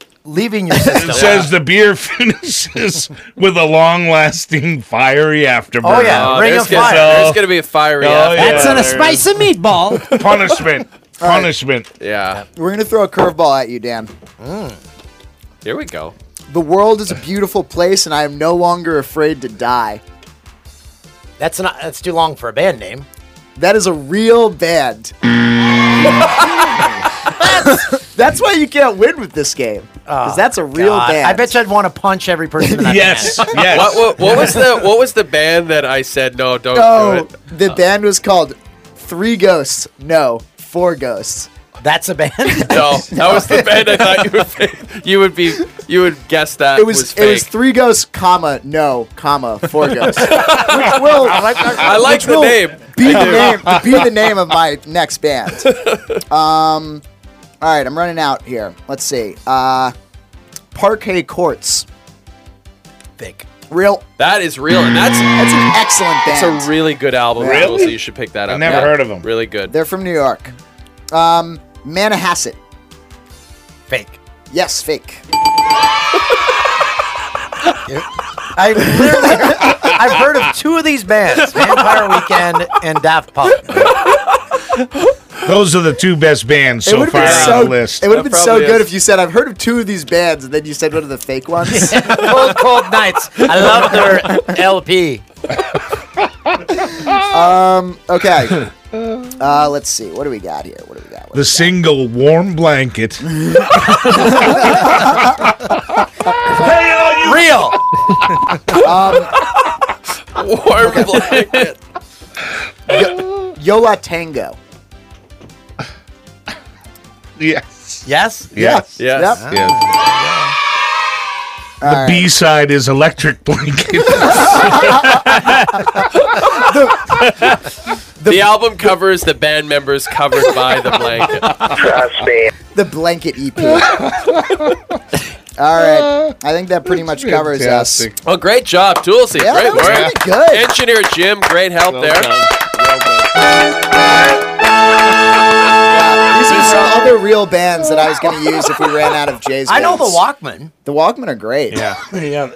[SPEAKER 4] leaving your system?
[SPEAKER 1] Oh. It says the beer finishes with a long lasting fiery afterburn.
[SPEAKER 4] Oh, yeah,
[SPEAKER 7] Oh, there's gonna- there's gonna be a fiery afterburn. That's
[SPEAKER 1] yeah,
[SPEAKER 7] on a
[SPEAKER 1] there
[SPEAKER 7] spicy
[SPEAKER 1] is.
[SPEAKER 19] It's a meatball.
[SPEAKER 1] Punishment. Punishment.
[SPEAKER 7] Yeah.
[SPEAKER 19] We're gonna throw a curveball at you, Dan.
[SPEAKER 4] Hmm.
[SPEAKER 7] Here we go.
[SPEAKER 19] The world is a beautiful place, and I am no longer afraid to die.
[SPEAKER 4] That's not. That's too long for a band name.
[SPEAKER 19] That is a real band. that's, that's why you can't win with this game. Because that's a real
[SPEAKER 4] Ah, God.
[SPEAKER 19] band.
[SPEAKER 4] I bet you I'd want to punch every person in that band.
[SPEAKER 7] What, what, what was the what was the band that I said no? Don't do
[SPEAKER 19] No,
[SPEAKER 7] it. Uh,
[SPEAKER 19] the band was called Three Ghosts. No, Four Ghosts.
[SPEAKER 4] That's a band.
[SPEAKER 7] No, that was the band I thought you would fa- you would be you would guess that
[SPEAKER 19] it
[SPEAKER 7] was,
[SPEAKER 19] was,
[SPEAKER 7] fake.
[SPEAKER 19] it was Three Ghosts, comma no, comma Four Ghosts. which will
[SPEAKER 7] I like that- I like
[SPEAKER 19] which
[SPEAKER 7] the
[SPEAKER 19] will
[SPEAKER 7] name.
[SPEAKER 19] Be
[SPEAKER 7] I
[SPEAKER 19] the
[SPEAKER 7] do.
[SPEAKER 19] name. Be the name of my next band. Um, all right, I'm running out here. Let's see. Uh, Parquet Courts.
[SPEAKER 4] Thick.
[SPEAKER 19] Real.
[SPEAKER 7] that is real, and that's
[SPEAKER 19] That's an excellent
[SPEAKER 7] that's
[SPEAKER 19] band.
[SPEAKER 7] a really good album.
[SPEAKER 19] Really?
[SPEAKER 7] Rules, So you should pick that
[SPEAKER 19] I
[SPEAKER 7] up.
[SPEAKER 19] never heard of 'em.
[SPEAKER 7] Really good.
[SPEAKER 19] They're from New York. Um, Manahasset.
[SPEAKER 4] Fake.
[SPEAKER 19] Yes, fake.
[SPEAKER 4] I literally, I've heard of two of these bands: Vampire Weekend and Daft Punk.
[SPEAKER 1] Those are the two best bands
[SPEAKER 19] it
[SPEAKER 1] so
[SPEAKER 19] would have
[SPEAKER 1] far
[SPEAKER 19] been so,
[SPEAKER 1] on the list.
[SPEAKER 19] it would've been so good if you said, "I've heard of two of these bands," and then you said one of the fake ones.
[SPEAKER 4] cold, cold nights. I love their LP.
[SPEAKER 19] um. Okay. Uh, let's see. What do we got here? What do we got?
[SPEAKER 1] the single warm blanket.
[SPEAKER 4] Real.
[SPEAKER 7] Warm blanket.
[SPEAKER 19] Um, Yo- Yola Tango.
[SPEAKER 1] Yes.
[SPEAKER 4] Yes.
[SPEAKER 1] Yes.
[SPEAKER 19] Yes.
[SPEAKER 1] Yes. The B side is electric blanket.
[SPEAKER 7] The, album cover is the band members covered by the blanket.
[SPEAKER 19] The blanket EP. All right. I think that pretty much covers us.
[SPEAKER 7] Well, great job, Toolsy.
[SPEAKER 19] Yeah,
[SPEAKER 7] great
[SPEAKER 19] that was
[SPEAKER 7] work.
[SPEAKER 19] really good.
[SPEAKER 7] Engineer Jim, great help there.
[SPEAKER 19] These are some other real bands that I was going to use if we ran out of Jay's.
[SPEAKER 4] I know the
[SPEAKER 19] bands.
[SPEAKER 4] Walkman.
[SPEAKER 19] The Walkman are great. Yeah.
[SPEAKER 4] yeah.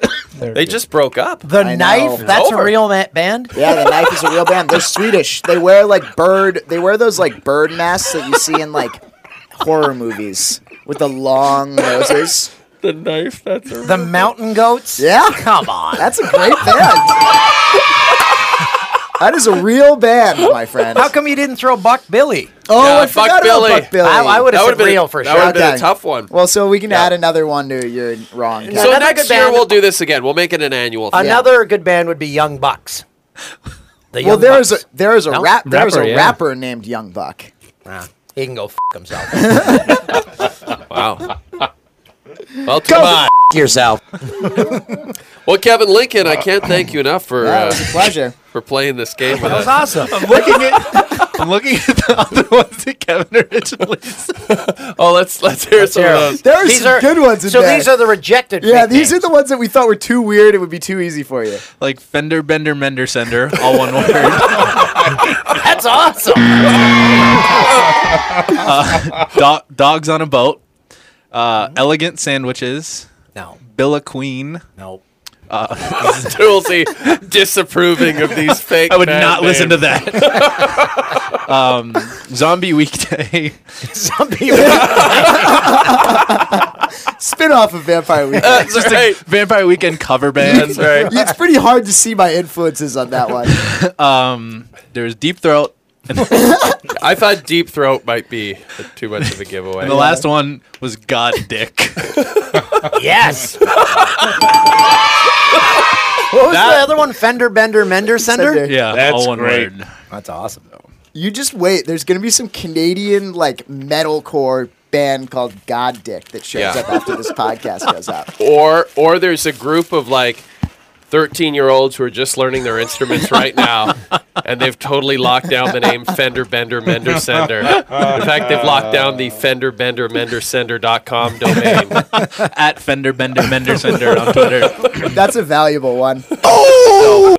[SPEAKER 7] They just broke up.
[SPEAKER 4] The
[SPEAKER 19] I know.
[SPEAKER 4] knife.
[SPEAKER 19] It's
[SPEAKER 4] That's
[SPEAKER 19] over.
[SPEAKER 4] a real ma- band.
[SPEAKER 19] Yeah, the knife is a real band. They're Swedish. They wear like bird. They wear those like bird masks that you see in like horror movies with the long noses.
[SPEAKER 7] The knife. That's a
[SPEAKER 4] The Mountain Goats.
[SPEAKER 19] Yeah,
[SPEAKER 4] Come on.
[SPEAKER 19] that's a great band. that is a real band, my friend.
[SPEAKER 4] How come you didn't throw Buck Billy?
[SPEAKER 19] Oh,
[SPEAKER 7] Yeah,
[SPEAKER 19] I
[SPEAKER 7] Buck
[SPEAKER 19] forgot
[SPEAKER 7] Billy.
[SPEAKER 19] about Buck Billy.
[SPEAKER 4] I, I would
[SPEAKER 7] That
[SPEAKER 4] have
[SPEAKER 7] would've
[SPEAKER 4] said
[SPEAKER 7] been a-
[SPEAKER 4] real for
[SPEAKER 7] that
[SPEAKER 4] sure.
[SPEAKER 7] would've been a tough one.
[SPEAKER 19] Well, so we can add another one to your wrong.
[SPEAKER 7] So
[SPEAKER 19] category.
[SPEAKER 4] Another
[SPEAKER 7] next
[SPEAKER 4] good
[SPEAKER 7] year
[SPEAKER 4] band.
[SPEAKER 7] we'll do this again. We'll make it an annual. thing.
[SPEAKER 4] Another good band would be Young Bucks. The
[SPEAKER 19] well,
[SPEAKER 4] Young
[SPEAKER 19] there is a
[SPEAKER 4] Bucks.
[SPEAKER 19] there is a
[SPEAKER 4] No?
[SPEAKER 19] rap there is
[SPEAKER 4] Rapper,
[SPEAKER 19] a
[SPEAKER 4] yeah.
[SPEAKER 19] rapper named Young Buck.
[SPEAKER 4] Nah, he can go f- himself.
[SPEAKER 7] Wow. Well, come on.
[SPEAKER 4] yourself.
[SPEAKER 7] Well, Kevin Lincoln, I can't thank you enough for
[SPEAKER 19] Yeah, it
[SPEAKER 7] uh,
[SPEAKER 19] was a pleasure.
[SPEAKER 7] for playing this game with
[SPEAKER 4] That was
[SPEAKER 7] us.
[SPEAKER 4] awesome.
[SPEAKER 11] looking at I'm looking at the other ones that Kevin originally said.
[SPEAKER 7] Oh, let's let's hear some of those.
[SPEAKER 19] There are some good ones in
[SPEAKER 4] So
[SPEAKER 19] there.
[SPEAKER 4] these are the rejected.
[SPEAKER 19] yeah,
[SPEAKER 4] fake
[SPEAKER 19] these are
[SPEAKER 4] names.
[SPEAKER 19] the ones that we thought were too weird. It would be too easy for you.
[SPEAKER 11] Like fender bender mender sender, all one word.
[SPEAKER 4] That's awesome.
[SPEAKER 11] Uh, do- dogs on a boat. Uh, elegant sandwiches.
[SPEAKER 4] No.
[SPEAKER 11] Billa Queen.
[SPEAKER 4] No.
[SPEAKER 11] Uh,
[SPEAKER 7] Toolsy disapproving of these fake.
[SPEAKER 11] I would
[SPEAKER 7] band
[SPEAKER 11] not listen to
[SPEAKER 7] names.
[SPEAKER 11] that. um, zombie weekday.
[SPEAKER 4] Some people.
[SPEAKER 19] Spin off of Vampire Weekend.
[SPEAKER 7] That's
[SPEAKER 11] Just
[SPEAKER 7] right.
[SPEAKER 11] a Vampire Weekend cover band.
[SPEAKER 7] That's right.
[SPEAKER 19] it's pretty hard to see my influences on that one.
[SPEAKER 11] Um, there's Deep Throat,
[SPEAKER 7] I thought deep throat might be too much of a giveaway.
[SPEAKER 11] And the last one was God Dick.
[SPEAKER 4] yes. What was the other one? Fender bender mender sender.
[SPEAKER 25] Yeah, That's all one great. word.
[SPEAKER 4] That's awesome though.
[SPEAKER 19] You just wait. There's going to be some Canadian like metalcore band called God Dick that shows
[SPEAKER 7] Yeah.
[SPEAKER 19] up after this podcast goes up.
[SPEAKER 7] or or there's a group of like 13 year olds who are just learning their instruments right now and they've totally locked down the name fender bender mender sender in fact they've locked down the fender bender mender sender.com domain
[SPEAKER 11] at fender bender mender sender on twitter
[SPEAKER 19] That's a valuable one.
[SPEAKER 4] Oh.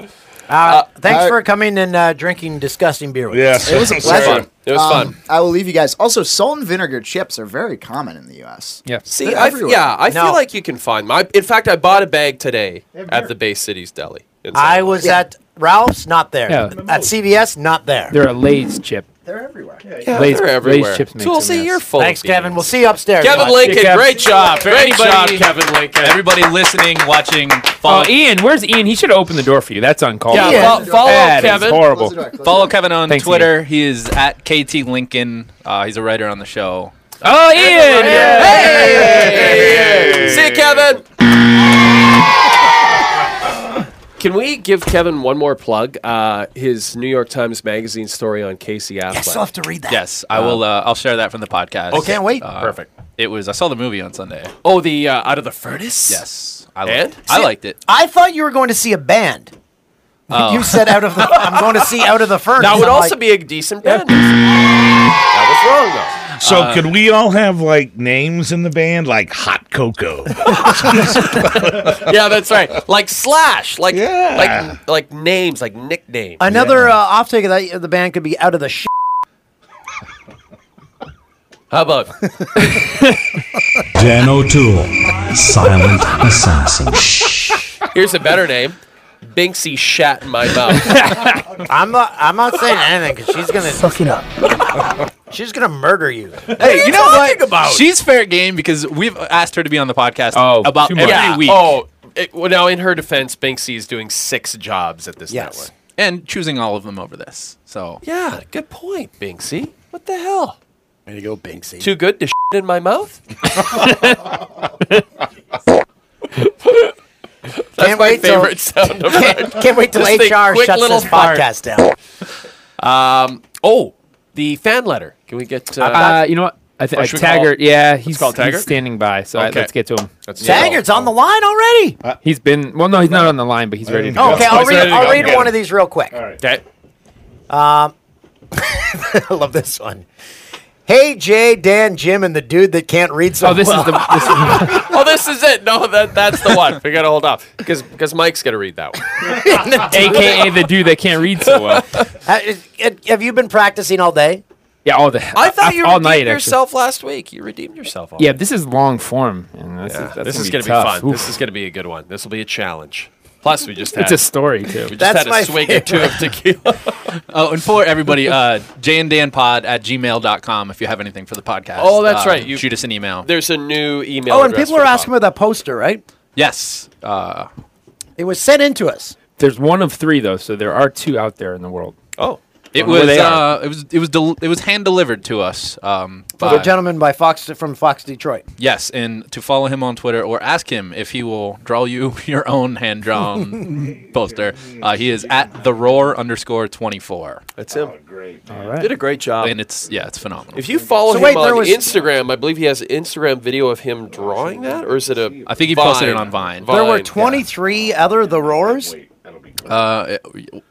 [SPEAKER 4] Uh, thanks
[SPEAKER 19] I-
[SPEAKER 4] for coming and uh, drinking disgusting beer with us.
[SPEAKER 19] It was a pleasure.
[SPEAKER 7] It was
[SPEAKER 19] Um,
[SPEAKER 7] fun.
[SPEAKER 19] I will leave you guys. Also, salt and vinegar chips are very common in the U.S.
[SPEAKER 7] yeah see
[SPEAKER 19] They're
[SPEAKER 7] I,
[SPEAKER 19] everywhere.
[SPEAKER 7] yeah i
[SPEAKER 19] No.
[SPEAKER 7] feel like you can find my in fact i bought a bag today at the bay cities deli in San
[SPEAKER 4] I was at Ralph's, not there.
[SPEAKER 7] Yeah.
[SPEAKER 4] At CVS, not there.
[SPEAKER 7] They're a Lay's
[SPEAKER 2] chip.
[SPEAKER 4] They're everywhere.
[SPEAKER 7] Yeah, Lay's- they're Lay's everywhere. chips make Tulsi, them, yes. you're full of
[SPEAKER 4] Thanks, Kevin. We'll see you upstairs.
[SPEAKER 7] Kevin
[SPEAKER 4] guys.
[SPEAKER 7] Lincoln, great job.
[SPEAKER 11] For
[SPEAKER 7] Great job, Kevin Lincoln.
[SPEAKER 11] Everybody listening, watching, follow.
[SPEAKER 2] Oh, Ian, where's Ian? He should open the door for you. That's uncalled.
[SPEAKER 11] Yeah,
[SPEAKER 2] for.
[SPEAKER 11] fo- follow
[SPEAKER 2] That is
[SPEAKER 11] Kevin.
[SPEAKER 2] horrible.
[SPEAKER 11] Follow Kevin on
[SPEAKER 2] Thanks,
[SPEAKER 11] Twitter. He is at KT Lincoln. Uh, he's a writer on the show.
[SPEAKER 2] Oh, Ian!
[SPEAKER 7] Hey! See you, Kevin. Can we give Kevin one more plug? Uh, his New York Times Magazine story on Casey Affleck.
[SPEAKER 4] Yes, I'll have to read that.
[SPEAKER 7] Yes,
[SPEAKER 11] I will. Uh, I'll share that from the podcast.
[SPEAKER 7] Uh-huh. Oh, can't wait.
[SPEAKER 11] Perfect. It was. I saw the movie on Sunday.
[SPEAKER 7] Oh, the uh, Out of the Furnace?
[SPEAKER 11] Yes, I liked. It. I liked it.
[SPEAKER 4] I thought you were going to see a band.
[SPEAKER 11] Oh.
[SPEAKER 4] You said out of the. I'm going to see out of the furnace.
[SPEAKER 7] That would
[SPEAKER 4] I'm
[SPEAKER 7] also
[SPEAKER 4] like,
[SPEAKER 7] be a decent band. That was wrong, though.
[SPEAKER 1] So
[SPEAKER 7] Uh,
[SPEAKER 1] could we all have like names in the band, like Hot Cocoa?
[SPEAKER 7] yeah, that's right. Like Slash, like
[SPEAKER 1] Yeah.
[SPEAKER 7] like like names, like nicknames.
[SPEAKER 4] another uh, offtake of that the band could be out of the. Sh-
[SPEAKER 7] How about
[SPEAKER 6] Dan O'Toole, silent assassin.
[SPEAKER 7] here's a better name? Binksy shat in my mouth.
[SPEAKER 4] I'm not. I'm not saying anything because she's gonna
[SPEAKER 26] Fuck it up.
[SPEAKER 4] She's gonna murder you.
[SPEAKER 11] Hey, you, know what? She's fair game because we've asked her to be on the podcast about every
[SPEAKER 7] Yeah,
[SPEAKER 11] week.
[SPEAKER 7] Oh, it- well, now in her defense, Binksy is doing six jobs at this network.
[SPEAKER 11] and choosing all of them over this. So
[SPEAKER 7] Yeah, good point, Binksy. What the hell?
[SPEAKER 11] Way to go, Binksy.
[SPEAKER 7] Too good to shit in my mouth. That's
[SPEAKER 4] Can't
[SPEAKER 7] my
[SPEAKER 4] wait till-
[SPEAKER 7] favorite sound of
[SPEAKER 4] Can't- can't wait till
[SPEAKER 7] Just the
[SPEAKER 4] HR
[SPEAKER 7] quick
[SPEAKER 4] shuts
[SPEAKER 7] little
[SPEAKER 4] this
[SPEAKER 7] fart.
[SPEAKER 4] podcast
[SPEAKER 7] Um. Oh, the fan letter. Can we get? Uh,
[SPEAKER 2] Uh, you know what? I think
[SPEAKER 7] or
[SPEAKER 2] uh,
[SPEAKER 7] should we call-
[SPEAKER 2] Taggart. Yeah,
[SPEAKER 7] Let's
[SPEAKER 2] he's,
[SPEAKER 7] call Taggart?
[SPEAKER 2] he's standing by. So I-
[SPEAKER 7] Okay.
[SPEAKER 2] let's get to him.
[SPEAKER 7] That's
[SPEAKER 4] Dagger's on the line already.
[SPEAKER 2] he's been. Well, no, he's not on the line, but he's ready to go.
[SPEAKER 4] Okay, I'll read. I'll read one of these real quick.
[SPEAKER 7] Okay.
[SPEAKER 4] Um, I love this one. Hey Jay, Dan, Jim, and the dude that can't read so
[SPEAKER 7] Oh, this is
[SPEAKER 4] well.
[SPEAKER 7] the- this oh, this is it. No, that that's the one. We gotta hold off because because Mike's gonna read that one.
[SPEAKER 2] AKA the dude that can't read so well.
[SPEAKER 4] Uh, is- it- have you been practicing all day?
[SPEAKER 2] Yeah, all the. uh,
[SPEAKER 7] I thought you
[SPEAKER 2] all
[SPEAKER 7] redeemed
[SPEAKER 2] night.
[SPEAKER 7] yourself last week. You redeemed yourself.
[SPEAKER 2] Actually. Yeah, this is long form. And this
[SPEAKER 7] Yeah,
[SPEAKER 2] is, that's
[SPEAKER 7] this is
[SPEAKER 2] gonna
[SPEAKER 7] gonna
[SPEAKER 2] be
[SPEAKER 7] be
[SPEAKER 2] tough.
[SPEAKER 7] fun.
[SPEAKER 2] Oof.
[SPEAKER 7] This is gonna be a good one. This will be a challenge. Plus, we just had
[SPEAKER 2] It's a story, too.
[SPEAKER 7] We just
[SPEAKER 2] That's
[SPEAKER 7] had
[SPEAKER 2] my
[SPEAKER 7] a swig or two of tequila.
[SPEAKER 11] Oh, and for everybody, uh, janddanpod at gmail.com if you have anything for the podcast.
[SPEAKER 7] Oh, that's
[SPEAKER 11] Uh,
[SPEAKER 7] right. You-
[SPEAKER 11] shoot us an email.
[SPEAKER 7] There's a new email.
[SPEAKER 4] Oh, and
[SPEAKER 7] address
[SPEAKER 4] people
[SPEAKER 7] for
[SPEAKER 4] are
[SPEAKER 7] the
[SPEAKER 4] asking about that poster, right?
[SPEAKER 11] Yes. Uh,
[SPEAKER 4] It was sent in to us.
[SPEAKER 2] There's one of three though, so there are two out there in the world.
[SPEAKER 7] Oh,
[SPEAKER 11] It was, uh, it was it was del- it was hand delivered to us. Um,
[SPEAKER 4] By
[SPEAKER 11] by-
[SPEAKER 4] a gentleman by Fox from Fox Detroit.
[SPEAKER 11] yes, and to follow him on Twitter or ask him if he will draw you your own hand drawn poster. Uh, he is at the roar underscore twenty four.
[SPEAKER 7] That's him. great.
[SPEAKER 11] All
[SPEAKER 7] right. Did a great job.
[SPEAKER 11] and it's yeah, it's phenomenal.
[SPEAKER 7] If you follow
[SPEAKER 11] So
[SPEAKER 7] him
[SPEAKER 11] wait,
[SPEAKER 7] on
[SPEAKER 11] there was-
[SPEAKER 7] Instagram, I believe he has an Instagram video of him drawing that, or is it a?
[SPEAKER 11] I think he posted it on Vine.
[SPEAKER 4] there were 23 other the roars.
[SPEAKER 11] Uh,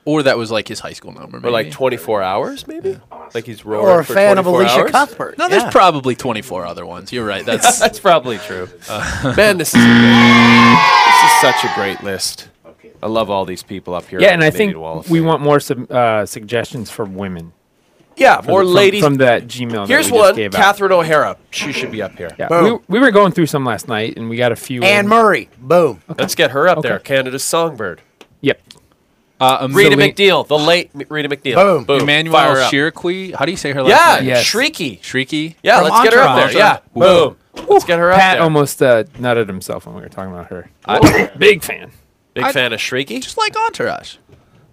[SPEAKER 11] or that was like his high school number. Maybe.
[SPEAKER 7] Or like 24 hours, maybe? Like he's roaring
[SPEAKER 4] Or a
[SPEAKER 7] for
[SPEAKER 4] fan of
[SPEAKER 7] 24
[SPEAKER 4] Alicia
[SPEAKER 7] hours?
[SPEAKER 4] Cuthbert.
[SPEAKER 11] No, there's probably 24 other ones. You're right. That's
[SPEAKER 7] that's probably true.
[SPEAKER 11] Uh,
[SPEAKER 7] Man, this is a great, this is such a great list. I love all these people up here.
[SPEAKER 2] yeah,
[SPEAKER 7] on
[SPEAKER 2] and
[SPEAKER 7] the
[SPEAKER 2] I
[SPEAKER 7] Canadian
[SPEAKER 2] think
[SPEAKER 7] Wall of
[SPEAKER 2] we
[SPEAKER 7] Fame.
[SPEAKER 2] want more sub, uh, suggestions from women.
[SPEAKER 7] Yeah,
[SPEAKER 2] For the-
[SPEAKER 7] more
[SPEAKER 2] from-
[SPEAKER 7] ladies
[SPEAKER 2] from that Gmail that
[SPEAKER 7] Here's
[SPEAKER 2] we just
[SPEAKER 7] one,
[SPEAKER 2] gave out.
[SPEAKER 7] Catherine O'Hara. She should be up here.
[SPEAKER 2] Yeah, we, we were going through some last night, and we got a few.
[SPEAKER 7] Anne
[SPEAKER 4] Murray, boom.
[SPEAKER 7] Let's get her up there. Canada's songbird.
[SPEAKER 2] Yep. Uh, um,
[SPEAKER 7] Rita
[SPEAKER 2] the link-
[SPEAKER 7] McDeal, the late M- Rita McDeal.
[SPEAKER 11] Emmanuel
[SPEAKER 7] Fire her up.
[SPEAKER 11] Shirqui. How do you say her last
[SPEAKER 7] Yeah,
[SPEAKER 11] name?
[SPEAKER 7] Yes. Shrieky.
[SPEAKER 11] Shrieky.
[SPEAKER 7] Yeah, let's get her up there. Yeah, boom. Let's get her up
[SPEAKER 2] Pat
[SPEAKER 7] there.
[SPEAKER 2] almost uh, nutted himself when we were talking about her. big fan.
[SPEAKER 7] Big
[SPEAKER 11] I-
[SPEAKER 7] fan of Shrieky.
[SPEAKER 11] Just like Entourage.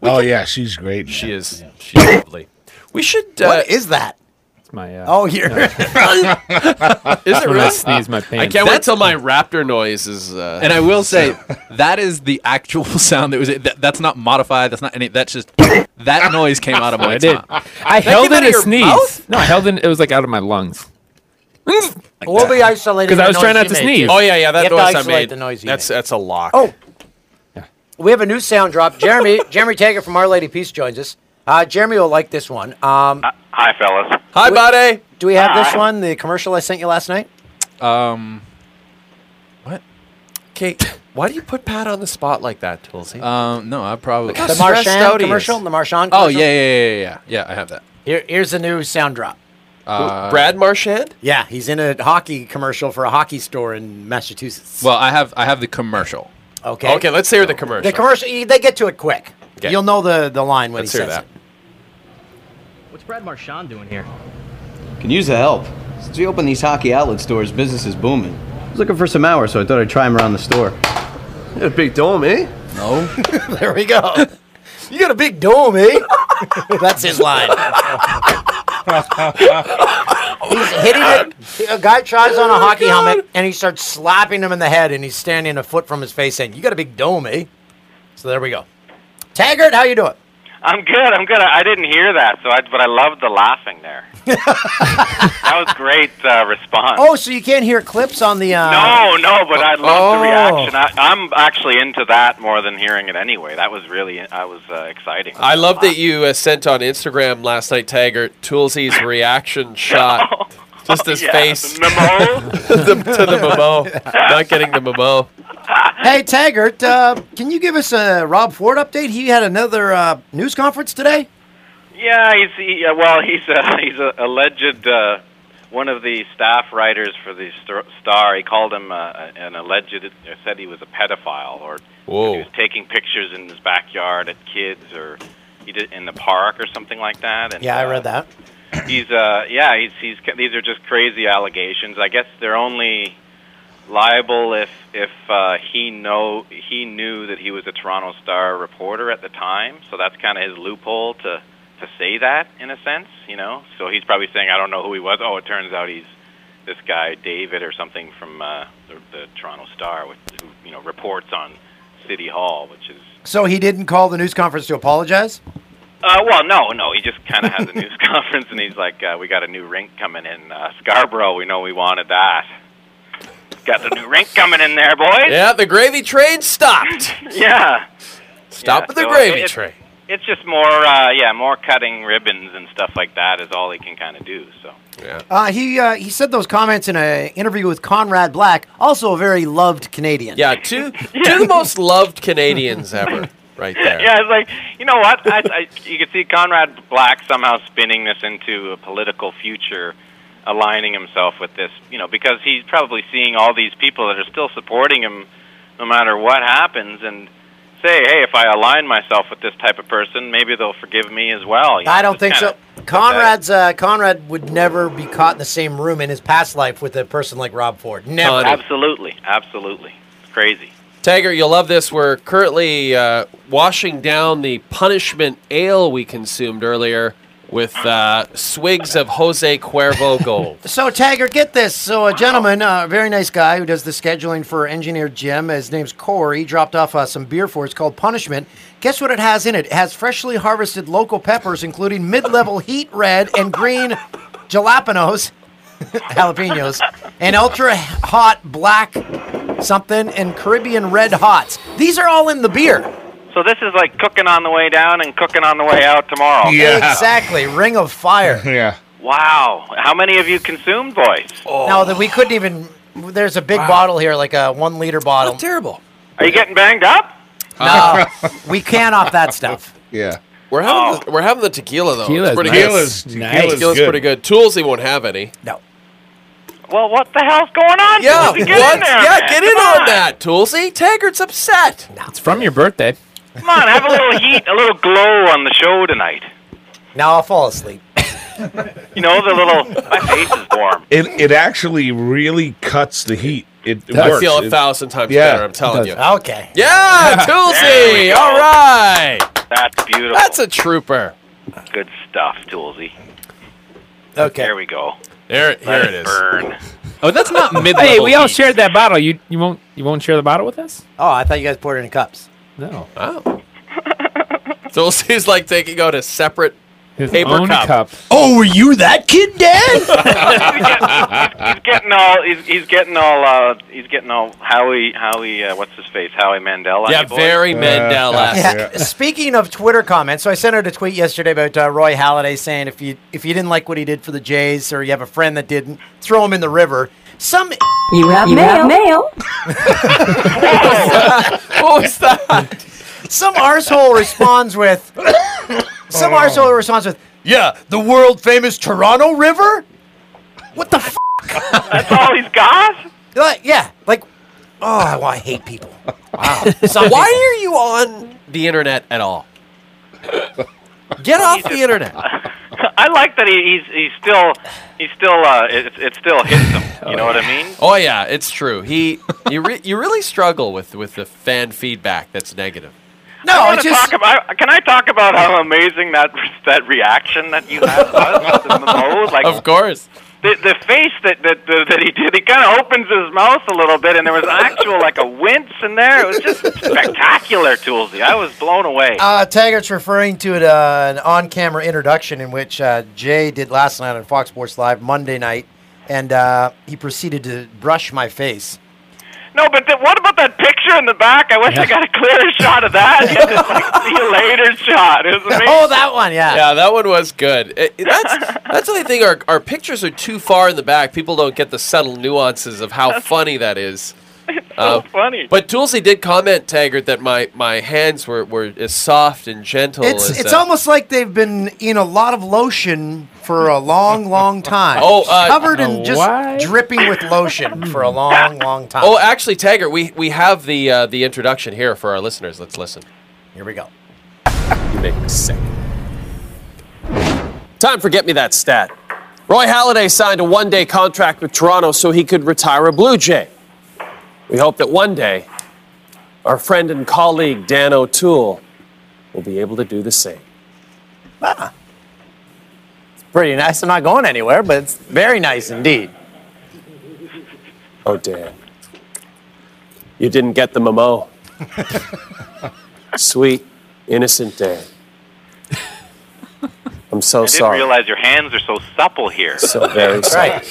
[SPEAKER 1] oh yeah, she's great.
[SPEAKER 7] She is. She's lovely. We should.
[SPEAKER 4] What is that?
[SPEAKER 2] It's my. Uh,
[SPEAKER 4] Oh, here.
[SPEAKER 7] is it
[SPEAKER 2] When I
[SPEAKER 7] really?
[SPEAKER 2] sneeze, my
[SPEAKER 7] I
[SPEAKER 2] pants-
[SPEAKER 7] can't wait
[SPEAKER 2] That's-
[SPEAKER 7] till my raptor noise is. Uh,
[SPEAKER 11] And I will say that is the actual sound that was. That, that's not modified. That's not any. That's just that noise came out of my
[SPEAKER 2] I did.
[SPEAKER 11] top.
[SPEAKER 2] I held in a sneeze.
[SPEAKER 11] Mouth?
[SPEAKER 2] No, I held in. It was like out of my lungs.
[SPEAKER 4] we'll be isolating.
[SPEAKER 2] 'Cause I
[SPEAKER 4] the
[SPEAKER 2] was trying
[SPEAKER 4] noise
[SPEAKER 2] not to
[SPEAKER 4] you make.
[SPEAKER 2] sneeze.
[SPEAKER 7] Oh yeah, yeah.
[SPEAKER 4] You
[SPEAKER 7] That
[SPEAKER 4] have to
[SPEAKER 7] noise I
[SPEAKER 4] isolate
[SPEAKER 7] made.
[SPEAKER 4] The noise you
[SPEAKER 7] that's that's a lock.
[SPEAKER 4] Oh, we have a new sound drop. Jeremy, Jeremy Taggart from Our Lady Peace joins us. Uh, Jeremy will like this one. Um,
[SPEAKER 9] Hi, fellas.
[SPEAKER 4] Hi, buddy. Do we have this one? The commercial I sent you last night.
[SPEAKER 11] Um,
[SPEAKER 7] Kate, why do you put Pat on the spot like that, Tulsi?
[SPEAKER 11] um, no, I probably
[SPEAKER 4] The Marchand commercial. The Marchand.
[SPEAKER 11] Oh
[SPEAKER 4] commercial?
[SPEAKER 11] yeah, yeah, yeah, yeah, yeah. Yeah, I have that.
[SPEAKER 4] Here, here's a new sound drop.
[SPEAKER 11] Uh,
[SPEAKER 7] Marchand?
[SPEAKER 4] Yeah, he's in a hockey commercial for a hockey store in Massachusetts.
[SPEAKER 11] Well, I have I have the commercial.
[SPEAKER 4] Okay.
[SPEAKER 7] Okay, let's hear the commercial.
[SPEAKER 4] The commercial, you- they get to it quick.
[SPEAKER 7] Okay.
[SPEAKER 4] You'll know the, the line when
[SPEAKER 7] Let's
[SPEAKER 4] he
[SPEAKER 7] hear
[SPEAKER 4] says
[SPEAKER 7] that.
[SPEAKER 10] What's Brad Marchand doing here? Can use the help. Since we opened these hockey outlet stores, business is booming. I was looking for some hours, so I thought I'd try them around the store. You got a big dome, eh? No.
[SPEAKER 4] it. there we go. you got a big dome, eh? That's his line. he's hitting it. Oh A guy tries on a hockey helmet and he starts slapping him in the head, and he's standing a foot from his face, saying, "You got a big dome, eh?" So there we go. Taggart, how you doing?
[SPEAKER 9] I'm good. I'm good. I I didn't hear that, so I but I loved the laughing there. that was great uh, response.
[SPEAKER 4] Oh, so you can't hear clips on the. Uh...
[SPEAKER 9] No, no, but I love
[SPEAKER 4] Oh.
[SPEAKER 9] the reaction. I, I'm actually into that more than hearing it anyway. That was really, I was uh, exciting.
[SPEAKER 7] I love that you uh, sent on Instagram last night, Taggart, Toolsy's reaction shot. Just his
[SPEAKER 9] Oh, yeah,
[SPEAKER 7] face.
[SPEAKER 9] the memo.
[SPEAKER 7] The- to the memo. Not getting the memo.
[SPEAKER 4] Hey Taggart, uh, can you give us a Rob Ford update? He had another uh, news conference today.
[SPEAKER 9] Yeah, he's he, uh, well, he's a, he's a alleged uh, one of the staff writers for the Star- Star. He called him uh, an alleged. Said he was a pedophile or
[SPEAKER 7] Whoa.
[SPEAKER 9] taking pictures in his backyard at kids or he did in the park or something like that. And,
[SPEAKER 4] Yeah, I
[SPEAKER 9] uh,
[SPEAKER 4] read that.
[SPEAKER 9] he's uh yeah he's he's these are just crazy allegations i guess they're only liable if if uh he know he knew that he was a toronto star reporter at the time so that's kind of his loophole to to say that in a sense you know so he's probably saying i don't know who he was oh it turns out he's this guy david or something from uh the, the toronto star which who you know reports on city hall which is
[SPEAKER 4] So he didn't call the news conference to apologize.
[SPEAKER 9] uh, well, no, no. He just kind of has a news conference, and he's like, uh, "We got a new rink coming in uh, Scarborough. We know we wanted that. Got the new rink coming in there, boys.
[SPEAKER 7] Yeah, the gravy train stopped.
[SPEAKER 9] yeah.
[SPEAKER 7] Stop
[SPEAKER 9] Yeah,
[SPEAKER 7] at the
[SPEAKER 9] so
[SPEAKER 7] gravy
[SPEAKER 9] it-
[SPEAKER 7] train.
[SPEAKER 9] It's just more, uh, yeah, more cutting ribbons and stuff like that is all he can kind of do. So
[SPEAKER 7] yeah,
[SPEAKER 4] Uh, he uh, he said those comments in an interview with Conrad Black, also a very loved Canadian.
[SPEAKER 7] yeah, two two of the most loved Canadians ever, right there.
[SPEAKER 9] yeah, it's like you know what? I, I, you can see Conrad Black somehow spinning this into a political future, aligning himself with this, you know, because he's probably seeing all these people that are still supporting him, no matter what happens, and say, hey, if I align myself with this type of person, maybe they'll forgive me as well. you know,
[SPEAKER 4] I don't
[SPEAKER 9] just
[SPEAKER 4] think so.
[SPEAKER 9] kinda-
[SPEAKER 4] Conrad's uh, Conrad would never be caught in the same room in his past life with a person like Rob Ford. Never.
[SPEAKER 9] Absolutely, absolutely, it's crazy.
[SPEAKER 7] Taggart, you'll love this. We're currently uh, washing down the punishment ale we consumed earlier with uh, swigs of Jose Cuervo Gold.
[SPEAKER 4] So Taggart, get this. So a gentleman, uh, a very nice guy who does the scheduling for Engineer Jim. His name's Corey. Dropped off uh, some beer for us called Punishment. Guess what it has in it? It has freshly harvested local peppers, including mid-level heat red and green jalapenos, jalapenos, and ultra hot black something and Caribbean red hots. These are all in the beer.
[SPEAKER 9] So this is like cooking on the way down and cooking on the way out
[SPEAKER 4] Oh.
[SPEAKER 9] tomorrow.
[SPEAKER 4] Exactly. Ring of fire.
[SPEAKER 1] yeah.
[SPEAKER 9] Wow, how many of you consumed, boys?
[SPEAKER 4] Now that we couldn't even. There's a big bottle here, like a one liter bottle.
[SPEAKER 7] terrible.
[SPEAKER 9] Are you getting banged up?
[SPEAKER 4] No, we can off that stuff.
[SPEAKER 1] Yeah.
[SPEAKER 7] We're
[SPEAKER 9] Oh.
[SPEAKER 7] having, the, we're having the tequila, though.
[SPEAKER 4] Tequila's
[SPEAKER 7] it's pretty
[SPEAKER 4] nice.
[SPEAKER 7] good.
[SPEAKER 4] Tequila's-
[SPEAKER 7] Tequila's,
[SPEAKER 4] Tequila's
[SPEAKER 7] tequila's
[SPEAKER 4] good.
[SPEAKER 7] pretty good. Toolsy won't have any.
[SPEAKER 4] No.
[SPEAKER 9] Well, what the hell's going on?
[SPEAKER 7] Yeah, what?
[SPEAKER 9] Tulsi? in there,
[SPEAKER 7] yeah,
[SPEAKER 9] man.
[SPEAKER 7] get in
[SPEAKER 9] Come
[SPEAKER 7] on that, Toolsy. Taggart's upset.
[SPEAKER 2] It's from your birthday.
[SPEAKER 9] Come on, have a little heat, a little glow on the show tonight.
[SPEAKER 4] Now I'll fall asleep.
[SPEAKER 9] You know, the little my face is warm.
[SPEAKER 1] It it actually really cuts the heat. It, it
[SPEAKER 7] I
[SPEAKER 1] works.
[SPEAKER 7] feel a
[SPEAKER 1] It-
[SPEAKER 7] thousand times
[SPEAKER 1] yeah,
[SPEAKER 7] better, I'm
[SPEAKER 1] it
[SPEAKER 7] telling
[SPEAKER 1] does.
[SPEAKER 7] you.
[SPEAKER 4] Okay.
[SPEAKER 7] Yeah,
[SPEAKER 1] There
[SPEAKER 7] Toolsy.
[SPEAKER 9] we go.
[SPEAKER 7] All right.
[SPEAKER 9] That's beautiful.
[SPEAKER 7] That's a trooper.
[SPEAKER 9] Good stuff, Toolsy.
[SPEAKER 4] Okay.
[SPEAKER 9] There we go.
[SPEAKER 7] There,
[SPEAKER 9] Let it Burn.
[SPEAKER 2] Oh, that's
[SPEAKER 9] not
[SPEAKER 2] Hey,
[SPEAKER 9] mid-level
[SPEAKER 2] we all
[SPEAKER 9] heat.
[SPEAKER 2] shared that bottle. You you won't you won't share the bottle with us?
[SPEAKER 4] Oh, I thought you guys poured it in cups.
[SPEAKER 2] No.
[SPEAKER 7] Oh. so we'll see. It's like taking out a separate
[SPEAKER 2] His
[SPEAKER 7] paper
[SPEAKER 2] own cup.
[SPEAKER 7] Oh, were you that kid,
[SPEAKER 9] he's getting all. He's, he's getting all. Uh, he's getting all. Howie. Howie. Uh, what's his face? Howie Mandel.
[SPEAKER 7] Yeah, very
[SPEAKER 9] Mandela.
[SPEAKER 4] Yeah. Speaking of Twitter comments, so I sent out a tweet yesterday about uh, Roy Halladay saying if you if you didn't like what he did for the Jays or you have a friend that didn't, throw him in the river. Some
[SPEAKER 6] You have You mail. have mail.
[SPEAKER 4] what was that? Some arsehole responds with. Some arsehole responds with. Yeah, the world famous Toronto River. What the? F-? That's all he's got. Like, yeah, like. Oh, well, I hate people. Wow.
[SPEAKER 7] So why are you on the internet at all? Get off the internet.
[SPEAKER 9] I like that he, he's he's still he's still uh, it, it still hits him. You know what I mean?
[SPEAKER 7] Oh yeah, it's true. He you re- you really struggle with with the fan feedback that's negative.
[SPEAKER 9] No, I wanna talk about. Can I talk about how amazing that that reaction that you had was in the mode? Like,
[SPEAKER 7] Of course.
[SPEAKER 9] the, the face that that, that that he did, he kind of opens his mouth a little bit, and there was actual like a wince in there. It was just spectacular, Toolsy. I was blown away.
[SPEAKER 4] Uh, Taggart's referring to it, uh, an on camera introduction in which uh, Jay did last night on Fox Sports Live Monday night, and uh, he proceeded to brush my face.
[SPEAKER 9] no, but th- what about that picture in the back? I wish I got a clearer shot of that. Yeah, this, like, see you later shot. It was amazing.
[SPEAKER 4] Oh, that one, yeah.
[SPEAKER 7] Yeah, that one was good. It- it- that's that's what I think. Our our pictures are too far in the back. People don't get the subtle nuances of how funny that is.
[SPEAKER 4] Oh.
[SPEAKER 7] Uh,
[SPEAKER 9] funny.
[SPEAKER 7] But Toolsy did comment, Taggart, that my, my hands were, were as soft and gentle
[SPEAKER 4] It's
[SPEAKER 7] as
[SPEAKER 4] it's
[SPEAKER 7] uh,
[SPEAKER 4] almost like they've been in a lot of lotion for a long, long time.
[SPEAKER 7] Oh, uh,
[SPEAKER 4] covered in
[SPEAKER 7] uh,
[SPEAKER 4] just
[SPEAKER 7] why?
[SPEAKER 4] dripping with lotion for a long, long time.
[SPEAKER 7] Oh, actually, Taggart, we, we have the uh, the introduction here for our listeners. Let's listen.
[SPEAKER 4] Here we go.
[SPEAKER 7] You make me sick. Time for Get Me That Stat. Roy Halladay signed a one day contract with Toronto so he could retire a Blue Jay. We hope that one day our friend and colleague Dan O'Toole will be able to do the same.
[SPEAKER 4] Ah. pretty nice. I'm not going anywhere, but it's very nice indeed.
[SPEAKER 7] Oh, Dan. You didn't get the memo. Sweet, innocent Dan. I'm so
[SPEAKER 9] I didn't
[SPEAKER 7] sorry.
[SPEAKER 9] realize your hands are so supple here.
[SPEAKER 7] So very supple. Right.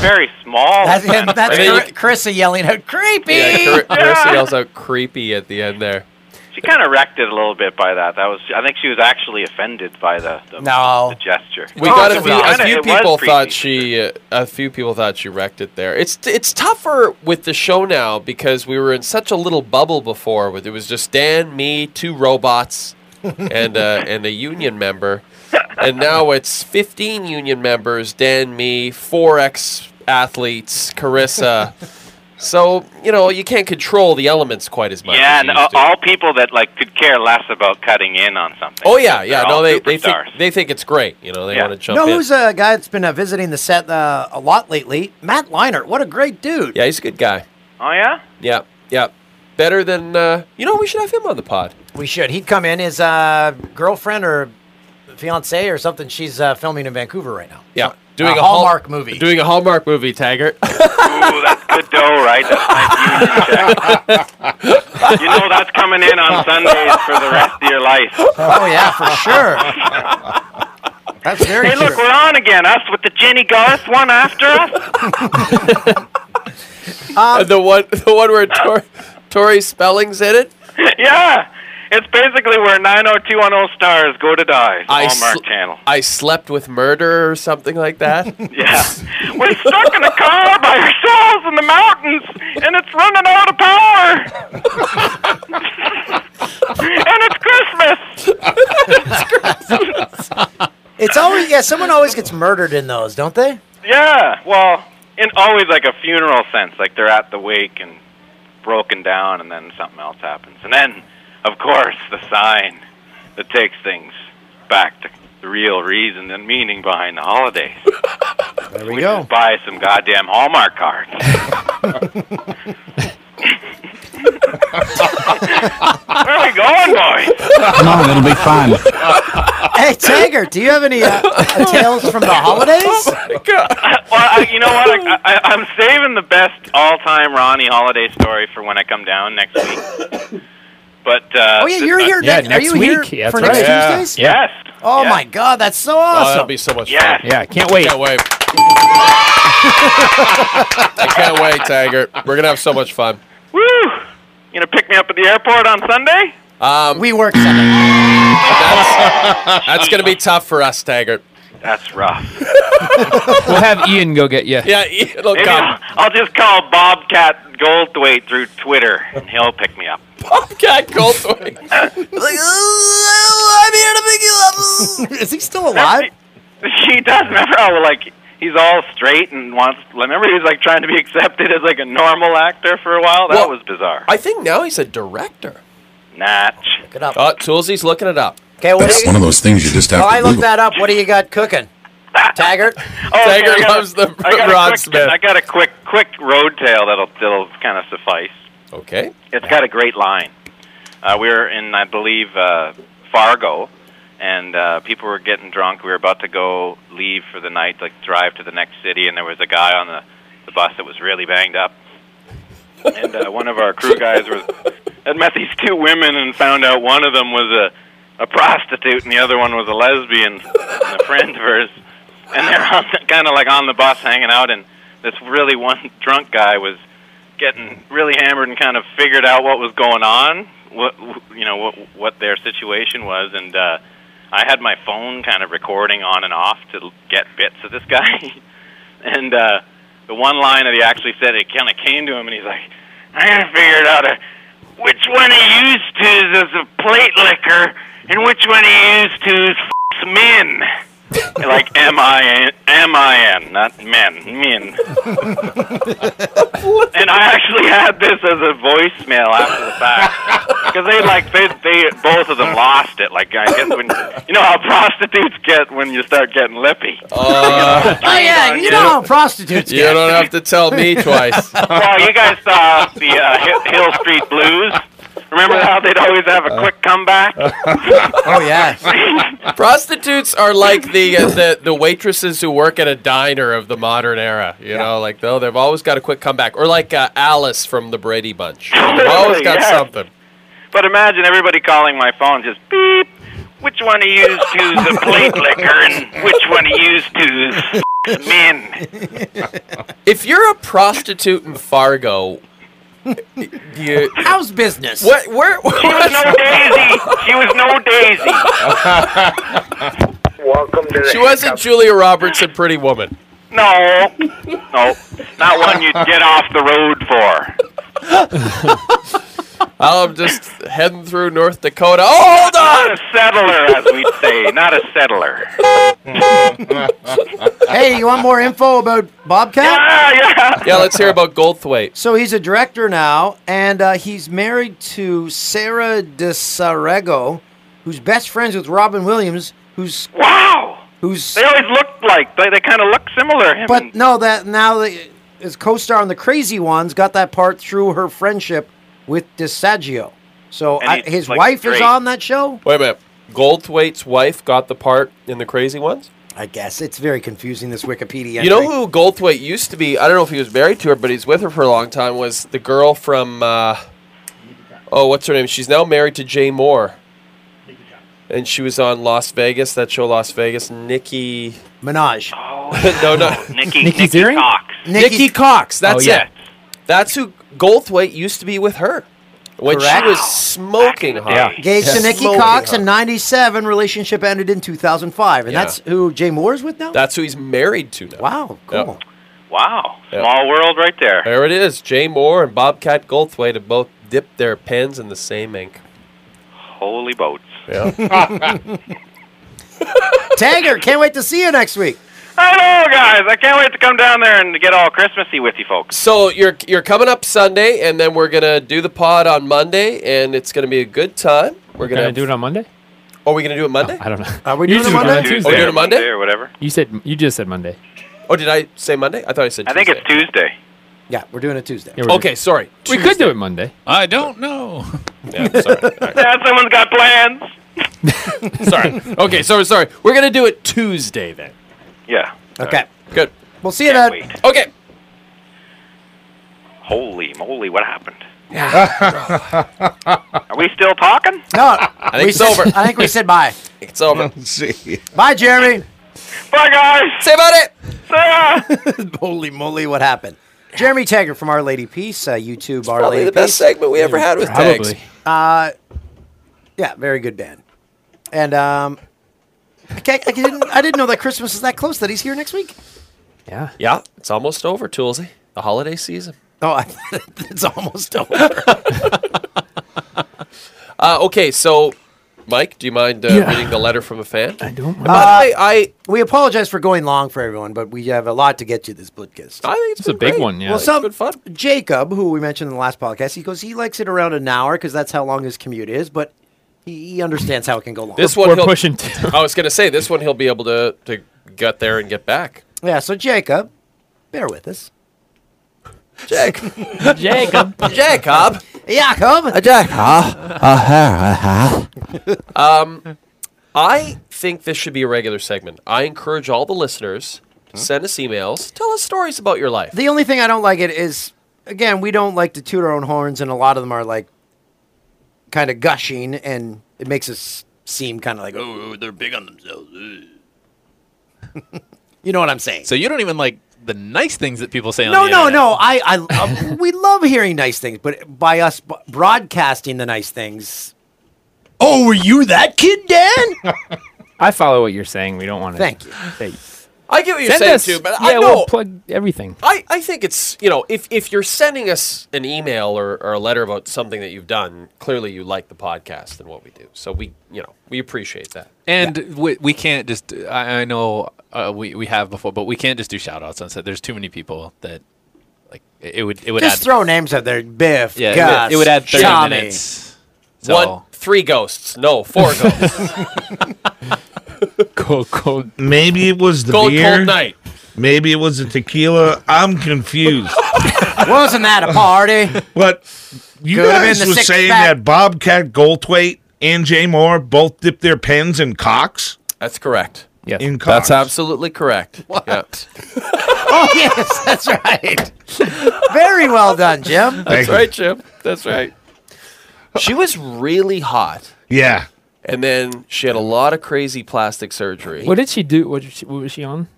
[SPEAKER 9] Very small.
[SPEAKER 4] That's, him, that's
[SPEAKER 7] I mean,
[SPEAKER 4] Char- Carissa yelling out, creepy!
[SPEAKER 7] Oh. Yeah, Car- Carissa
[SPEAKER 9] Yeah.
[SPEAKER 7] yells out creepy at the end there.
[SPEAKER 9] She kind of wrecked it a little bit by that. That was. I think she was actually offended by the the,
[SPEAKER 4] No.
[SPEAKER 9] the gesture.
[SPEAKER 7] We
[SPEAKER 4] Oh,
[SPEAKER 7] got a
[SPEAKER 9] It
[SPEAKER 7] few,
[SPEAKER 9] was
[SPEAKER 7] a
[SPEAKER 9] kinda-
[SPEAKER 7] few
[SPEAKER 9] it was
[SPEAKER 7] people
[SPEAKER 9] creepy.
[SPEAKER 7] thought she uh, a few people thought she wrecked it there. It's it's tougher with the show now because we were in such a little bubble before with it was just Dan, me, two robots, and uh, and a union member, and now it's fifteen union members, Dan, me, four ex athletes, Carissa. So you know you can't control the elements quite as much.
[SPEAKER 9] Yeah,
[SPEAKER 7] as
[SPEAKER 9] and
[SPEAKER 7] you
[SPEAKER 9] all,
[SPEAKER 7] used to.
[SPEAKER 9] all people that like could care less about cutting in on something.
[SPEAKER 7] Oh yeah, yeah.
[SPEAKER 9] They're
[SPEAKER 7] No,
[SPEAKER 9] all
[SPEAKER 7] they they think,
[SPEAKER 9] superstars.
[SPEAKER 7] they think it's great. You know, they want to jump
[SPEAKER 4] no,
[SPEAKER 7] in.
[SPEAKER 4] who's a guy that's been uh, visiting the set uh, a lot lately? Matt Leinart. What a great dude.
[SPEAKER 7] yeah, he's a good guy.
[SPEAKER 9] Oh yeah.
[SPEAKER 7] Yeah, yeah. Better than uh, you know. We should have him on the pod.
[SPEAKER 4] We should. He'd come in. His uh, girlfriend or fiance or something. She's uh, filming in Vancouver right now.
[SPEAKER 7] Yeah, doing
[SPEAKER 4] a
[SPEAKER 7] a, Hall-
[SPEAKER 4] Hallmark movie.
[SPEAKER 7] Doing a Hallmark movie, Taggart.
[SPEAKER 9] The dough, Oh, right? That's my union check. you know that's coming in on Sundays for the rest of your life.
[SPEAKER 4] Oh yeah, for sure. That's very
[SPEAKER 9] hey, look,
[SPEAKER 4] true.
[SPEAKER 9] we're on again. Us with the Jenny Garth one after us.
[SPEAKER 7] the one, the one where Tor- Tori Spelling's in it.
[SPEAKER 9] yeah. It's basically where 90210 stars go to die.
[SPEAKER 7] I
[SPEAKER 9] Hallmark
[SPEAKER 7] sl-
[SPEAKER 9] Channel.
[SPEAKER 7] I slept with murder or something like that.
[SPEAKER 9] Yeah. We're stuck in a car by ourselves in the mountains, and it's running out of power. and it's Christmas.
[SPEAKER 4] It's always yeah. Someone always gets murdered in those, don't they?
[SPEAKER 9] yeah. Well, in always like a funeral sense, like they're at the wake and broken down, and then something else happens, and then, of course, the sign that takes things back to the real reason and meaning behind the holidays.
[SPEAKER 4] There we go.
[SPEAKER 9] Buy some goddamn Hallmark cards. Where are we going, boys?
[SPEAKER 3] Come on, it'll be fun.
[SPEAKER 4] Hey, Tiger, do you have any uh, uh, tales from the holidays?
[SPEAKER 9] well, I, you know what? I, I, I'm saving the best all-time Ronnie holiday story for when I come down next week. But uh,
[SPEAKER 4] Oh yeah, you're here.
[SPEAKER 9] Yeah,
[SPEAKER 4] next, are you
[SPEAKER 9] next week.
[SPEAKER 4] here
[SPEAKER 9] Yeah,
[SPEAKER 4] for
[SPEAKER 9] that's
[SPEAKER 4] next
[SPEAKER 9] right. Yeah.
[SPEAKER 4] Tuesdays?
[SPEAKER 9] Yes.
[SPEAKER 4] Oh my God, that's so
[SPEAKER 7] Oh,
[SPEAKER 4] awesome.
[SPEAKER 7] that'll be so much
[SPEAKER 9] Yes.
[SPEAKER 7] fun.
[SPEAKER 2] Yeah, can't wait.
[SPEAKER 7] Can't wait. I can't wait, Tiger. We're gonna have so much fun.
[SPEAKER 9] Woo! You gonna pick me up at the airport on Sunday?
[SPEAKER 7] Um,
[SPEAKER 4] we work Sunday.
[SPEAKER 7] That's, that's gonna be tough for us, Taggart.
[SPEAKER 9] That's rough.
[SPEAKER 2] we'll have Ian go get you.
[SPEAKER 7] Yeah, Ian will
[SPEAKER 9] Maybe
[SPEAKER 7] come.
[SPEAKER 9] I'll, I'll just call Bobcat Goldthwait through Twitter, and he'll pick me up.
[SPEAKER 7] Bobcat Goldthwait.
[SPEAKER 4] I'm here to pick you up. Is he still alive?
[SPEAKER 9] He does. Remember how like he's all straight and wants. Remember he was like trying to be accepted as like a normal actor for a while. Oh, That
[SPEAKER 7] Well-
[SPEAKER 9] was bizarre.
[SPEAKER 7] I think now he's a director.
[SPEAKER 9] Nah.
[SPEAKER 4] Look it up.
[SPEAKER 7] Oh, Toolsy's looking it up.
[SPEAKER 4] Okay, what
[SPEAKER 1] That's
[SPEAKER 4] do
[SPEAKER 1] one
[SPEAKER 4] you,
[SPEAKER 1] of those things you just have
[SPEAKER 4] oh, I
[SPEAKER 1] to
[SPEAKER 4] looked
[SPEAKER 1] Google.
[SPEAKER 4] that up. What do you got cooking? Taggart?
[SPEAKER 9] Oh, okay,
[SPEAKER 7] Tiger
[SPEAKER 9] I got a-
[SPEAKER 7] loves the
[SPEAKER 9] I got a
[SPEAKER 7] Rod
[SPEAKER 9] quick,
[SPEAKER 7] Smith.
[SPEAKER 9] I got a quick, quick road tale that'll that'll kind of suffice.
[SPEAKER 7] Okay.
[SPEAKER 9] It's got a great line. Uh, we were in, I believe, uh, Fargo, and uh, people were getting drunk. We were about to go leave for the night, like drive to the next city, and there was a guy on the, the bus that was really banged up. And uh, one of our crew guys was had met these two women and found out one of them was a, a prostitute and the other one was a lesbian, and a friend of hers. And they're on the, kind of like on the bus hanging out, and this really one drunk guy was getting really hammered and kind of figured out what was going on, what you know, what what their situation was, and uh, I had my phone kind of recording on and off to get bits of this guy, and uh, the one line that he actually said it kind of came to him, and he's like, "I gotta figure it out. Uh, which one he used to is as a plate licker, and which one he used to is f- men." like M I N, M I N, not men, men. and I actually had this as a voicemail after the fact because they like they they both of them lost it. Like I guess when you know how prostitutes get when you start getting lippy.
[SPEAKER 7] Uh,
[SPEAKER 4] Oh, yeah, you know how prostitutes
[SPEAKER 7] you
[SPEAKER 4] get.
[SPEAKER 7] don't have to tell me twice.
[SPEAKER 9] well, you guys saw the uh, Hi- Hill Street Blues. Remember how they'd always have a quick comeback?
[SPEAKER 4] oh yeah.
[SPEAKER 7] Prostitutes are like the, uh, the the waitresses who work at a diner of the modern era. You know, like though they've always got a quick comeback, or like uh, Alice from the Brady Bunch. They've always got
[SPEAKER 9] Yes.
[SPEAKER 7] something.
[SPEAKER 9] But imagine everybody calling my phone just beep. Which one he used to is a plate licker, and which one he used to is men.
[SPEAKER 7] If you're a prostitute in Fargo, you
[SPEAKER 4] how's business?
[SPEAKER 7] What? Where?
[SPEAKER 9] She was no Daisy. She was no Daisy. Welcome to
[SPEAKER 7] she wasn't Julia Roberts in Pretty Woman.
[SPEAKER 9] No, no, not one you'd get off the road for.
[SPEAKER 7] I'm just heading through North Dakota. Oh, hold on.
[SPEAKER 9] Not a settler, as we'd say. Not a settler.
[SPEAKER 4] hey, you want more info about Bobcat?
[SPEAKER 9] Yeah, yeah.
[SPEAKER 7] Yeah, let's hear about Goldthwait.
[SPEAKER 4] So he's a director now, and uh, he's married to Sarah DeSarego, who's best friends with Robin Williams, who's
[SPEAKER 9] wow.
[SPEAKER 4] Who's
[SPEAKER 9] They always looked like they, they kind of look similar. Him
[SPEAKER 4] but
[SPEAKER 9] and-
[SPEAKER 4] no, that now the, his co-star on The Crazy Ones got that part through her friendship with DeSaggio. So
[SPEAKER 7] And
[SPEAKER 4] I,
[SPEAKER 7] he's,
[SPEAKER 4] his
[SPEAKER 7] like,
[SPEAKER 4] wife is
[SPEAKER 7] great.
[SPEAKER 4] on that show.
[SPEAKER 7] Wait a minute. Goldthwait's wife got the part in The Crazy Ones?
[SPEAKER 4] I guess it's very confusing this Wikipedia.
[SPEAKER 7] You know
[SPEAKER 4] entry.
[SPEAKER 7] who Goldthwait used to be? I don't know if he was married to her, but he's with her for a long time. Was the girl from, uh, oh, what's her name? She's now married to Jay Moore. And she was on Las Vegas, that show Las Vegas. Nikki.
[SPEAKER 4] Minaj.
[SPEAKER 7] no, no.
[SPEAKER 9] Nikki,
[SPEAKER 7] Oh. Nikki Deering? Cox. Nikki,
[SPEAKER 4] Nikki-
[SPEAKER 7] Cox.
[SPEAKER 4] Oh,
[SPEAKER 7] That's
[SPEAKER 4] yeah.
[SPEAKER 7] it. That's who Goldthwait used to be with her. When
[SPEAKER 4] Correct.
[SPEAKER 7] she was smoking hot.
[SPEAKER 4] Engaged to Nikki
[SPEAKER 7] Smoking
[SPEAKER 4] Cox
[SPEAKER 7] hot.
[SPEAKER 4] in 97. Relationship ended in 2005. And
[SPEAKER 7] Yeah.
[SPEAKER 4] that's who Jay Moore's with now?
[SPEAKER 7] That's who he's married to now.
[SPEAKER 4] Wow, cool.
[SPEAKER 9] Wow, small world right there.
[SPEAKER 7] There it is. Jay Moore and Bobcat Goldthwait have both dipped their pens in the same ink.
[SPEAKER 9] Holy boats.
[SPEAKER 7] Yeah.
[SPEAKER 4] Tanger, can't wait to see you next week.
[SPEAKER 9] Hello, guys. I can't wait to come down there and get all Christmassy with you folks.
[SPEAKER 7] so you're you're coming up Sunday, and then we're gonna do the pod on Monday, and it's gonna be a good time. We're
[SPEAKER 2] gonna do
[SPEAKER 7] it on Monday. Are we gonna do it Monday? I
[SPEAKER 2] don't know.
[SPEAKER 4] Are
[SPEAKER 7] we
[SPEAKER 2] You doing it just- Monday?
[SPEAKER 7] Are we
[SPEAKER 2] Tuesday.
[SPEAKER 7] doing it Monday?
[SPEAKER 2] Monday
[SPEAKER 9] or whatever?
[SPEAKER 2] You said you just said Monday.
[SPEAKER 7] Oh, did I say Monday? I thought I said.
[SPEAKER 9] I
[SPEAKER 7] Tuesday.
[SPEAKER 9] think it's Tuesday.
[SPEAKER 4] Yeah, we're doing it Tuesday.
[SPEAKER 2] Yeah, we're
[SPEAKER 7] Okay, sorry.
[SPEAKER 2] We could do it Monday.
[SPEAKER 27] I don't know.
[SPEAKER 9] Yeah, someone's got plans.
[SPEAKER 7] sorry. Okay, sorry, sorry. We're gonna do it Tuesday then.
[SPEAKER 9] Yeah.
[SPEAKER 4] Okay.
[SPEAKER 7] Good.
[SPEAKER 4] We'll see you then.
[SPEAKER 7] Okay.
[SPEAKER 9] Holy moly, what happened? Are we still talking?
[SPEAKER 4] No.
[SPEAKER 9] I think
[SPEAKER 4] we
[SPEAKER 9] it's
[SPEAKER 4] said-
[SPEAKER 9] over.
[SPEAKER 4] I think we said bye.
[SPEAKER 7] It's over.
[SPEAKER 1] see.
[SPEAKER 4] Bye, Jeremy.
[SPEAKER 9] Bye, guys.
[SPEAKER 7] Say about it.
[SPEAKER 4] Holy moly, what happened? Jeremy Taggart from Our Lady Peace, uh, YouTube Our
[SPEAKER 7] probably
[SPEAKER 4] Lady
[SPEAKER 7] the best
[SPEAKER 4] Peace.
[SPEAKER 7] segment we ever had with Probably.
[SPEAKER 4] Uh, yeah, very good band. And um, I, can't, I, didn't, I didn't know that Christmas is that close that he's here next week.
[SPEAKER 7] Yeah. Yeah. It's almost over, Toolsy. The holiday season.
[SPEAKER 4] Oh, I, it's almost over.
[SPEAKER 7] Uh, okay, so Mike, do you mind uh,
[SPEAKER 4] Yeah.
[SPEAKER 7] reading the letter from a fan? I
[SPEAKER 2] don't.
[SPEAKER 7] By the way,
[SPEAKER 4] I Uh, we apologize for going long for everyone, but we have a lot to get to this Blitzkist.
[SPEAKER 7] I think it's
[SPEAKER 2] a big one, yeah.
[SPEAKER 4] Well,
[SPEAKER 2] It's
[SPEAKER 4] some Jacob, who we mentioned in the last podcast, he goes he likes it around an hour because that's how long his commute is, but he, he understands how it can go long.
[SPEAKER 7] this one he'll- I was going to say this one he'll be able to to get there and get back.
[SPEAKER 4] Yeah, so Jacob, bear with us.
[SPEAKER 7] Jake.
[SPEAKER 4] Jacob.
[SPEAKER 7] Jacob.
[SPEAKER 4] Jacob.
[SPEAKER 7] Ah, uh-huh, um, I think this should be a regular segment. I encourage all the listeners to send us emails. Tell us stories about your life.
[SPEAKER 4] The only thing I don't like it is, again, we don't like to toot our own horns, and a lot of them are like kind of gushing, and it makes us seem kind of like, oh, they're big on themselves. ugh." you know what I'm saying?
[SPEAKER 5] So you don't even like the nice things that people say.
[SPEAKER 4] No,
[SPEAKER 5] on the
[SPEAKER 4] no,
[SPEAKER 5] internet.
[SPEAKER 4] no. I, I, uh, we love hearing nice things, but by us b- broadcasting the nice things. Oh, were you that kid, Dan?
[SPEAKER 2] I follow what you're saying. We don't want to.
[SPEAKER 4] Thank
[SPEAKER 2] you.
[SPEAKER 7] I get what you're
[SPEAKER 2] Send
[SPEAKER 7] saying
[SPEAKER 2] us-
[SPEAKER 7] too, but
[SPEAKER 2] yeah,
[SPEAKER 7] I know
[SPEAKER 2] we'll plug everything.
[SPEAKER 7] I, I think it's you know if if you're sending us an email or, or a letter about something that you've done, clearly you like the podcast and what we do. So we you know we appreciate that.
[SPEAKER 5] And we, we can't just. I, I know uh, we we have before, but we can't just do shout outs on set. There's too many people that like it, it would it would
[SPEAKER 4] Just
[SPEAKER 5] add
[SPEAKER 4] throw names out there. Biff.
[SPEAKER 5] yeah
[SPEAKER 4] Gus,
[SPEAKER 5] it, would, it would add thirty
[SPEAKER 4] Tommy.
[SPEAKER 5] minutes.
[SPEAKER 7] One, three ghosts. No, four ghosts.
[SPEAKER 2] cold, cold.
[SPEAKER 1] Maybe it was the
[SPEAKER 7] Cold, cold
[SPEAKER 1] beer.
[SPEAKER 7] night.
[SPEAKER 1] Maybe it was the tequila. I'm confused.
[SPEAKER 4] Wasn't that a party?
[SPEAKER 1] But you
[SPEAKER 4] Could've been
[SPEAKER 1] guys
[SPEAKER 4] the
[SPEAKER 1] were
[SPEAKER 4] six
[SPEAKER 1] saying
[SPEAKER 4] pack.
[SPEAKER 1] that Bobcat Goldthwait and Jay Moore both dipped their pens in cocks.
[SPEAKER 7] That's correct.
[SPEAKER 2] Yeah,
[SPEAKER 1] in cocks.
[SPEAKER 7] That's absolutely correct. What?
[SPEAKER 4] oh yes, that's right. Very well done, Jim.
[SPEAKER 7] That's right, Jim. That's right. She was really hot,
[SPEAKER 1] Yeah.
[SPEAKER 7] and then she had a lot of crazy plastic surgery.
[SPEAKER 2] What did she do? What, did she, what was she on?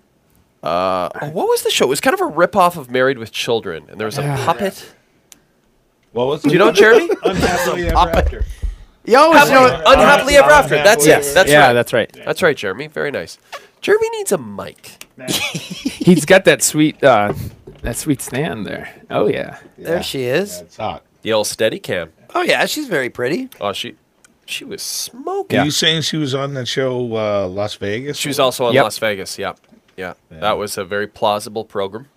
[SPEAKER 7] Uh, oh, what was the show? It was kind of a ripoff of Married with Children, and there was a
[SPEAKER 2] Yeah.
[SPEAKER 7] puppet.
[SPEAKER 1] What was?
[SPEAKER 7] Do you know Jeremy?
[SPEAKER 6] Unhappily ever after.
[SPEAKER 4] You always
[SPEAKER 7] Happily,
[SPEAKER 4] know it.
[SPEAKER 7] unhappily ever after. That's
[SPEAKER 2] Yes.
[SPEAKER 7] it. That's
[SPEAKER 2] Yeah,
[SPEAKER 7] right.
[SPEAKER 2] that's right.
[SPEAKER 7] That's right, Jeremy. Very nice. Jeremy needs a mic.
[SPEAKER 2] He's got that sweet, uh, that sweet stand there. Oh yeah.
[SPEAKER 4] There she is.
[SPEAKER 1] it's hot.
[SPEAKER 7] The old steady cam.
[SPEAKER 4] Oh yeah, she's very pretty.
[SPEAKER 7] Oh, she, she was smoking.
[SPEAKER 1] Are you saying she was on that show uh, Las Vegas?
[SPEAKER 7] She was also on
[SPEAKER 1] Yep.
[SPEAKER 7] Las Vegas. Yep. Yeah. That was a very plausible program.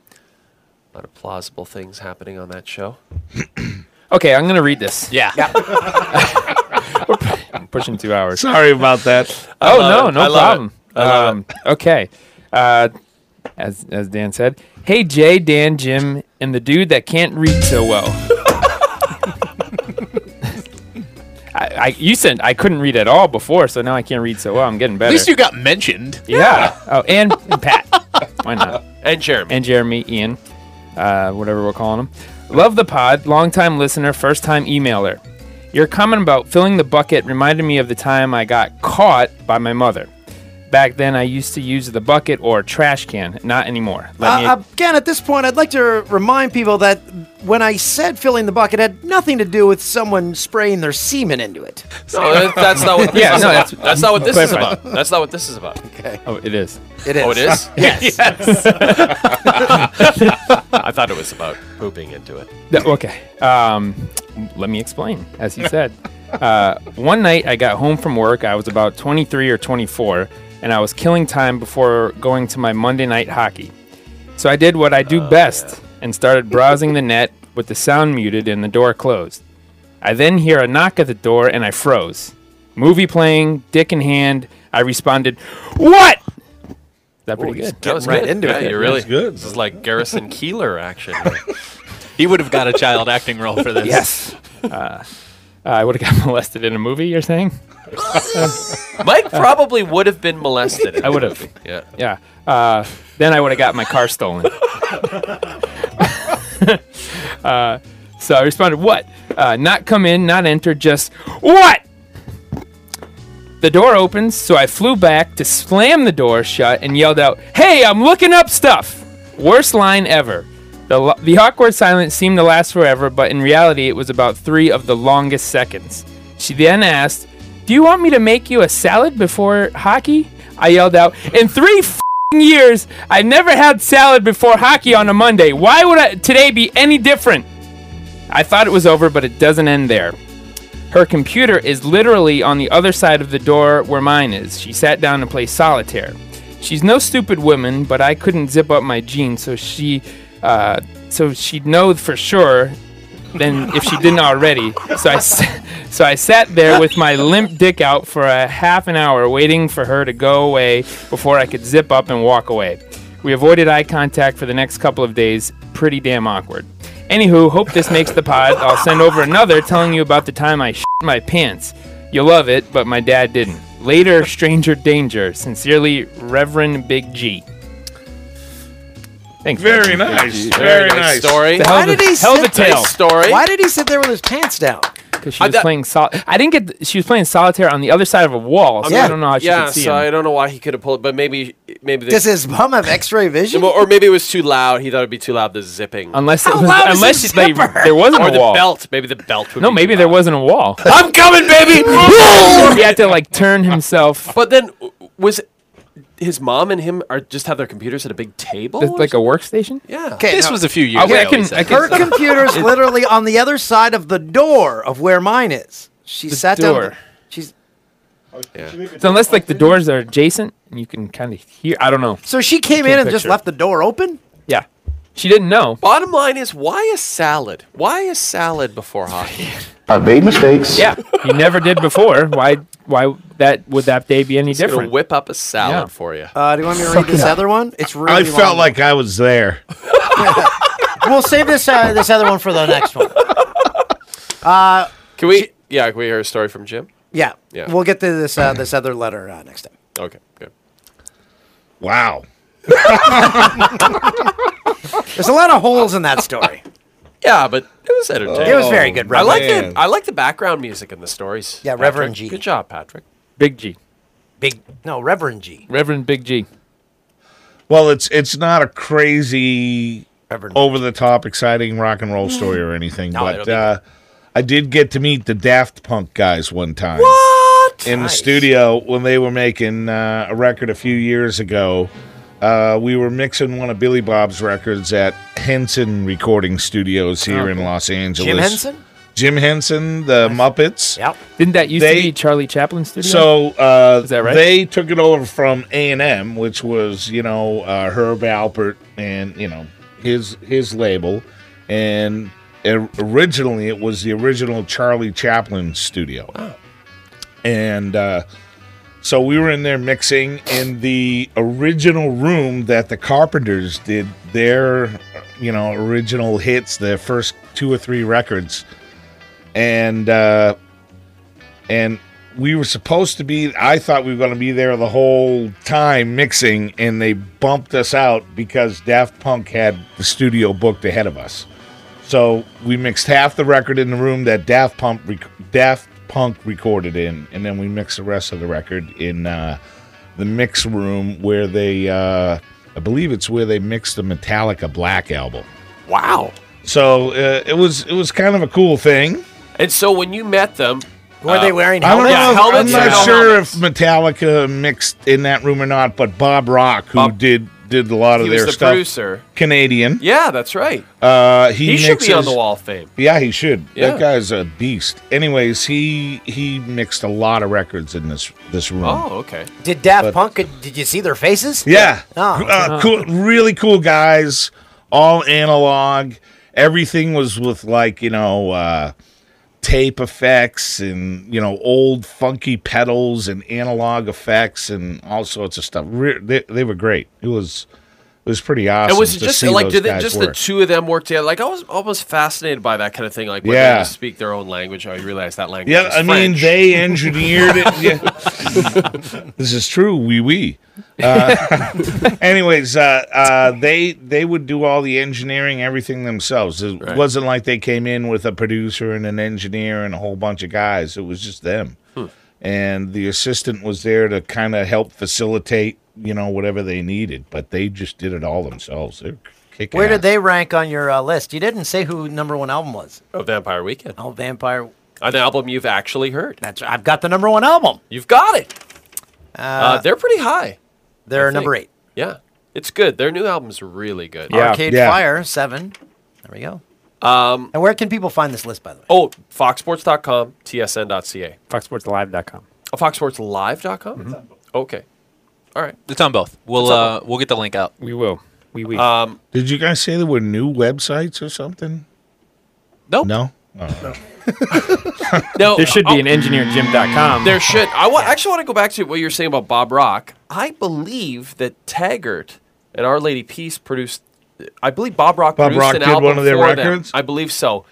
[SPEAKER 7] A lot of plausible things happening on that show.
[SPEAKER 2] Okay, I'm gonna read this.
[SPEAKER 5] Yeah.
[SPEAKER 2] I'm pushing two hours.
[SPEAKER 1] Sorry about that.
[SPEAKER 7] I
[SPEAKER 2] Oh
[SPEAKER 7] love
[SPEAKER 2] no,
[SPEAKER 7] it.
[SPEAKER 2] no
[SPEAKER 7] I love
[SPEAKER 2] problem.
[SPEAKER 7] it. I love
[SPEAKER 2] Um, okay. Uh, as as Dan said, hey Jay, Dan, Jim, and the dude that can't read so well. I, I you said I couldn't read at all before, so now I can't read so well. I'm getting better.
[SPEAKER 5] At least you got mentioned.
[SPEAKER 2] Yeah. Oh, and Pat. Why not?
[SPEAKER 7] And Jeremy.
[SPEAKER 2] And Jeremy, Ian, uh, whatever we're calling him. Love the pod, longtime listener, first time emailer. Your comment about filling the bucket reminded me of the time I got caught by my mother. Back then, I used to use the bucket or trash can. Not anymore. Let me-
[SPEAKER 4] Uh, again, at this point, I'd like to remind people that when I said filling the bucket, it had nothing to do with someone spraying their semen into it.
[SPEAKER 7] No, that- that's not what this
[SPEAKER 2] Yeah,
[SPEAKER 7] is
[SPEAKER 2] no,
[SPEAKER 7] about.
[SPEAKER 2] that's-
[SPEAKER 7] That's not what this is
[SPEAKER 2] clarify.
[SPEAKER 7] about. That's not what this is about.
[SPEAKER 4] Okay.
[SPEAKER 2] oh, it is.
[SPEAKER 4] It is.
[SPEAKER 7] Oh, it is?
[SPEAKER 4] Yes.
[SPEAKER 7] I thought it was about pooping into it.
[SPEAKER 2] No, okay. Um, let me explain. As he said, uh, one night I got home from work. I was about 23 or 24, and I was killing time before going to my Monday night hockey. So I did what I do best and started browsing the net with the sound muted and the door closed. I then hear a knock at the door and I froze. Movie playing, dick in hand. I responded, "What?" Is that pretty good?
[SPEAKER 7] That was
[SPEAKER 2] Right
[SPEAKER 7] good.
[SPEAKER 2] into
[SPEAKER 7] yeah,
[SPEAKER 2] it.
[SPEAKER 7] You're
[SPEAKER 2] That
[SPEAKER 7] really
[SPEAKER 2] was
[SPEAKER 7] good. This is like Garrison Keeler action.
[SPEAKER 5] He would have got a child acting role for this.
[SPEAKER 2] uh, Yes. Uh, I would have got molested in a movie. You're saying?
[SPEAKER 7] Mike probably would have been molested.
[SPEAKER 2] I would have.
[SPEAKER 7] Yeah.
[SPEAKER 2] Yeah. Uh, then I would have got my car stolen. uh, so I responded, "What? Uh, not come in, not enter, just what?" The door opens, so I flew back to slam the door shut and yelled out, "Hey, I'm looking up stuff!" Worst line ever. The, lo- the awkward silence seemed to last forever, but in reality, it was about three of the longest seconds. She then asked, Do you want me to make you a salad before hockey? I yelled out, In three fing years, I never had salad before hockey on a Monday. Why would I, today be any different? I thought it was over, but it doesn't end there. Her computer is literally on the other side of the door where mine is. She sat down to play solitaire. She's no stupid woman, but I couldn't zip up my jeans, so she, uh, so she'd know for sure, than if she didn't already. So I, s- so I sat there with my limp dick out for a half an hour, waiting for her to go away before I could zip up and walk away. We avoided eye contact for the next couple of days. Pretty damn awkward. Anywho, hope this makes the pod. I'll send over another telling you about the time I shit my pants. You'll love it, but my dad didn't. Later, stranger danger. Sincerely, Reverend Big G. Thanks.
[SPEAKER 1] Very
[SPEAKER 2] Reverend Big
[SPEAKER 1] nice.
[SPEAKER 2] G.
[SPEAKER 1] Very Very nice nice. story.
[SPEAKER 2] The hell
[SPEAKER 4] Why
[SPEAKER 2] of a-
[SPEAKER 4] did he
[SPEAKER 2] hell of a
[SPEAKER 4] sit
[SPEAKER 2] tale.
[SPEAKER 4] Why did he sit there with his pants down?
[SPEAKER 2] Because she was playing sol. I didn't get. th- she was playing solitaire on the other side of a wall, so I don't know how she
[SPEAKER 7] yeah,
[SPEAKER 2] could see
[SPEAKER 7] so
[SPEAKER 2] him.
[SPEAKER 7] I don't know why he could have pulled, but maybe maybe they,
[SPEAKER 4] Does his bum have X-ray vision?
[SPEAKER 7] or maybe it was too loud. He thought it'd be too loud. The zipping,
[SPEAKER 2] Unless it
[SPEAKER 7] How
[SPEAKER 2] was,
[SPEAKER 7] loud is
[SPEAKER 2] unless
[SPEAKER 7] his
[SPEAKER 2] she- they,
[SPEAKER 7] zipper?
[SPEAKER 2] there wasn't
[SPEAKER 7] or
[SPEAKER 2] a wall.
[SPEAKER 7] the belt. Maybe the belt. Would
[SPEAKER 2] No,
[SPEAKER 7] be
[SPEAKER 2] maybe there wasn't a wall.
[SPEAKER 7] I'm coming, baby.
[SPEAKER 2] he had to like turn himself.
[SPEAKER 7] But then w- was his mom and him are just have their computers at a big table,
[SPEAKER 2] Th- like a workstation.
[SPEAKER 7] Yeah,
[SPEAKER 4] Okay, This no. was a few
[SPEAKER 2] years ago, he said.
[SPEAKER 7] Her
[SPEAKER 4] Her computer's literally on the other side of the door of where mine is. She
[SPEAKER 2] The
[SPEAKER 4] sat down.
[SPEAKER 2] door.
[SPEAKER 4] She's
[SPEAKER 2] So unless like the doors are adjacent, and you can kind of hear. I don't know.
[SPEAKER 4] so she came
[SPEAKER 2] Can't
[SPEAKER 4] in and just
[SPEAKER 2] picture.
[SPEAKER 4] left the door open.
[SPEAKER 2] Yeah, she didn't know.
[SPEAKER 7] Bottom line is, why a salad? Why a salad before hockey?
[SPEAKER 15] I've made mistakes.
[SPEAKER 2] Yeah, he never did before. Why? Why that would that day be any
[SPEAKER 7] Just gonna
[SPEAKER 2] different?
[SPEAKER 7] whip up a salad
[SPEAKER 2] Yeah.
[SPEAKER 7] for you.
[SPEAKER 4] Uh, do you want me to read
[SPEAKER 2] Suck it
[SPEAKER 4] this
[SPEAKER 2] up.
[SPEAKER 4] other one? It's really.
[SPEAKER 1] I felt
[SPEAKER 4] long.
[SPEAKER 1] like I was there.
[SPEAKER 4] we'll save this uh, this other one for the next one. Uh,
[SPEAKER 7] Can we? Yeah, can we hear a story from Jim?
[SPEAKER 4] yeah,
[SPEAKER 7] Yeah.
[SPEAKER 4] We'll get to this uh, this other letter uh, next time.
[SPEAKER 7] Okay, good.
[SPEAKER 1] Wow.
[SPEAKER 4] There's a lot of holes in that story.
[SPEAKER 7] Yeah, but it was entertaining.
[SPEAKER 4] It was very good,
[SPEAKER 7] I like
[SPEAKER 4] Reverend.
[SPEAKER 7] it. I like the background music in the stories.
[SPEAKER 4] Yeah, Reverend
[SPEAKER 7] Patrick.
[SPEAKER 4] G.
[SPEAKER 7] Good job, Patrick.
[SPEAKER 2] Big G.
[SPEAKER 4] Big no, Reverend G.
[SPEAKER 2] Reverend Big G.
[SPEAKER 1] Well, it's it's not a crazy,
[SPEAKER 4] Reverend.
[SPEAKER 1] over the top, exciting rock and roll story or anything,
[SPEAKER 4] No,
[SPEAKER 1] but
[SPEAKER 4] it'll be-
[SPEAKER 1] uh, I did get to meet the Daft Punk guys one time. What in the studio when they were making uh, a record a few years ago? Uh, we were mixing one of Billy Bob's records at Henson Recording Studios here in Los Angeles.
[SPEAKER 4] Jim Henson?
[SPEAKER 1] Jim Henson, the Muppets.
[SPEAKER 4] Yep.
[SPEAKER 2] Didn't that used
[SPEAKER 1] They-
[SPEAKER 2] to be Charlie Chaplin's studio?
[SPEAKER 1] So uh,
[SPEAKER 2] that right?
[SPEAKER 1] they took it over from A and M, which was you know uh, Herb Alpert and you know his his label, and or- originally it was the original Charlie Chaplin studio, and uh, so we were in there mixing in the original room that the Carpenters did their you know original hits, their first two or three records, and. Uh, and we were supposed to be i thought we were going to be there the whole time mixing and they bumped us out because daft punk had the studio booked ahead of us so we mixed half the record in the room that daft punk rec- daft punk recorded in and then we mixed the rest of the record in uh, the mix room where they uh, i believe it's where they mixed the metallica black album
[SPEAKER 7] wow
[SPEAKER 1] so uh, it was it was kind of a cool thing
[SPEAKER 7] And so when you met them,
[SPEAKER 4] Were they wearing
[SPEAKER 1] Uh, I don't know.
[SPEAKER 4] helmets?
[SPEAKER 1] if-
[SPEAKER 7] helmets
[SPEAKER 1] I'm
[SPEAKER 7] and no
[SPEAKER 1] not sure if Metallica mixed in that room or not, but Bob Rock, who did did a lot of
[SPEAKER 7] He was
[SPEAKER 1] their
[SPEAKER 7] the
[SPEAKER 1] stuff,
[SPEAKER 7] producer.
[SPEAKER 1] Canadian.
[SPEAKER 7] Yeah, that's right.
[SPEAKER 1] Uh, he
[SPEAKER 7] He, should be on
[SPEAKER 1] mixes-
[SPEAKER 7] the Wall of Fame.
[SPEAKER 1] Yeah, he should.
[SPEAKER 7] Yeah.
[SPEAKER 1] That guy's a beast. Anyways, he he mixed a lot of records in this this room.
[SPEAKER 7] Oh, okay.
[SPEAKER 4] Did Daft
[SPEAKER 1] Hmm. But-
[SPEAKER 4] Punk? Did you see their faces?
[SPEAKER 1] Yeah.
[SPEAKER 4] Oh.
[SPEAKER 1] Uh, cool, really cool guys, all analog. Everything was with like, you know, uh, tape effects and, you know, old funky pedals and analog effects and all sorts of stuff. Re- they, they were great. It was it was pretty awesome.
[SPEAKER 7] and was it
[SPEAKER 1] to
[SPEAKER 7] just
[SPEAKER 1] see
[SPEAKER 7] like
[SPEAKER 1] those
[SPEAKER 7] did it
[SPEAKER 1] guys
[SPEAKER 7] just the
[SPEAKER 1] work.
[SPEAKER 7] two of them work together? Like I was almost fascinated by that kind of thing. Like when
[SPEAKER 1] Yeah.
[SPEAKER 7] they just speak their own language, I realized that language.
[SPEAKER 1] Yeah,
[SPEAKER 7] is
[SPEAKER 1] I mean
[SPEAKER 7] French.
[SPEAKER 1] they engineered it. Yeah. this is true. We oui, we. Uh, anyways, uh, uh, they they would do all the engineering, everything themselves. It wasn't like they came in with a producer and an engineer and a whole bunch of guys. It was just them,
[SPEAKER 7] Hmm.
[SPEAKER 1] and the assistant was there to kind of help facilitate, you know, whatever they needed. But they just did it all themselves. They're kicking.
[SPEAKER 4] Where did they rank on your uh, list? You didn't say who number one album was.
[SPEAKER 7] Oh, Vampire Weekend.
[SPEAKER 4] Oh, Vampire.
[SPEAKER 7] An album you've actually heard.
[SPEAKER 4] That's I've got the number one album.
[SPEAKER 7] You've got it.
[SPEAKER 4] Uh,
[SPEAKER 7] Uh, they're pretty high.
[SPEAKER 4] They're
[SPEAKER 7] I
[SPEAKER 4] number
[SPEAKER 7] think.
[SPEAKER 4] eight.
[SPEAKER 7] Yeah, it's good. Their new album's really good.
[SPEAKER 4] Arcade Fire seven. There we go.
[SPEAKER 7] Um,
[SPEAKER 4] and where can people find this list, by the way?
[SPEAKER 7] Oh, foxsports.com, tsn.ca,
[SPEAKER 2] foxsportslive.com.
[SPEAKER 7] Oh, foxsportslive.com.
[SPEAKER 4] Mm-hmm.
[SPEAKER 7] Okay, all right.
[SPEAKER 5] It's on both. We'll
[SPEAKER 7] It's on
[SPEAKER 5] uh, we'll get the link out.
[SPEAKER 2] We will. We we.
[SPEAKER 7] Um,
[SPEAKER 1] Did you guys say there were new websites or something?
[SPEAKER 5] Nope.
[SPEAKER 1] No. Oh.
[SPEAKER 7] No,
[SPEAKER 2] There should
[SPEAKER 7] Oh.
[SPEAKER 2] be an engineerjim.com.
[SPEAKER 7] There should. I wa- actually want to go back to what you were saying about Bob Rock. I believe that Taggart and Our Lady Peace produced. I believe Bob Rock
[SPEAKER 1] Bob
[SPEAKER 7] produced
[SPEAKER 1] Rock
[SPEAKER 7] an
[SPEAKER 1] did
[SPEAKER 7] album
[SPEAKER 1] one of their
[SPEAKER 7] for them.
[SPEAKER 1] records?
[SPEAKER 7] I believe so.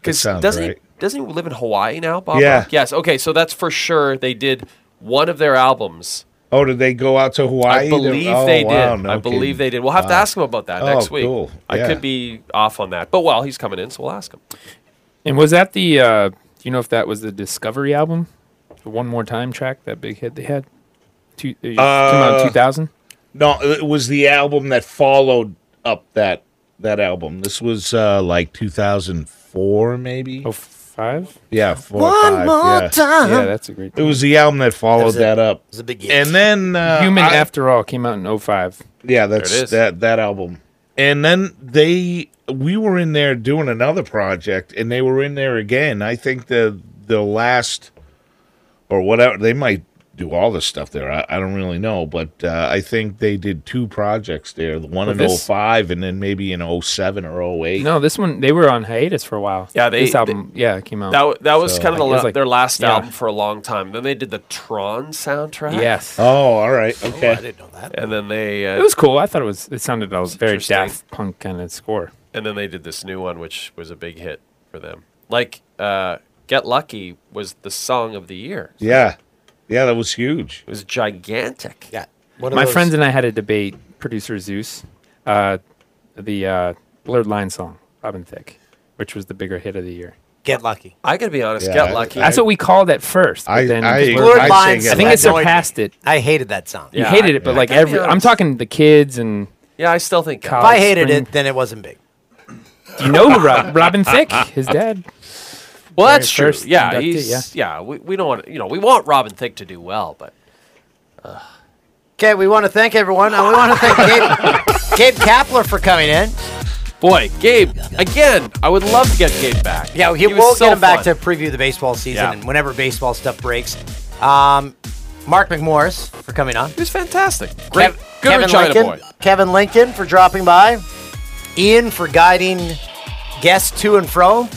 [SPEAKER 7] Because
[SPEAKER 1] sounds
[SPEAKER 7] doesn't
[SPEAKER 1] right.
[SPEAKER 7] he doesn't he live in Hawaii now, Bob?
[SPEAKER 1] Yeah.
[SPEAKER 7] Rock? Yes. Okay. So that's for sure. They did one of their albums.
[SPEAKER 1] Oh, did they go out to Hawaii?
[SPEAKER 7] I believe
[SPEAKER 1] Oh,
[SPEAKER 7] they did.
[SPEAKER 1] wow, no
[SPEAKER 7] I believe
[SPEAKER 1] kidding.
[SPEAKER 7] they did. We'll have to
[SPEAKER 1] Wow.
[SPEAKER 7] ask him about that
[SPEAKER 1] Oh,
[SPEAKER 7] next week.
[SPEAKER 1] cool.
[SPEAKER 7] I
[SPEAKER 1] Yeah.
[SPEAKER 7] could be off on that, but while he's coming in, so we'll ask him.
[SPEAKER 2] And was that the? Uh, do you know if that was the Discovery album, the One More Time track, that big hit they had? Two, it came
[SPEAKER 1] Uh,
[SPEAKER 2] out in two thousand.
[SPEAKER 1] No, it was the album that followed up that that album. This was uh, like 2004, maybe. Oh,
[SPEAKER 2] five.
[SPEAKER 1] Yeah, four. or
[SPEAKER 2] One
[SPEAKER 1] five,
[SPEAKER 2] more
[SPEAKER 1] yeah.
[SPEAKER 2] time. Yeah, that's a great
[SPEAKER 1] It was the album that followed
[SPEAKER 2] was a-
[SPEAKER 1] that up.
[SPEAKER 4] It was a big
[SPEAKER 1] And then uh,
[SPEAKER 2] Human
[SPEAKER 1] I-
[SPEAKER 2] After All came out in 05.
[SPEAKER 1] Yeah,
[SPEAKER 2] There it
[SPEAKER 1] that's
[SPEAKER 2] is.
[SPEAKER 1] that that album. And then they we were in there doing another project and they were in there again. I think the the last or whatever they might do all this stuff there. I, I don't really know, but uh, I think they did two projects there, the one
[SPEAKER 2] Well,
[SPEAKER 1] in
[SPEAKER 2] this-
[SPEAKER 1] 05 and then maybe in 07 or 08.
[SPEAKER 2] No, this one they were on hiatus for a while.
[SPEAKER 7] Yeah, they-
[SPEAKER 2] this album yeah it came out.
[SPEAKER 7] That wa- that was kind of the,
[SPEAKER 2] It was
[SPEAKER 7] la-
[SPEAKER 2] like-
[SPEAKER 7] their last
[SPEAKER 2] yeah.
[SPEAKER 7] album for a long time. Then they did the Tron soundtrack.
[SPEAKER 2] Yes.
[SPEAKER 1] Oh, all right. Okay.
[SPEAKER 7] I didn't know that. And then they uh,
[SPEAKER 2] It was cool. I thought it was. It sounded that was very Daft Punk kind of score.
[SPEAKER 7] And then they did this new one, which was a big hit for them. Like uh, "Get Lucky" was the song of the year.
[SPEAKER 1] Yeah. Yeah, that was huge.
[SPEAKER 7] It was gigantic.
[SPEAKER 4] Yeah.
[SPEAKER 2] My friends and I had a debate. Producer Zeus, uh, the uh, Blurred Line song, Robin Thicke, which was the bigger hit of the year.
[SPEAKER 4] Get lucky.
[SPEAKER 7] I gotta be honest.
[SPEAKER 2] Yeah,
[SPEAKER 7] Get
[SPEAKER 2] I-
[SPEAKER 7] lucky.
[SPEAKER 2] That's what we called it first. but
[SPEAKER 7] I-
[SPEAKER 2] then
[SPEAKER 7] I-
[SPEAKER 2] Blurred
[SPEAKER 7] Blurred
[SPEAKER 2] Lines-
[SPEAKER 7] Lines
[SPEAKER 2] I think it
[SPEAKER 7] had no idea.
[SPEAKER 2] surpassed it.
[SPEAKER 4] I hated that song.
[SPEAKER 2] you hated it, but like every, I'm talking the kids and.
[SPEAKER 7] Yeah, I still think.
[SPEAKER 4] If I hated it, then it wasn't big.
[SPEAKER 2] Do you know who Rob, Robin Thicke? His dad.
[SPEAKER 7] Well,
[SPEAKER 2] Very
[SPEAKER 7] that's true.
[SPEAKER 2] first
[SPEAKER 7] Yeah,
[SPEAKER 2] inductee,
[SPEAKER 7] he's, yeah, We, we don't want you know we want Robin Thicke to do well, but
[SPEAKER 4] Okay, we want to thank everyone, and we want to thank Gabe, Gabe Kapler for coming in.
[SPEAKER 7] boy, Gabe again. I would love to get Gabe back.
[SPEAKER 4] Yeah, he,
[SPEAKER 7] was
[SPEAKER 4] we'll
[SPEAKER 7] so
[SPEAKER 4] get him back
[SPEAKER 7] fun.
[SPEAKER 4] to preview the baseball season
[SPEAKER 7] Yeah.
[SPEAKER 4] and whenever baseball stuff breaks. Um, Mark McMorris for coming on. He
[SPEAKER 7] was fantastic. Great. Good Regina
[SPEAKER 4] Lincoln,
[SPEAKER 7] boy.
[SPEAKER 4] Kevin Lincoln for dropping by. Ian for guiding guests to and fro.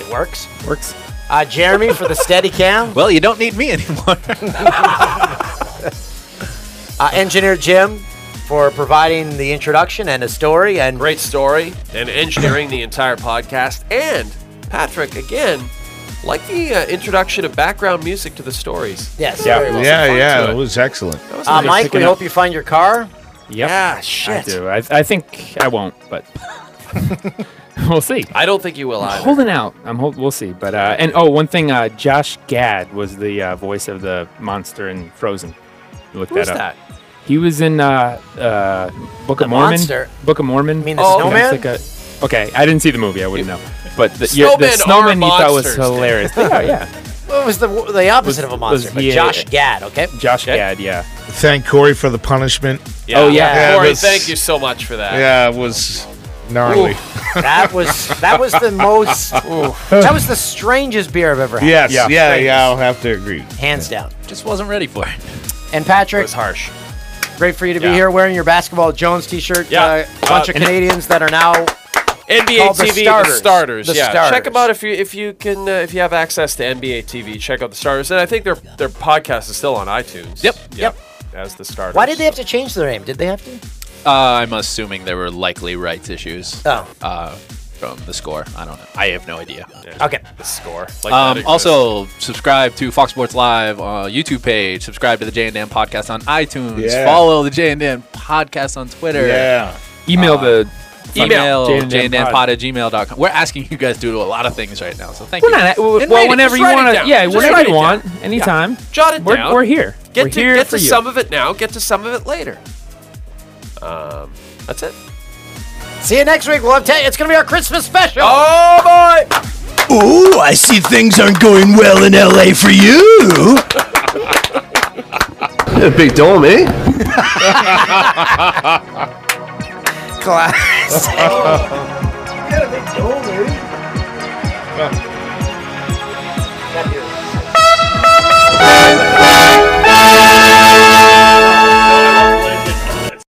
[SPEAKER 4] It works.
[SPEAKER 2] Works.
[SPEAKER 4] Uh, Jeremy for the steady cam.
[SPEAKER 5] Well, you don't need me anymore.
[SPEAKER 4] uh, Engineer Jim for providing the introduction and a story. And
[SPEAKER 7] Great story. and engineering the entire podcast. And Patrick, again, like the uh, introduction of background music to the stories.
[SPEAKER 4] Yes.
[SPEAKER 1] Yeah,
[SPEAKER 4] Very well.
[SPEAKER 1] yeah,
[SPEAKER 4] Some fun
[SPEAKER 1] yeah,
[SPEAKER 4] to
[SPEAKER 1] it.
[SPEAKER 4] it.
[SPEAKER 1] was excellent.
[SPEAKER 4] Uh, Mike, we hope you find your car.
[SPEAKER 2] Yeah, I
[SPEAKER 4] shit.
[SPEAKER 2] do. I, I think I won't, but we'll see.
[SPEAKER 7] I don't think you will
[SPEAKER 2] I'm
[SPEAKER 7] either.
[SPEAKER 2] holding out. I'm hold, We'll see. But uh, and oh, one thing. Uh, Josh Gad was the uh, voice of the monster in Frozen. You look
[SPEAKER 4] Who's
[SPEAKER 2] that
[SPEAKER 4] that?
[SPEAKER 2] up. He was in uh, uh, Book
[SPEAKER 4] The
[SPEAKER 2] of Mormon.
[SPEAKER 4] monster?
[SPEAKER 2] Book of Mormon.
[SPEAKER 4] mean the Oh. snowman?
[SPEAKER 2] a- okay, I didn't see the movie. I wouldn't know. But the, your- the snowman
[SPEAKER 4] Snowmen
[SPEAKER 2] you
[SPEAKER 4] are
[SPEAKER 2] thought was
[SPEAKER 4] monsters, dude.
[SPEAKER 2] hilarious. They are, yeah.
[SPEAKER 4] Well, Oh, it was the, the opposite of a monster,
[SPEAKER 2] was-
[SPEAKER 4] but
[SPEAKER 2] yeah,
[SPEAKER 4] Josh
[SPEAKER 2] yeah.
[SPEAKER 4] Gad, okay?
[SPEAKER 2] Josh Gad, yeah.
[SPEAKER 1] Thank Corey for the punishment.
[SPEAKER 7] Corey,
[SPEAKER 1] it was-
[SPEAKER 7] thank you so much for that.
[SPEAKER 1] Yeah, it was gnarly.
[SPEAKER 4] That was that was the most that was the strangest beer I've ever had.
[SPEAKER 1] Yes, yeah, yeah, I'll have to agree.
[SPEAKER 4] Hands down.
[SPEAKER 5] Just wasn't ready for it.
[SPEAKER 4] And Patrick, it was
[SPEAKER 7] harsh.
[SPEAKER 4] Great for you to be
[SPEAKER 5] Yeah.
[SPEAKER 4] here wearing your basketball Jones T-shirt. Yeah, a bunch
[SPEAKER 7] Uh,
[SPEAKER 4] of Canadians that are now
[SPEAKER 7] NBA
[SPEAKER 4] called
[SPEAKER 7] TV, the starters. yeah, check
[SPEAKER 4] starters.
[SPEAKER 7] them out if you if you can uh, if you have access to NBA TV. Check out the starters, and I think their their podcast is still on iTunes. Yep, yep. as the starter.
[SPEAKER 4] Why did they have to change their name? Did they have to?
[SPEAKER 11] Uh, I'm assuming there were likely rights issues.
[SPEAKER 4] Oh.
[SPEAKER 11] Uh, from the score. I don't know. I have no idea.
[SPEAKER 4] Okay.
[SPEAKER 7] The score.
[SPEAKER 11] um, also, subscribe to Fox Sports Live uh, YouTube page. Subscribe to the J and Dan podcast on iTunes.
[SPEAKER 2] Yeah.
[SPEAKER 11] Follow the J and Dan podcast on Twitter.
[SPEAKER 2] Yeah. Email the
[SPEAKER 11] email
[SPEAKER 2] J and Dan
[SPEAKER 11] jandanpod at gmail.com. We're asking you guys to do a lot of things right now, so thank
[SPEAKER 2] We're
[SPEAKER 11] you.
[SPEAKER 2] not. Well,
[SPEAKER 11] And write it.
[SPEAKER 2] whenever
[SPEAKER 11] Just
[SPEAKER 2] you
[SPEAKER 11] write it
[SPEAKER 2] want to.
[SPEAKER 11] down.
[SPEAKER 2] Yeah,
[SPEAKER 11] Just
[SPEAKER 2] whenever
[SPEAKER 11] write
[SPEAKER 2] you
[SPEAKER 11] it
[SPEAKER 2] want,
[SPEAKER 11] down.
[SPEAKER 2] anytime.
[SPEAKER 11] Yeah. Jot it
[SPEAKER 2] we're,
[SPEAKER 11] down.
[SPEAKER 2] We're here.
[SPEAKER 7] Get
[SPEAKER 2] we're
[SPEAKER 7] to
[SPEAKER 2] here
[SPEAKER 7] get
[SPEAKER 2] for
[SPEAKER 7] to
[SPEAKER 2] you.
[SPEAKER 7] some of it now. Get to some of it later. Um, that's it.
[SPEAKER 4] See you next week. We'll have ten. It's gonna be our Christmas special.
[SPEAKER 7] Oh boy!
[SPEAKER 6] Ooh, I see things aren't going well in LA for you.
[SPEAKER 10] Yeah, big dome, eh?
[SPEAKER 4] Class.
[SPEAKER 6] got a big dome, eh?